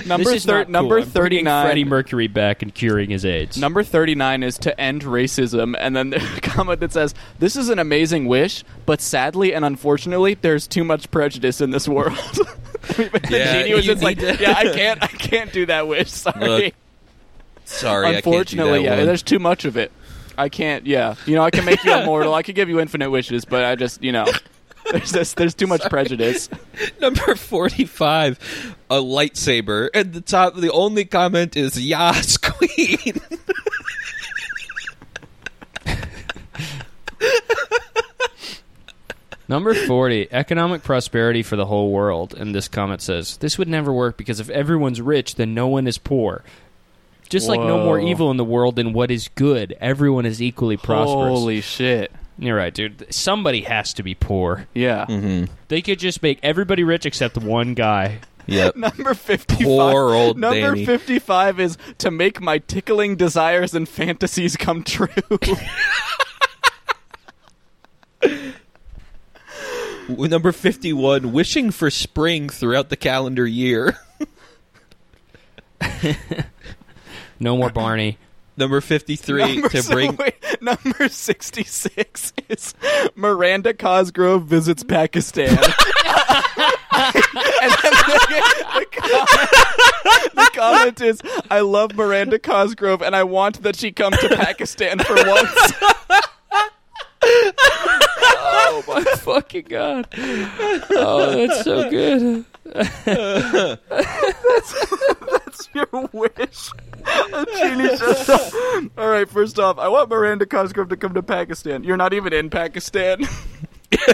[SPEAKER 4] Number,
[SPEAKER 3] this is
[SPEAKER 4] thir-
[SPEAKER 3] not cool.
[SPEAKER 4] number
[SPEAKER 3] I'm bringing
[SPEAKER 4] 39.
[SPEAKER 3] Freddie Mercury back and curing his AIDS.
[SPEAKER 4] Number 39 is to end racism. And then there's a comment that says, This is an amazing wish, but sadly and unfortunately, there's too much prejudice in this world. the
[SPEAKER 5] Yeah,
[SPEAKER 4] genie was
[SPEAKER 5] you
[SPEAKER 4] just like,
[SPEAKER 5] need to-
[SPEAKER 4] Yeah, I can't, I can't do that wish. Sorry.
[SPEAKER 5] Look, Sorry,
[SPEAKER 4] Unfortunately,
[SPEAKER 5] I can't do that
[SPEAKER 4] yeah,
[SPEAKER 5] one.
[SPEAKER 4] there's too much of it. I can't. Yeah, you know, I can make you immortal. I could give you infinite wishes, but I just, you know, there's just, there's too much prejudice.
[SPEAKER 5] Number 45, a lightsaber. At the top, the only comment is Yas Queen.
[SPEAKER 3] Number 40, economic prosperity for the whole world. And this comment says, This would never work because if everyone's rich, then no one is poor. Just like no more
[SPEAKER 4] Whoa.
[SPEAKER 3] evil in the world than what is good, everyone is equally prosperous.
[SPEAKER 4] Holy shit!
[SPEAKER 3] You're right, dude. Somebody has to be poor.
[SPEAKER 4] Yeah,
[SPEAKER 5] Mm-hmm.
[SPEAKER 3] They could just make everybody rich except one guy.
[SPEAKER 5] Yep.
[SPEAKER 4] Number 55.
[SPEAKER 5] Poor old
[SPEAKER 4] Number
[SPEAKER 5] Danny.
[SPEAKER 4] 55 is to make my tickling desires and fantasies come true.
[SPEAKER 5] W- Number 51, wishing for spring throughout the calendar year.
[SPEAKER 3] No more Barney.
[SPEAKER 5] Number 53,
[SPEAKER 4] number,
[SPEAKER 5] to bring
[SPEAKER 4] wait, number 66 is Miranda Cosgrove visits Pakistan. and then the, the, com- the comment is I love Miranda Cosgrove and I want that she come to Pakistan for once.
[SPEAKER 3] Oh my fucking god! Oh, that's so good.
[SPEAKER 4] your wish. Genie just. All right. First off, I want Miranda Cosgrove to come to Pakistan. You're not even in Pakistan.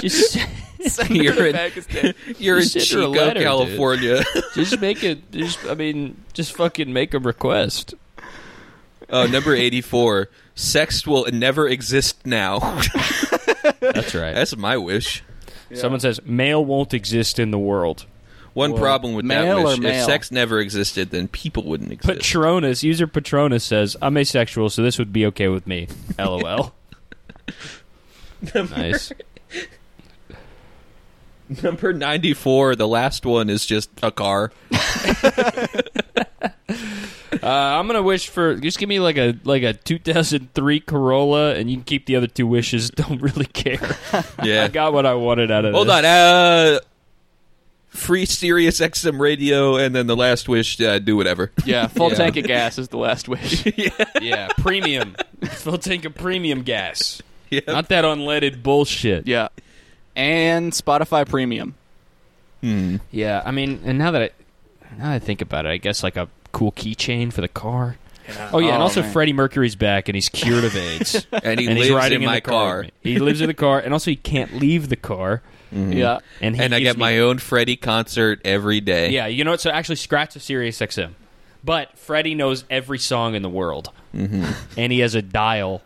[SPEAKER 3] Just,
[SPEAKER 4] Send her
[SPEAKER 5] You're
[SPEAKER 4] to
[SPEAKER 5] in-
[SPEAKER 4] Pakistan.
[SPEAKER 5] you're in
[SPEAKER 3] Send her a
[SPEAKER 5] Chico,
[SPEAKER 3] letter, dude.
[SPEAKER 5] California.
[SPEAKER 3] just make it. Just, I mean, just fucking make a request.
[SPEAKER 5] oh, number 84, sex will never exist now.
[SPEAKER 3] That's right.
[SPEAKER 5] That's my wish.
[SPEAKER 3] Someone says male won't exist in the world.
[SPEAKER 5] One problem with that
[SPEAKER 4] male or
[SPEAKER 5] wish, if
[SPEAKER 4] male?
[SPEAKER 5] sex never existed, then people wouldn't exist.
[SPEAKER 3] Patronus user Patronus says I'm asexual, so this would be okay with me. LOL. nice.
[SPEAKER 5] Number 94, the last one is just a car.
[SPEAKER 3] Uh, I'm gonna wish for just give me like a like a 2003 Corolla, and you can keep the other two wishes. Don't really care. I
[SPEAKER 5] Yeah.
[SPEAKER 3] got what I wanted out of
[SPEAKER 5] Hold
[SPEAKER 3] this.
[SPEAKER 5] on. Uh, free Sirius XM radio, and then the last wish, uh, do whatever.
[SPEAKER 4] Yeah, full
[SPEAKER 5] Yeah.
[SPEAKER 4] tank of gas is the last wish.
[SPEAKER 3] Yeah, premium. They'll take a premium gas.
[SPEAKER 5] Yep.
[SPEAKER 3] Not that unleaded bullshit.
[SPEAKER 4] yeah, and Spotify Premium.
[SPEAKER 3] Yeah, I mean, and now that I now that I think about it, I guess like a cool keychain for the car. Oh yeah, and
[SPEAKER 4] Oh,
[SPEAKER 3] also
[SPEAKER 4] man.
[SPEAKER 3] Freddie Mercury's back and he's cured of AIDS.
[SPEAKER 5] And he
[SPEAKER 3] and
[SPEAKER 5] lives
[SPEAKER 3] he's riding
[SPEAKER 5] in my
[SPEAKER 3] the
[SPEAKER 5] car.
[SPEAKER 3] with me. He lives in the car, and also he can't leave the car.
[SPEAKER 4] Yeah,
[SPEAKER 3] And, he
[SPEAKER 5] And I
[SPEAKER 3] gives
[SPEAKER 5] get my
[SPEAKER 3] me-
[SPEAKER 5] own Freddy concert every day.
[SPEAKER 3] yeah. You know what? So actually, scratch the Sirius XM, but Freddie knows every song in the world, and he has a dial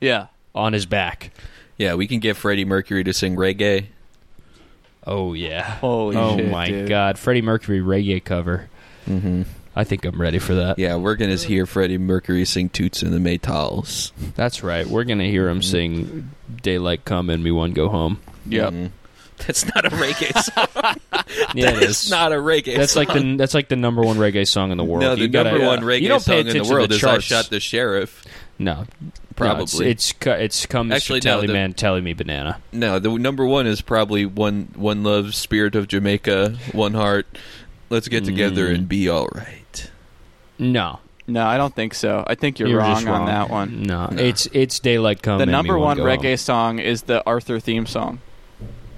[SPEAKER 4] yeah.
[SPEAKER 3] on his back.
[SPEAKER 5] Yeah, we can get Freddie Mercury to sing reggae.
[SPEAKER 3] Oh yeah.
[SPEAKER 4] Holy
[SPEAKER 3] oh
[SPEAKER 4] shit,
[SPEAKER 3] my
[SPEAKER 4] dude.
[SPEAKER 3] god, Freddie Mercury reggae cover. I think I'm ready for that.
[SPEAKER 5] Yeah, we're going to hear Freddie Mercury sing Toots and the Maytals.
[SPEAKER 3] That's right. We're gonna hear
[SPEAKER 5] Mm-hmm.
[SPEAKER 3] him sing "Daylight Come and Me One Go Home."
[SPEAKER 4] Yep.
[SPEAKER 3] Mm-hmm.
[SPEAKER 5] That's not a reggae song.
[SPEAKER 3] Yeah, it
[SPEAKER 5] That's
[SPEAKER 3] is.
[SPEAKER 5] not a reggae
[SPEAKER 3] That's
[SPEAKER 5] song.
[SPEAKER 3] like the that's like the number one reggae song in the world.
[SPEAKER 5] No, the
[SPEAKER 3] You gotta-
[SPEAKER 5] number one
[SPEAKER 3] yeah.
[SPEAKER 5] reggae
[SPEAKER 3] you don't pay
[SPEAKER 5] song in
[SPEAKER 3] attention
[SPEAKER 5] the
[SPEAKER 3] to
[SPEAKER 5] world is I
[SPEAKER 3] charts.
[SPEAKER 5] Shot the Sheriff.
[SPEAKER 3] No,
[SPEAKER 5] Probably.
[SPEAKER 3] no, it's, it's cu- it's come
[SPEAKER 5] Actually,
[SPEAKER 3] Mr.
[SPEAKER 5] no,
[SPEAKER 3] Telly
[SPEAKER 5] the-
[SPEAKER 3] Man, Telly Me Banana.
[SPEAKER 5] No, the number one is probably one one love, spirit of Jamaica, one heart. Let's get together
[SPEAKER 3] Mm.
[SPEAKER 5] and be all right.
[SPEAKER 3] No,
[SPEAKER 4] No, I don't think so. I think you're,
[SPEAKER 3] you were
[SPEAKER 4] wrong,
[SPEAKER 3] just
[SPEAKER 4] on that one.
[SPEAKER 3] No, it's it's Daylight Come.
[SPEAKER 4] The
[SPEAKER 3] and Me
[SPEAKER 4] number
[SPEAKER 3] One
[SPEAKER 4] one
[SPEAKER 3] Go Home.
[SPEAKER 4] reggae song is the Arthur theme song.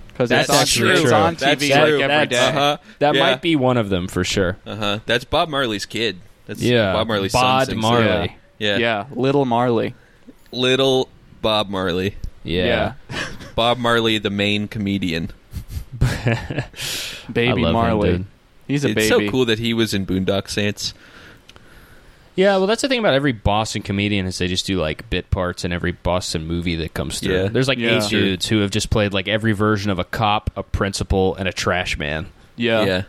[SPEAKER 4] Because
[SPEAKER 3] That's
[SPEAKER 4] it's on,
[SPEAKER 3] actually
[SPEAKER 4] it's
[SPEAKER 3] true.
[SPEAKER 4] on TV
[SPEAKER 5] That's
[SPEAKER 4] like
[SPEAKER 5] true.
[SPEAKER 4] every
[SPEAKER 3] That's-
[SPEAKER 4] day.
[SPEAKER 5] Uh huh.
[SPEAKER 3] That
[SPEAKER 5] yeah.
[SPEAKER 3] might be one of them for sure.
[SPEAKER 5] Uh huh. That's Bob Marley's kid. That's
[SPEAKER 3] Yeah,
[SPEAKER 5] Bob Marley's
[SPEAKER 3] Bob
[SPEAKER 5] son. sings that.
[SPEAKER 3] Marley.
[SPEAKER 5] Yeah.
[SPEAKER 4] Yeah, Little Marley.
[SPEAKER 5] Little Bob Marley.
[SPEAKER 3] Yeah,
[SPEAKER 5] Bob Marley, the main comedian.
[SPEAKER 3] I
[SPEAKER 4] Baby
[SPEAKER 3] love him,
[SPEAKER 4] Marley.
[SPEAKER 3] dude.
[SPEAKER 4] He's a
[SPEAKER 5] it's
[SPEAKER 4] baby.
[SPEAKER 5] so cool that he was in Boondock Saints.
[SPEAKER 3] Yeah, well, that's the thing about every Boston comedian is they just do like bit parts in every Boston movie that comes through.
[SPEAKER 5] Yeah.
[SPEAKER 3] There's like
[SPEAKER 4] Yeah.
[SPEAKER 3] eight
[SPEAKER 4] Sure.
[SPEAKER 3] dudes who have just played like every version of a cop, a principal, and a trash man.
[SPEAKER 4] Yeah.
[SPEAKER 5] yeah.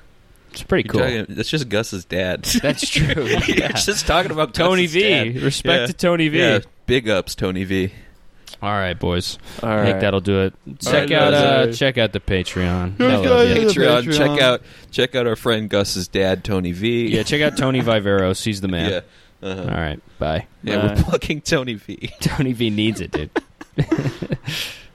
[SPEAKER 3] It's pretty cool.
[SPEAKER 5] You're talking- that's just Gus's dad.
[SPEAKER 3] That's true.
[SPEAKER 5] You're just talking about
[SPEAKER 3] Tony
[SPEAKER 5] Gus's
[SPEAKER 3] V.
[SPEAKER 5] dad.
[SPEAKER 3] Respect to Tony V.
[SPEAKER 5] Yeah. Big ups, Tony V.
[SPEAKER 3] All right, boys.
[SPEAKER 4] All
[SPEAKER 3] I think
[SPEAKER 4] right.
[SPEAKER 3] that'll do it. Check
[SPEAKER 5] right,
[SPEAKER 3] out uh,
[SPEAKER 4] guys.
[SPEAKER 3] check out the Patreon. I love you.
[SPEAKER 5] Uh, Patreon,
[SPEAKER 4] Patreon.
[SPEAKER 5] Check out check out our friend Gus's dad, Tony V.
[SPEAKER 3] Yeah, check out Tony Viveros. He's the man.
[SPEAKER 5] yeah. Uh-huh.
[SPEAKER 3] All right, bye.
[SPEAKER 5] Yeah, we're
[SPEAKER 4] Bye.
[SPEAKER 5] plugging Tony V.
[SPEAKER 3] Tony V needs it, dude.